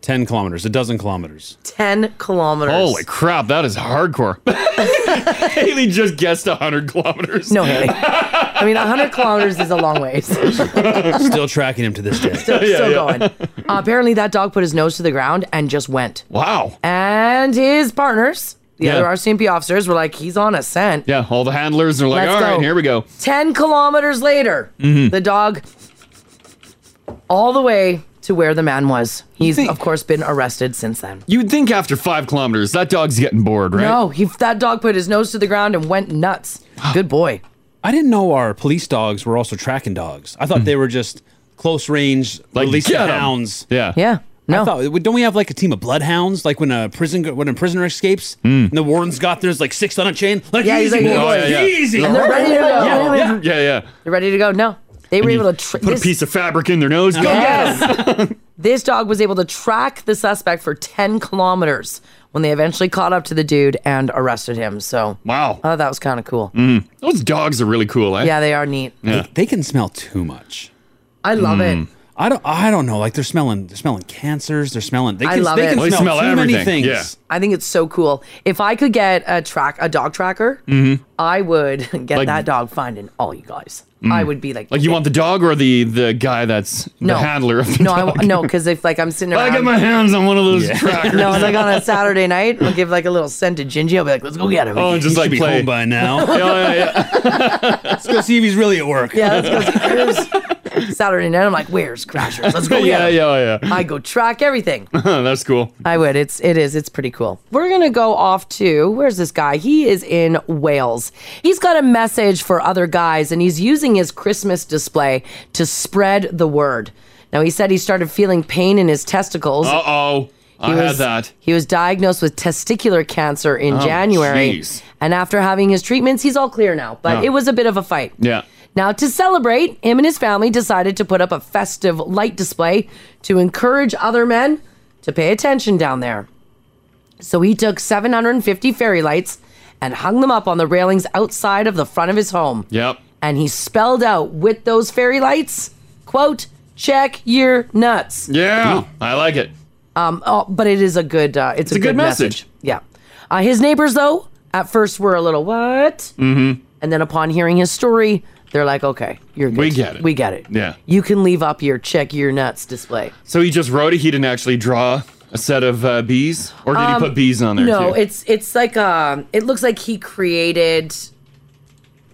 Ten kilometers, a dozen kilometers. 10 kilometers. Holy crap, that is hardcore. *laughs* Haley just guessed 100 kilometers. No, Haley. I mean, 100 kilometers is a long *laughs* ways. *laughs* Still tracking him to this day. Still- still going. Uh, apparently, that dog put his nose to the ground and just went. Wow. And his partners, the Yeah. other RCMP officers, were like, he's on a scent. Yeah, all the handlers are like, Let's all right, go." here we go. 10 kilometers later, Mhm. the dog all the way to where the man was. He's, of course, been arrested since then. You'd think after five kilometers, that dog's getting bored, right? No, he, that dog put his nose to the ground and went nuts. Good boy. I didn't know our police dogs were also tracking dogs. I thought they were just close range, like release the get 'em. hounds. Yeah. Yeah. No. I thought, don't we have like a team of bloodhounds? Like when a prison when a prisoner escapes, and the warden's got there's like six on a chain. Like Yeah, he's easy, like, boys, "Oh, yeah, yeah." easy. And they're ready to go. Yeah, yeah. Yeah, yeah. They're ready to go. No, they were able to tra- Put a this- piece of fabric in their nose. Go Yes. this dog was able to track the suspect for 10 kilometers when they eventually caught up to the dude and arrested him. So, wow. Oh, that was kind of cool. Mm. Those dogs are really cool, eh? Yeah, they are neat. Yeah. They, they can smell too much. I love it. I don't. I don't know. Like they're smelling. They're smelling cancers. They're smelling. They can, I love they it. Can smell, too many things. I think it's so cool. If I could get a track, a dog tracker, Mm-hmm. I would *laughs* get Like- Mm. that dog finding all you guys. I would be like, Like you want the dog or the the guy that's no the handler of the no, dog? I, no, because if like I'm sitting around, I get my hands on one of *laughs* those trackers. No, it's like on a Saturday night, I'll give like a little scent to Gingy. I'll be like, let's go get him. Oh, and just like play by now. *laughs* yeah, yeah, let's go see if he's really at work. Yeah, *laughs* let's go. Here's *laughs* Saturday night, I'm like, where's Crashers? Let's go *laughs* get yeah, him. yeah, yeah. I go track everything. *laughs* that's cool. I would. It's it is. It's pretty cool. We're gonna go off to where's this guy? He is in Wales. He's got a message for other guys, and he's using his Christmas display to spread the word. Now he said he started feeling pain in his testicles. Uh oh, I He had was- that. He was diagnosed with testicular cancer in Oh, January. jeez. And after having his treatments, he's all clear now. But Yeah. it was a bit of a fight. Yeah. Now, to celebrate, him and his family decided to put up a festive light display to encourage other men to pay attention down there. So he took 750 fairy lights and hung them up on the railings outside of the front of his home. Yep. And he spelled out with those fairy lights, quote, check your nuts. Yeah, I like it. Um, oh, but it is a good. Uh, it's, It's a good message. Yeah. Uh, his neighbors, though, at first were a little what, Mm-hmm. and then upon hearing his story, they're like, "Okay, you're good. We get it. We get it. Yeah. You can leave up your check your nuts display." So he just wrote it. He didn't actually draw a set of uh, bees, or did Um, he put bees on there? No, too? it's it's like um, it looks like he created,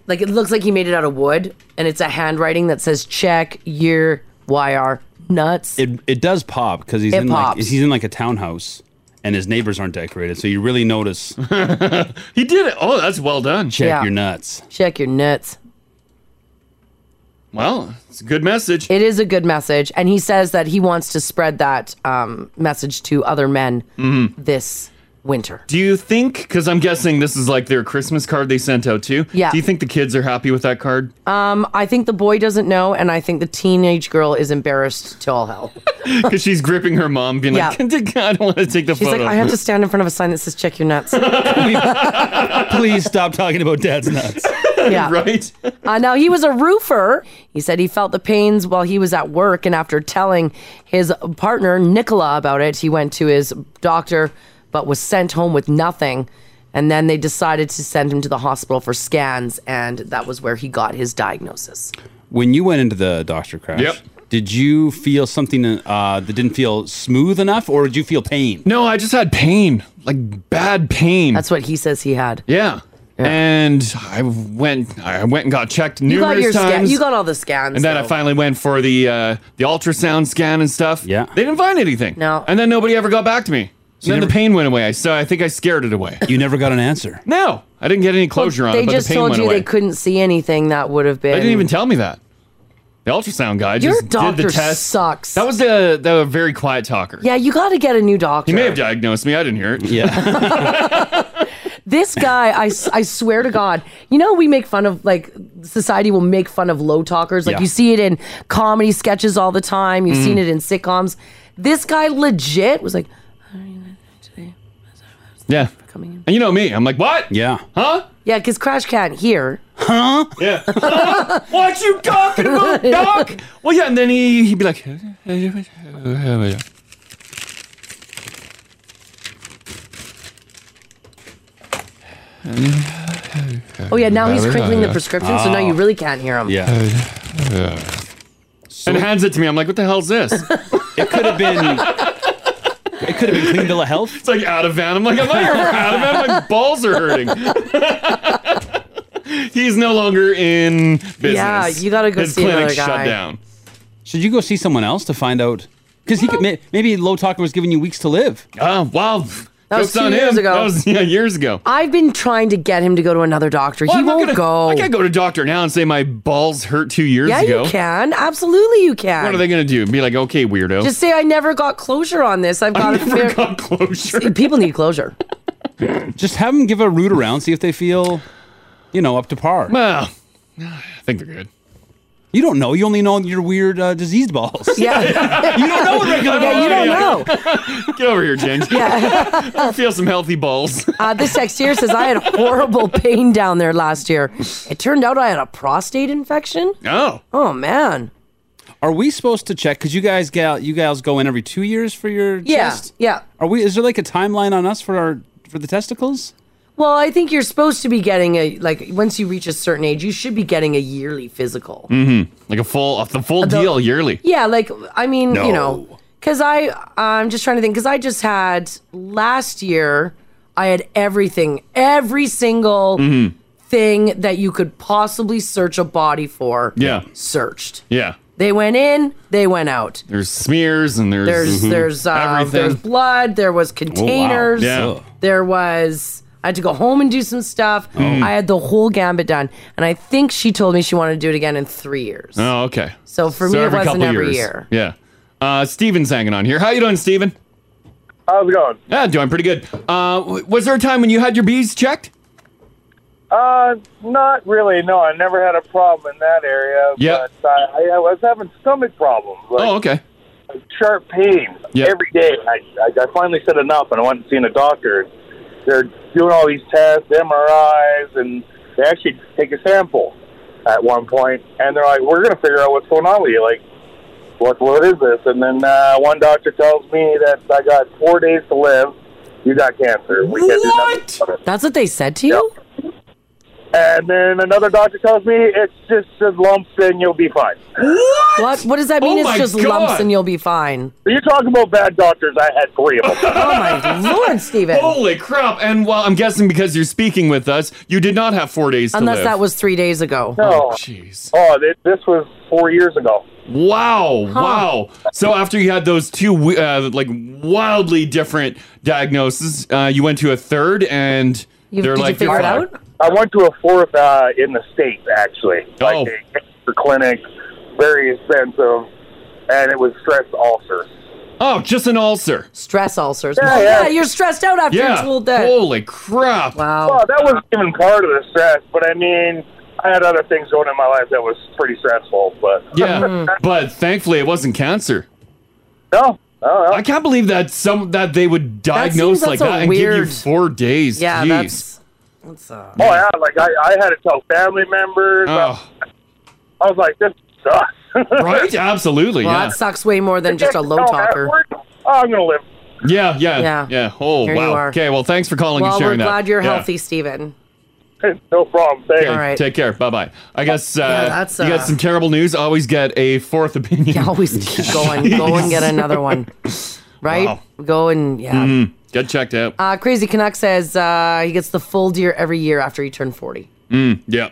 like it looks like he made it out of wood, and it's a handwriting that says "check your yr nuts." It it does pop because he's It in like pops. he's in like a townhouse and his neighbors aren't decorated, so you really *laughs* notice. he did it. Oh, that's well done. Check Yeah. your nuts. check your nuts. Well, it's a good message. It is a good message, and he says that he wants to spread that um, message to other men Mm-hmm. this winter. Do you think? Because I'm guessing this is like their Christmas card they sent out too. Yeah. Do you think the kids are happy with that card? *laughs* Um, I think the boy doesn't know, and I think the teenage girl is embarrassed to all hell. Because she's gripping her mom, being like, *laughs* "I don't want to take the She's photo." like, I have to stand in front of a sign that says "Check your *laughs* nuts." Please stop talking about dad's nuts. Yeah. *laughs* right? Uh, now, he was a roofer. He said he felt the pains while he was at work. And after telling his partner, Nicola, about it, he went to his doctor but was sent home with nothing. And then they decided to send him to the hospital for scans. And that was where he got his diagnosis. When you went into the doctor crash, Yep. did you feel something uh, that didn't feel smooth enough, or did you feel pain? No, I just had pain, like bad pain. That's what he says he had. Yeah. And I went, I went and got checked you got numerous your scan- times. You got all the scans. and then I though. finally went for the uh, the ultrasound scan and stuff. Yeah, they didn't find anything. No. and then nobody ever got back to me. So then the pain went away. So I think I scared it away. You never got an answer. No, I didn't get any closure on They it. But just the pain told went you away. they couldn't see anything that would have been. They didn't even tell me that. The ultrasound guy Your just did doctor the test. sucks. That was the the very quiet talker. Yeah, you got to get a new doctor. He may have diagnosed me. I didn't hear it. Yeah. This guy, I, s- I swear to God, you know, we make fun of, like, society will make fun of low talkers. Like, Yeah. you see it in comedy sketches all the time, you've Mm. seen Mhm. it in sitcoms. This guy legit was like, *laughs* Yeah. Coming in. And you know me, I'm like, what? Yeah. Huh? Yeah, because Crash can't hear. Huh? Yeah. *laughs* what you *laughs* talking about, Doc? Well, yeah, and then he, he'd be like, Oh yeah, now he's crinkling the prescription, so now you really can't hear him. Oh. Yeah. and hands it to me. I'm like, what the hell's this? *laughs* it could have been. It could have been clean bill of health. It's like out of van. I'm like, am I ever out of van? My balls are hurting. *laughs* He's no longer in business. Yeah, you gotta go His see clinic another guy. shut down. Should you go see someone else to find out? Because he could, may- maybe low talker was giving you weeks to live. Oh wow, That was Joke's two on years him. ago. That was, yeah, years ago. *laughs* I've been trying to get him to go to another doctor. Well, he I'm not won't gonna- go. I can't go to doctor now and say my balls hurt two years yeah, ago. you can. Absolutely, you can. What are they gonna do? Be like, okay, weirdo. *laughs* Just say I never got closure on this. I've got a fair- closure. People need closure. Just have them give a root around, see if they feel, you know, up to par. Well, I think they're good. You don't know. You only know your weird uh, diseased balls. Yeah. *laughs* you don't know what regular Yeah, *laughs* you don't know. *laughs* Get over here, James. Yeah. I *laughs* feel some healthy balls. *laughs* Uh, this text here says I had horrible pain down there last year. It turned out I had a prostate infection. Oh. Oh man. Are we supposed to check? Because you guys gal, you guys go in every two years for your Yeah, chest. yeah. Are we? Is there like a timeline on us for our for the testicles? Well, I think you're supposed to be getting a like once you reach a certain age, you should be getting a yearly physical. *laughs* Mm-hmm. Like a full, the full The- deal yearly. Yeah, like I mean, No. you know, because I I'm just trying to think because I just had last year I had everything, every single Mhm. thing that you could possibly search a body for. Yeah. searched. Yeah. They went in, they went out. There's smears and there's There's Mhm. there's uh, there's everything. blood. There was containers. Yeah. There was. I had to go home and do some stuff. Oh. I had the whole gambit done, and I think she told me she wanted to do it again in three years. Oh, okay. So for me, it every wasn't couple every years. year. Yeah. Uh, Steven's hanging on here. How you doing, Steven? How's it going? Yeah, doing pretty good. Uh, w- was there a time when you had your bees checked? Uh, not really. No, I never had a problem in that area. Yeah. But I, I was having stomach problems. Like oh, okay. Sharp pain Yeah. every day. I, I, I finally said enough, and I went and seen a doctor. They're doing all these tests, MRIs, and they actually take a sample at one point, and they're like, "We're going to figure out what's going on with you." Like, what what is this? And then uh, one doctor tells me that I got four days to live. You got cancer. We can't do nothing about it. That's what they said to you. And then another doctor tells me it's just a lumps and you'll be fine. What? What, does that Oh mean? my it's just God. lumps and you'll be fine. You're talking about bad doctors. I had three of them. oh my lord, Steven. Holy crap! And well, I'm guessing because you're speaking with us, you did not have four days. Unless to live. that was three days ago. No. Jeez. Oh, th- this was four years ago. Wow! Huh. Oh, Wow! So after you had those two wi- uh, like wildly different diagnoses, uh, you went to a third, and they're like, "You're fine." I went to a fourth uh, in the state, actually. Oh. Like a cancer clinic, very expensive, and it was stress ulcers. Oh, just an ulcer. Stress ulcers. Yeah, Oh, yeah. you're stressed out after Yeah. a tool day. Holy crap! Wow. Well, that wasn't even part of the stress, but I mean, I had other things going in my life that was pretty stressful, but. Yeah, Mm. but thankfully it wasn't cancer. No, I can't believe that some that they would diagnose seems- like that's a that and give weird- you four days. Yeah, Jeez. that's- Oh, yeah, like I, I had to tell family members. Oh. I was like, this sucks. right? Absolutely. Well, yeah. that sucks way more than just a low Oh, that talker. worked. Oh, I'm gonna live. yeah, yeah, Yeah. yeah, Oh Here you wow. are. Okay. Well, thanks for calling Well, Oh, and we're sharing that. glad you're Yeah. healthy, Steven. no problem. Thanks. Okay, Take care. Bye bye. I guess uh, that's, you uh, got some terrible news. Always get a fourth opinion. Yeah, *laughs* always keep going. Go and get another one. Right? Go and yeah. Mhm. Get checked out. Uh, Crazy Canuck says uh, he gets the full deer every year after he turned 40. Mm, yeah.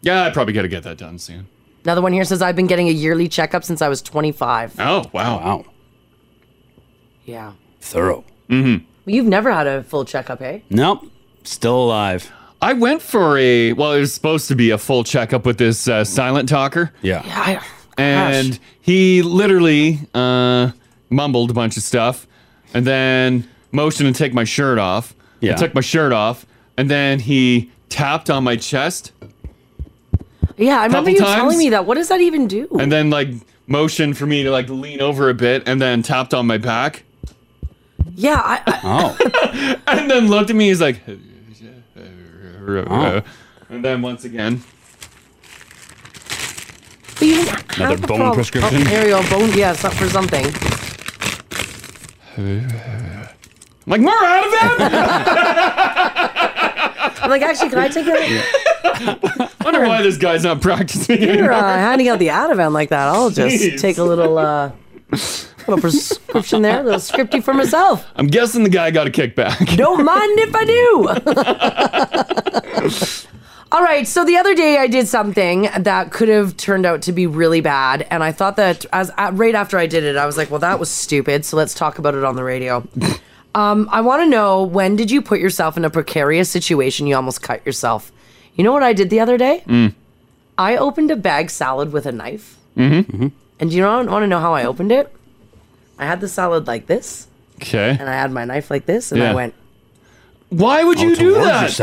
Yeah, I probably got to get that done soon. Another one here says I've been getting a yearly checkup since I was 25. Oh wow. Wow. Yeah. Thorough. Mm-hmm. You've never had a full checkup, eh? Nope. Still alive. I went for a well. It was supposed to be a full checkup with this uh, silent talker. Yeah. I, and he literally uh, mumbled a bunch of stuff and then motioned to take my shirt off. Yeah. I took my shirt off and then he tapped on my chest yeah, I remember Couple you times? telling me that. What does that even do? and then like motioned for me to like lean over a bit and then tapped on my back. Yeah, I, Oh. *laughs* and then looked at me. He's like, Oh. and then once *laughs* again, But you didn't have Another the bone problem. prescription? Oh, Ariel, bone. Yeah, it's not for something. I'm like more out of it. *laughs* I'm like, actually, can I take it? Wonder why this guy's not practicing. You're uh, *laughs* anymore. handing out the Ativan like that. I'll just Jeez. take a little, uh, little prescription there, a little scripty for myself. *laughs* I'm guessing the guy got a kickback. *laughs* Don't mind if I do. All right. So the other day I did something that could have turned out to be really bad, and I thought that as uh, right after I did it, I was like, "Well, that was stupid." So let's talk about it on the radio. um, I want to know when did you put yourself in a precarious situation? You almost cut yourself. You know what I did the other day? Mm. Mm-hmm. I opened a bag salad with a knife. Mm-hmm. And do you want to know how I opened it? I had the salad like this, Okay. and I had my knife like this, and I Eh? Yeah. went. Why would you do that?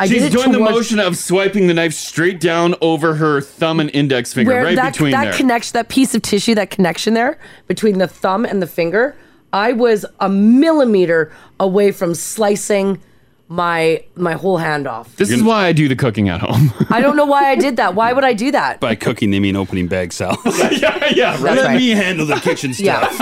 I She's did it doing the towards- motion of swiping the knife straight down over her thumb and index finger, right that, between that there. connection, that piece of tissue, that connection there between the thumb and the finger, I was a millimeter away from slicing my my whole hand off. this is why I do the cooking *laughs* at home. I don't know why I did that. Why would I do *laughs* that? By cooking, they mean opening bag salad. yeah, *laughs* yeah. right. Let right. me handle the kitchen stuff.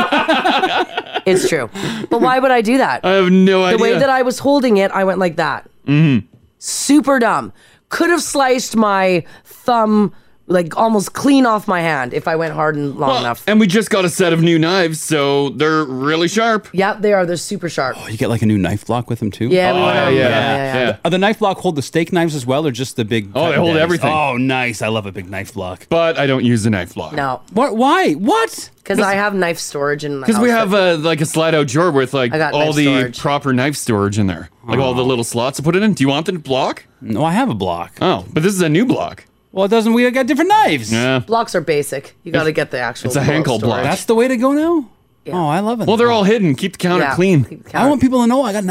It's true. But why would I do that? I have no the idea. way that I was holding it, I went like that. Mm-hmm. Super dumb. Could have sliced my thumb like almost clean off my hand if I went hard and long Well, enough. and we just got a set of new knives, so they're really sharp. Yep, they are. They're super sharp. You get like a new knife block with them too. Yeah, we Oh, got yeah, them. yeah, yeah, yeah. Are the knife block hold the steak knives as well, or just the big? Oh, they cutting hold daggers? everything. Oh, nice! I love a big knife block. But I don't use the knife block. No. What? Why? What? Because I have knife storage in my Because we house. have a, like a slide out drawer with like I got all knife the storage. proper knife storage in there, like all the little slots to put it in. Do you want the block? Oh. No, I have a block. Oh, but this is a new block. Well, it doesn't. We got different knives. Yeah, Blocks are basic. You got to get the actual. it's a Hankel block. That's the way to go now. Oh, I love it. Well, they're all hidden. Keep the counter Yeah, clean. keep the I want people to know I got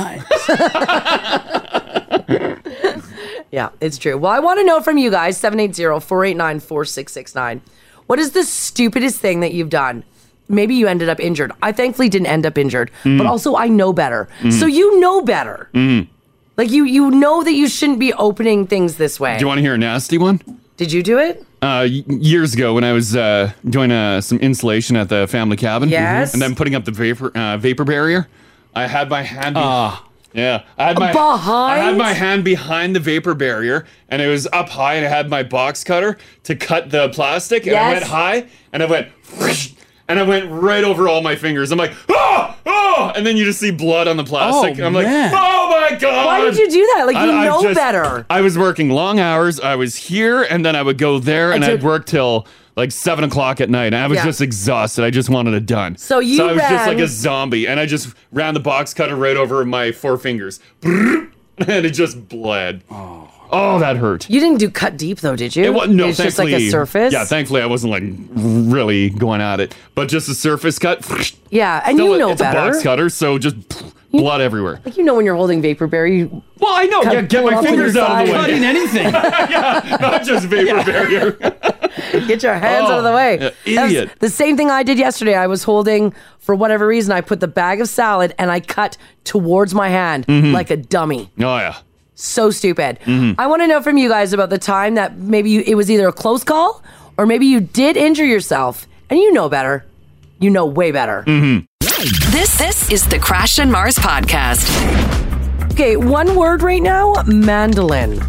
*laughs* knives. Yeah, it's true. Well, I want to know from you guys 780 489 4669. What is the stupidest thing that you've done? Maybe you ended up injured. I thankfully didn't end up injured, but Hmm. Mm. also I know better. Mm. So you know better. Mm. Like you you know that you shouldn't be opening things this way. Do you want to hear a nasty one? Did you do it? Uh, y- years ago, when I was uh, doing uh, some insulation at the family cabin, Yes. and then putting up the vapor uh, vapor barrier, I had my hand. Be- Ah. yeah, I had my Behind? I had my hand behind the vapor barrier, and it was up high, and I had my box cutter to cut the plastic, and I Yes. went high, and I went. whoosh, And I went right over all my fingers. I'm like, oh, oh, and then you just see blood on the plastic. Oh, I'm like, man. oh my god! Why did you do that? *laughs* Like, you know better. I was working long hours. I was here, and then I would go there, and I I'd did- work till like seven o'clock at night. And I was Yeah. just exhausted. I just wanted it done. So you I was just like ran- a zombie, and I just ran the box cutter right over my four fingers, *laughs* and it just bled. Oh, that hurt. You didn't do cut deep though, did you? It was no, It's just like thankfully, a surface. Yeah, thankfully I wasn't like really going at it, but just a surface cut. Yeah, and Still, you know it's a better. box cutter, so just blood everywhere. Like you know when you're holding vapor berry. Well, I know. Yeah, get my fingers out of the way. Cutting anything. *laughs* yeah, not just vapor barrier. *laughs* Get your hands out of the way. Oh, yeah, That was idiot. The same thing I did yesterday. I was holding, for whatever reason, I put the bag of salad and I cut towards my hand Mhm. like a dummy. Oh yeah. So stupid. Mhm. I want to know from you guys about the time that maybe you, it was either a close call or maybe you did injure yourself and you know better. You know way better. Mm-hmm. This this is *laughs* the Crash and Mars podcast. Okay, one word right now mandolin.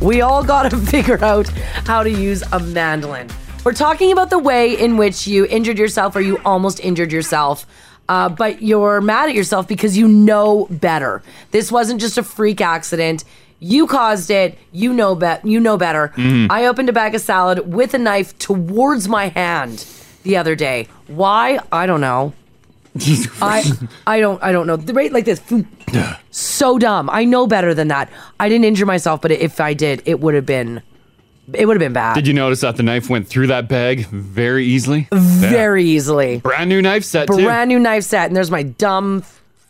We all got to *laughs* figure out how to use a mandolin. We're talking about the way in which you injured yourself or you almost injured yourself, uh, but you're mad at yourself because you know better. This wasn't just a freak accident. You caused it. You know bet. You know better. Mhm. I opened a bag of salad with a knife towards my hand the other day. Why? I don't know. I I don't I don't know. The rate like this. so dumb. I know better than that. I didn't injure myself, but if I did, it would have been it would have been bad. Did you notice that the knife went through that bag very easily? Very easily. Brand new knife set too. Brand new knife set, and there's my dumb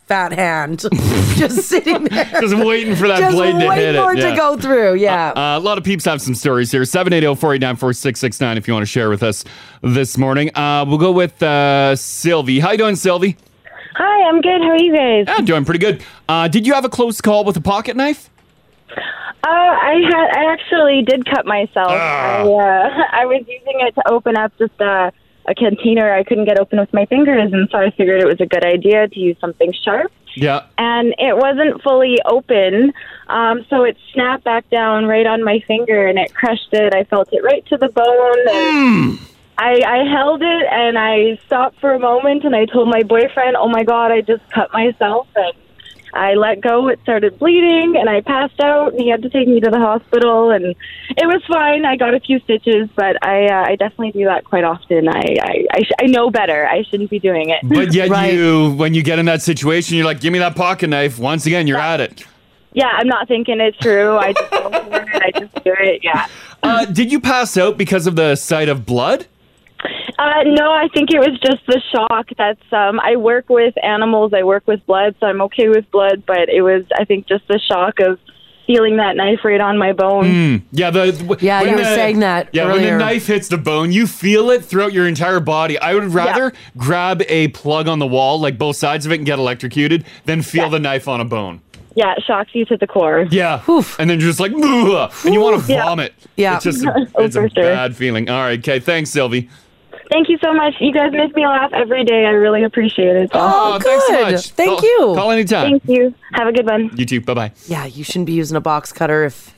fat hand *laughs* just sitting there. *laughs* Just waiting for that Just blade to hit waiting it, for yeah. to go through. Yeah. Uh, a lot of peeps have some stories here. 780-489-4669 if you want to share with us this morning. Uh, we'll go with uh, Sylvie. How you doing, Sylvie? Hi, I'm good. How are you guys? Yeah, doing pretty good. Uh, did you have a close call with a pocket knife? Uh, I had I actually did cut myself. I uh, *laughs* I was using it to open up just a, a container I couldn't get open with my fingers, and so I figured it was a good idea to use something sharp. Yeah. And it wasn't fully open, um, so it snapped back down right on my finger, and it crushed it. I felt it right to the bone. And I, I held it, and I stopped for a moment, and I told my boyfriend, "Oh my God, I just cut myself!" and I let go. It started bleeding, and I passed out. And he had to take me to the hospital, and it was fine. I got a few stitches, but I uh, I definitely do that quite often. I I I, sh- I know better. I shouldn't be doing it. *laughs* But yet you, when you get in that situation, you're like, give me that pocket knife. Once again, you're at it. Yeah, I'm not thinking it through. I just go for it. I just do it. Yeah. Uh, did you pass out because of the sight of blood? Uh, no, I think it was just the shock. That's um, I work with animals. I work with blood, so I'm okay with blood. But it was, I think, just the shock of feeling that knife right on my bone. Mm, yeah, the w- Yeah, when you were the- saying that Yeah, when the earlier. knife hits the bone, you feel it throughout your entire body. I would rather grab a plug on the wall, like both sides of it, and get electrocuted, than feel the knife on a bone. Yeah, it shocks you to the core. Yeah, and then you're just like, "Ugh," and you want to vomit. Yeah. it's just a, *laughs* Oh, it's a for sure. bad feeling. All right, okay, thanks, Sylvie. Thank you so much. You guys make me laugh every day. I really appreciate it. Oh, thanks so good. much. Thank Call- you. call anytime. Thank you. Have a good one. You too. Bye bye. Yeah, you shouldn't be using a box cutter if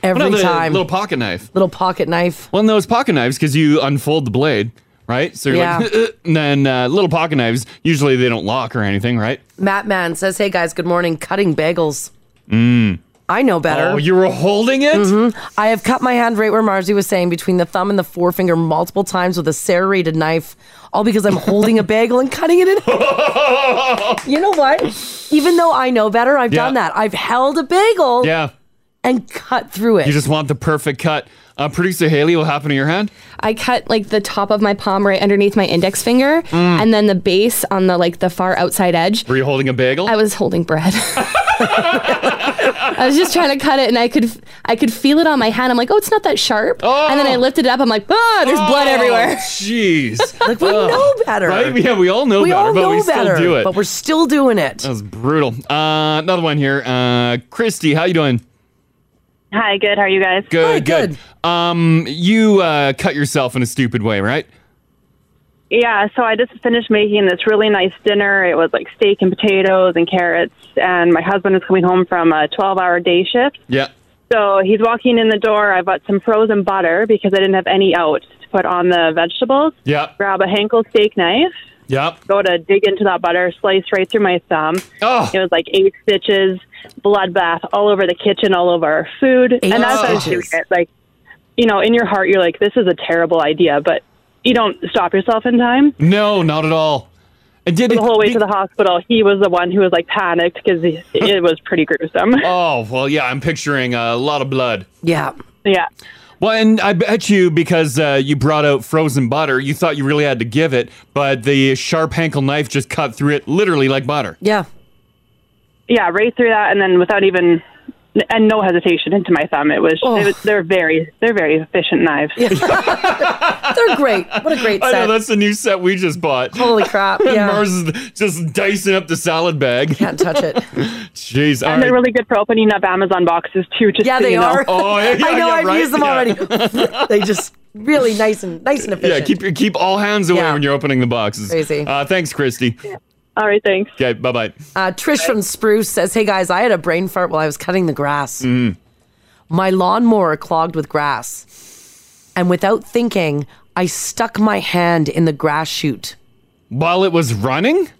every time little pocket knife. little pocket knife. Well, no, it's pocket knives because you unfold the blade, right? So you're like, Yeah. *laughs* and then uh, little pocket knives. Usually they don't lock or anything, right? Matt Man says, "Hey guys, good morning. Cutting bagels. Mm. I know better. Oh, you were holding it? Mm-hmm. I have cut my hand right where Marzi was saying between the thumb and the forefinger multiple times with a serrated knife, all because I'm *laughs* holding a bagel and cutting it in. half. you know what? Even though I know better, I've Yeah. done that. I've held a bagel Yeah. and cut through it. You just want the perfect cut. Uh, Producer Haley, what happened to your hand? I cut like the top of my palm right underneath my index finger, Mm. and then the base on the like the far outside edge. Were you holding a bagel? I was *laughs* holding bread. I was just trying to cut it, and I could I could feel it on my hand. I'm like, oh, it's not that sharp. And then I lifted it up. I'm like, ah, there's blood Oh, everywhere. Jeez. *laughs* like we know better. Right? Yeah, we all know We better, all but know we still better, do it. But we're still doing it. That was brutal. Uh, another one here. Uh, Christy, how you doing? Hi, good. How are you guys? Good, good. Um, you uh, cut yourself in a stupid way, right? Yeah, so I just finished making this really nice dinner. It was like steak and potatoes and carrots, and my husband is coming home from a 12 hour day shift. Yeah. So he's walking in the door. I bought some frozen butter because I didn't have any out to put on the vegetables. Yeah. Grab a Henkel steak knife, Yep. go to dig into that butter, slice right through my thumb. Oh. It was like eight stitches, bloodbath all over the kitchen, all over our food. and as I was doing stitches. it, like, you know, in your heart, you're like, this is a terrible idea, but you don't stop yourself in time. No, not at all. And did the it- whole way did- to the hospital, he was the one who was like panicked because it was *laughs* pretty gruesome. Oh, well, yeah, I'm picturing a lot of blood. Yeah. Yeah. Well, and I bet you because uh, you brought out frozen butter, you thought you really had to give it, but the sharp Hankel knife just cut through it literally like butter. Yeah. Yeah, right through that, and then without even and no hesitation into my thumb. It was, Oh. it was they're very they're very efficient knives. *laughs* They're great. What a great I set. know, That's the new set we just bought. Holy crap. *laughs* And Yeah. Mars is just dicing up the salad bag. Can't touch it. *laughs* Jeez. all and they're right. really good for opening up Amazon boxes too. Just yeah, so they you know. are. Oh, yeah, *laughs* I know. yeah, I've right, used them yeah. *laughs* already. they just really nice and nice and Yeah, efficient. keep your keep all hands away when you're opening the boxes. Crazy. Uh, thanks, Christy. All right, thanks. Okay, bye bye. Uh, Trish from Spruce says, "Hey guys, I had a brain fart while I was cutting the grass. Mm-hmm. My lawnmower clogged with grass, and without thinking, I stuck my hand in the grass chute while it was running.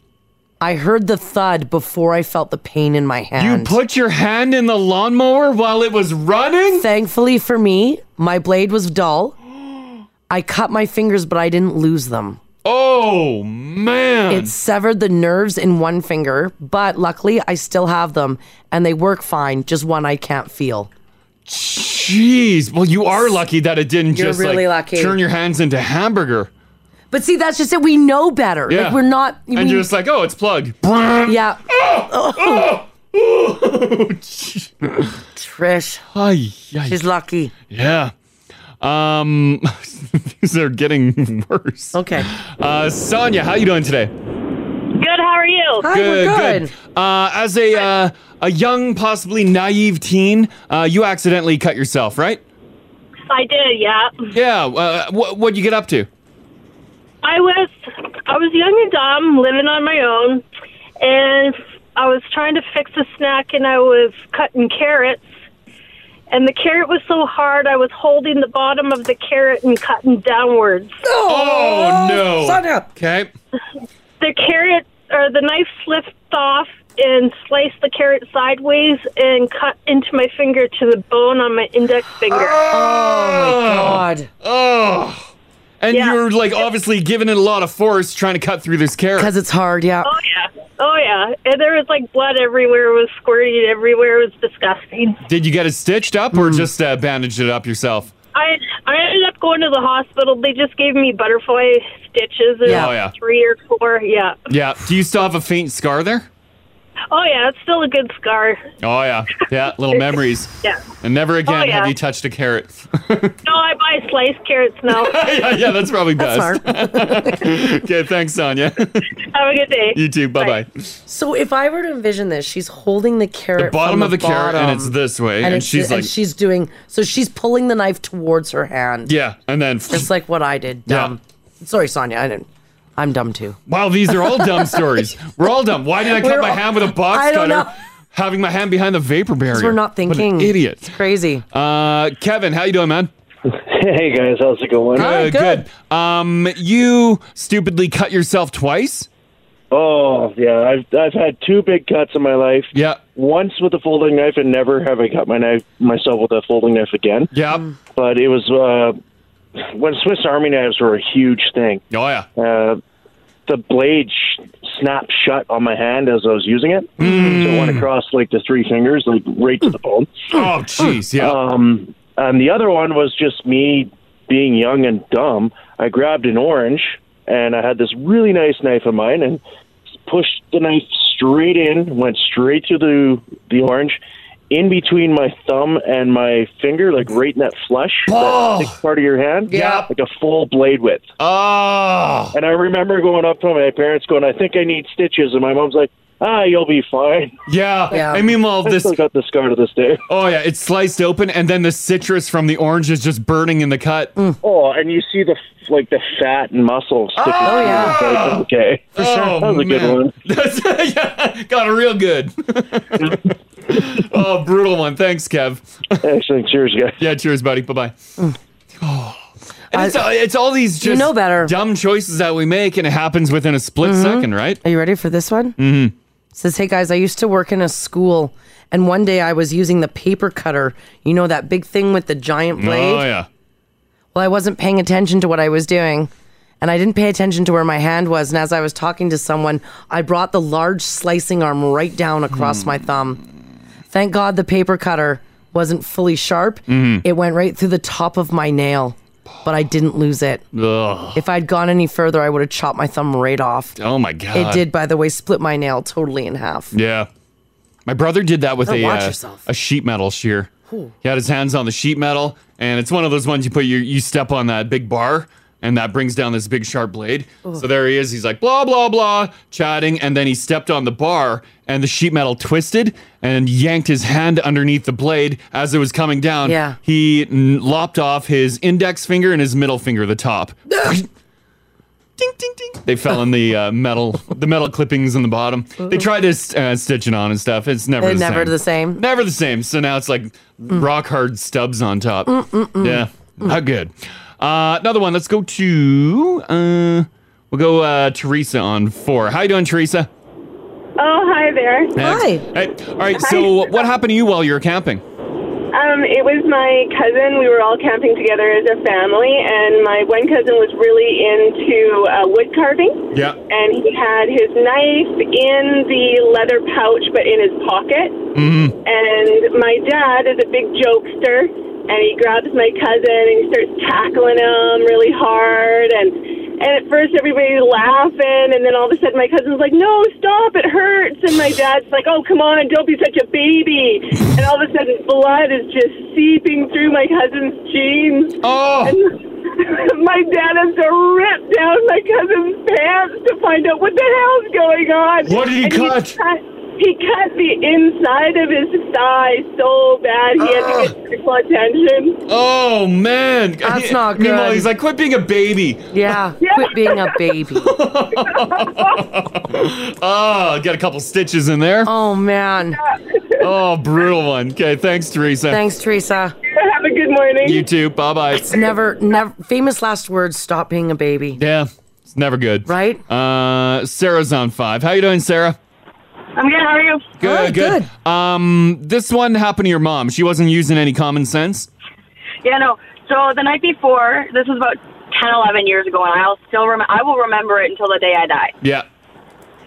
I heard the thud before I felt the pain in my hand. You put your hand in the lawnmower while it was running. Thankfully for me, my blade was dull. I cut my fingers, but I didn't lose them." Oh man. It severed the nerves in one finger, but luckily I still have them and they work fine, just one I can't feel. Jeez. Well, you are lucky that it didn't You're just really like, lucky. turn your hands into hamburger. But see, that's just it. We know better. Yeah. Like we're not. Oh. And we- you're just like, oh, it's Oh. plug. *laughs* yeah. Trish. She's lucky. Yeah. Um, *laughs* these are getting worse. Okay. Uh, Sonia, how you doing today? Good. How are you? Uh, as a uh, a young, possibly naive teen, uh, you accidentally cut yourself, right? I did, yeah. Yeah. Uh, what what'd you get up to? I was I was young and dumb, living on my own, and I was trying to fix a snack, and I was cutting carrots, and the carrot was so hard, I was holding the bottom of the carrot and cutting downwards. Oh, no. Okay. The carrot or the knife slipped off and sliced the carrot sideways and cut into my finger to the bone on my index finger. Oh my god. Oh. And you're like obviously giving it a lot of force trying to cut through this carrot. Because it's hard, yeah. Oh yeah, oh yeah. And there was like blood everywhere. It was squirting everywhere. It was disgusting. Did you get it stitched up Hmm. or just uh, bandaged it up yourself? I I ended up going to the hospital. They just gave me butterfly stitches. And Yeah. Oh, yeah. Three or four. Yeah. Yeah. Do you still have a faint scar there? Oh yeah, it's still a good scar. Oh yeah. Yeah. Little memories. *laughs* Yeah. And never again Oh, yeah. have you touched a carrot. *laughs* No, I buy sliced carrots now. yeah, yeah, that's probably best. *laughs* okay, thanks, Sonia. Have a good day. you too. Bye bye. So if I were to envision this, she's holding the carrot. The bottom from of the carrot, and bottom, it's this way, and it's- she's like- she's doing. So she's pulling the knife towards her hand, Yeah, and then just like what I did. Dumb. Sorry, Sonia. I didn't. I'm dumb too. Wow, these are all dumb stories. We're all dumb. Why did I cut *laughs* We're my all- hand with a box I don't cutter? know. Having my hand behind the vapor barrier. we're not What thinking. an idiot. It's crazy. Uh, Kevin, how you doing, man? Hey guys, how's it going? Uh, good. Um, you stupidly cut yourself twice. Oh yeah, I've I've had two big cuts in my life. Yeah, once with a folding knife, and never have I cut my knife myself with a folding knife again. Yeah, but it was uh, when Swiss Army knives were a huge thing. Oh yeah, uh, the blade sh- snapped shut on my hand as I was using it, Mm. so it went across like the three fingers, like right to the bone. Oh jeez, yeah. Um, and the other one was just me being young and dumb. I grabbed an orange and I had this really nice knife of mine and pushed the knife straight in, went straight to the the orange, in between my thumb and my finger, like right in that flesh, that thick part of your hand, yeah, like a full blade width. Oh! And I remember going up to my parents, going, "I think I need stitches," and my mom's like, "Ah, you'll be fine." Yeah. And meanwhile, I this- *laughs* still got the scar to this day. Oh yeah, it's sliced open, and then the citrus from the orange is just burning in the cut. Oh, and you see the like the fat and muscle sticking. Oh yeah. Okay. Oh, For sure. That was a good man. *laughs* one. That's, yeah, got a real *laughs* good. oh, brutal one. Thanks, Kev. Excellent. Cheers, guys. Yeah, cheers, buddy. Bye bye. Mm. it's, all- it's all these just You know better. dumb choices that we make, and it happens within a split Mhm. second, right? Are you ready for this one? Mm-hmm. Says, hey guys, I used to work in a school, and one day I was using the paper cutter. You know that big thing with the giant blade. Oh yeah. Well, I wasn't paying attention to what I was doing, and I didn't pay attention to where my hand was. And as I was talking to someone, I brought the large slicing arm right down across my thumb. Thank God the paper cutter wasn't fully sharp. Mm-hmm. Mhm. It went right through the top of my nail, but I didn't lose it. Ugh. If I'd gone any further, I would have chopped my thumb right off. Oh my god. It did, by the way, split my nail totally in half. Yeah. My brother did that with Oh, a watch uh, yourself. a sheet metal shear. Ooh. He had his hands on the sheet metal, and it's one of those ones you put your you step on that big bar, and that brings down this big sharp blade. So there he is. He's like blah blah blah, chatting, and then he stepped on the bar, and the sheet metal twisted and yanked his hand underneath the blade as it was coming down. Yeah. He n- lopped off his index finger and his middle finger, the *laughs* top. They fell in the uh, metal, the metal clippings in the bottom. They tried to uh, stitch it on and stuff. It's never They're the never same. the same. Never the same. So now it's like rock hard stubs on top. Mm, mm, mm. Yeah, not good. Uh, another one. Let's go to. Uh, we'll go uh, Teresa on four. How you doing, Teresa? Oh, hi there. Hey. All right. So what happened to you while you were camping? Um, it was my cousin. We were all camping together as a family, and my one cousin was really into uh, wood carving, Yeah. and he had his knife in the leather pouch, but in his pocket. Mm-hmm. And my dad is a big jokester, and he grabs my cousin and he starts tackling him really hard, and And at first, everybody was laughing, and then all of a sudden, my cousin's like, "No, stop! It hurts!" And my dad's like, "Oh, come on! Don't be such a baby!" And all of a sudden, blood is just seeping through my cousin's jeans. Oh! And *laughs* my dad has to rip down my cousin's pants to find out what the hell's going on. What did he And he cut? He cut the inside of his thigh so bad he had to Ah. get medical attention. Oh man, *laughs* that's not Meanwhile, good. he's like, quit being a baby. Yeah, quit being a baby. *laughs* Oh, got a couple stitches in there. Oh man. Oh, brutal one. Okay, thanks, Teresa. Thanks, Teresa. Have a good morning. You too. Bye bye. It's never, never famous last words. Stop being a baby. *laughs* Yeah, it's never good. Right? Uh, Sarah's on five. How you doing, Sarah? I'm good. How are you? Good, good. Um, this one happened to your mom. She wasn't using any common sense. Yeah, no. So the night before, this was about 10, 11 years ago, and I'll still rem- I will remember it until the day I die. Yeah.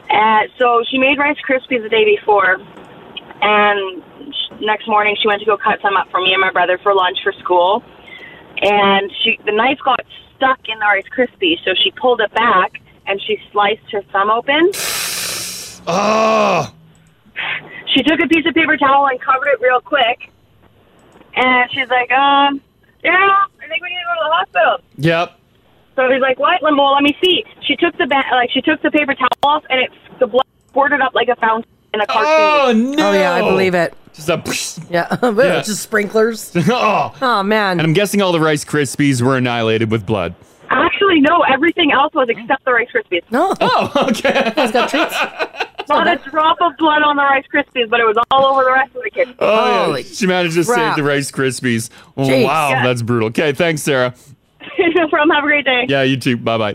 Uh, so she made Rice Krispies the day before, and sh- next morning she went to go cut some up for me and my brother for lunch for school. And she the knife got stuck in the Rice Krispies, so she pulled it back and she sliced her thumb open. Oh. She took a piece of paper towel and covered it real quick, and she's like, um, yeah, I think we need to go to the hospital. Yep. So he's like, "What? Let- Well, let me see." She took the ba- like she took the paper towel off, and it the blood squirted up like a fountain in a cartoon. Oh no! Oh yeah, I believe it. Just a. Yeah, *laughs* Yeah. just sprinklers. *laughs* oh. Oh man. And I'm guessing all the Rice Krispies were annihilated with blood. Actually, no. Everything else was except the Rice Krispies. No. Oh, *laughs* okay. Has got treats. *laughs* Not a drop of blood on the Rice Krispies, but it was all over the rest of the kitchen. Oh, yeah. she managed to crap. save the Rice Krispies. Oh, Jeez. wow, Yeah. that's brutal. Okay, thanks, Sarah. no problem. Have a great day. Yeah, you too. Bye bye.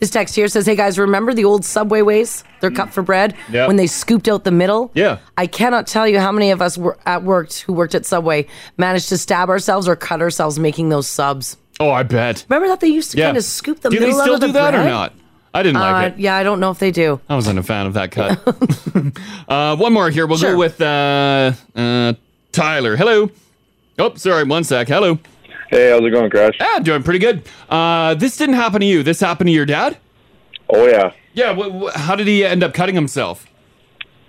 This text here says, "Hey guys, remember the old Subway ways? They're cut for bread. Yeah. When they scooped out the middle. Yeah. I cannot tell you how many of us were at worked who worked at Subway managed to stab ourselves or cut ourselves making those subs. Oh, I bet. Remember that they used to Yeah. kind of scoop the do they middle out still of the do that bread? or not? I didn't like Uh, it. Yeah, I don't know if they do. I wasn't a fan of *laughs* that cut. *laughs* uh, one more here. We'll go with uh, uh, Tyler. Hello. Oh, sorry. One sec. Hello. Hey, how's it going, Crash? Yeah, doing pretty good. Uh, this didn't happen to you. This happened to your dad? Oh yeah. Yeah. Wh- wh- how did he end up cutting himself?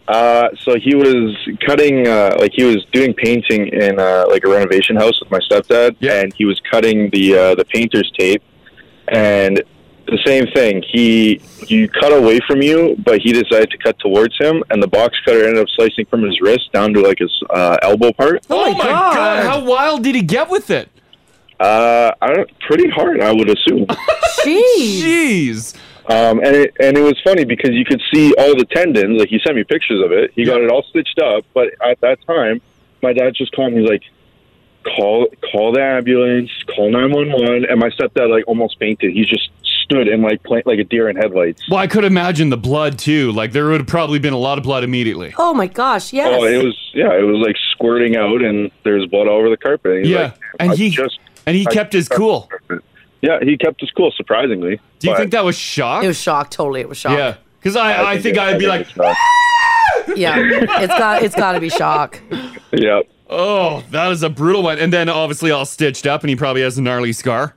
Uh, so he was cutting, uh, like he was doing painting in uh, like a renovation house with my stepdad, and he was cutting the uh, the painter's tape, and the same thing. He you cut away from you, but he decided to cut towards him, and the box cutter ended up slicing from his wrist down to like his uh, elbow part. Oh my god. How wild did he get with it? Uh, I don't, pretty hard, I would *laughs* assume. Jeez. Um, and it and it was funny because you could see all the tendons. Like he sent me pictures of it. He got it all stitched up. But at that time, my dad just called me like, call call the ambulance, call nine one one. And my stepdad like almost fainted. He just stood and like pla- like a deer in headlights. Well, I could imagine the blood too. Like there would have probably been a lot of blood immediately. Oh my gosh, yes. Oh, it was yeah, it was like squirting out, and there's blood all over the carpet. And he's Yeah, like, and "I he- just and he I kept his just- cool. Yeah, he kept his cool. Surprisingly, Do you But- think that was shock? It was shock. Totally, it was shock. Yeah, because I, I, think, it- I'd be think like, it's not. Yeah, it's got it's got to be shock. yeah. Oh, that is a brutal one. And then obviously all stitched up, and he probably has a gnarly scar.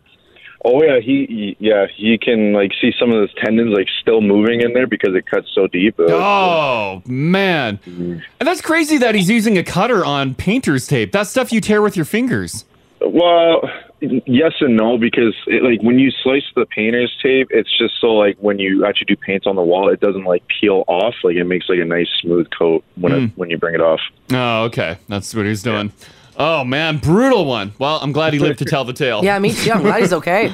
Oh yeah, he, he yeah he can like see some of those tendons like still moving in there because it cuts so deep. Uh, It was- Oh man, and that's crazy that he's using a cutter on painter's tape. That's stuff you tear with your fingers. Well, yes and no because it, like when you slice the painter's tape, it's just so like when you actually do paint on the wall, it doesn't like peel off. Like it makes like a nice smooth coat when Mm. it, when you bring it off. Oh, okay, that's what he's doing. Oh man, brutal one. Well, I'm glad he lived to tell the tale. Yeah, me too. I'm glad he's okay.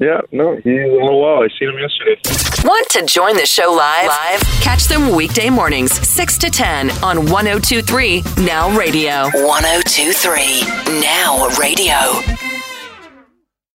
Yeah, no, he's on well. I seen him yesterday. Want to join the show live? Live? Catch them weekday mornings, 6 to 10 on 1023 Now Radio. 1023 Now Radio.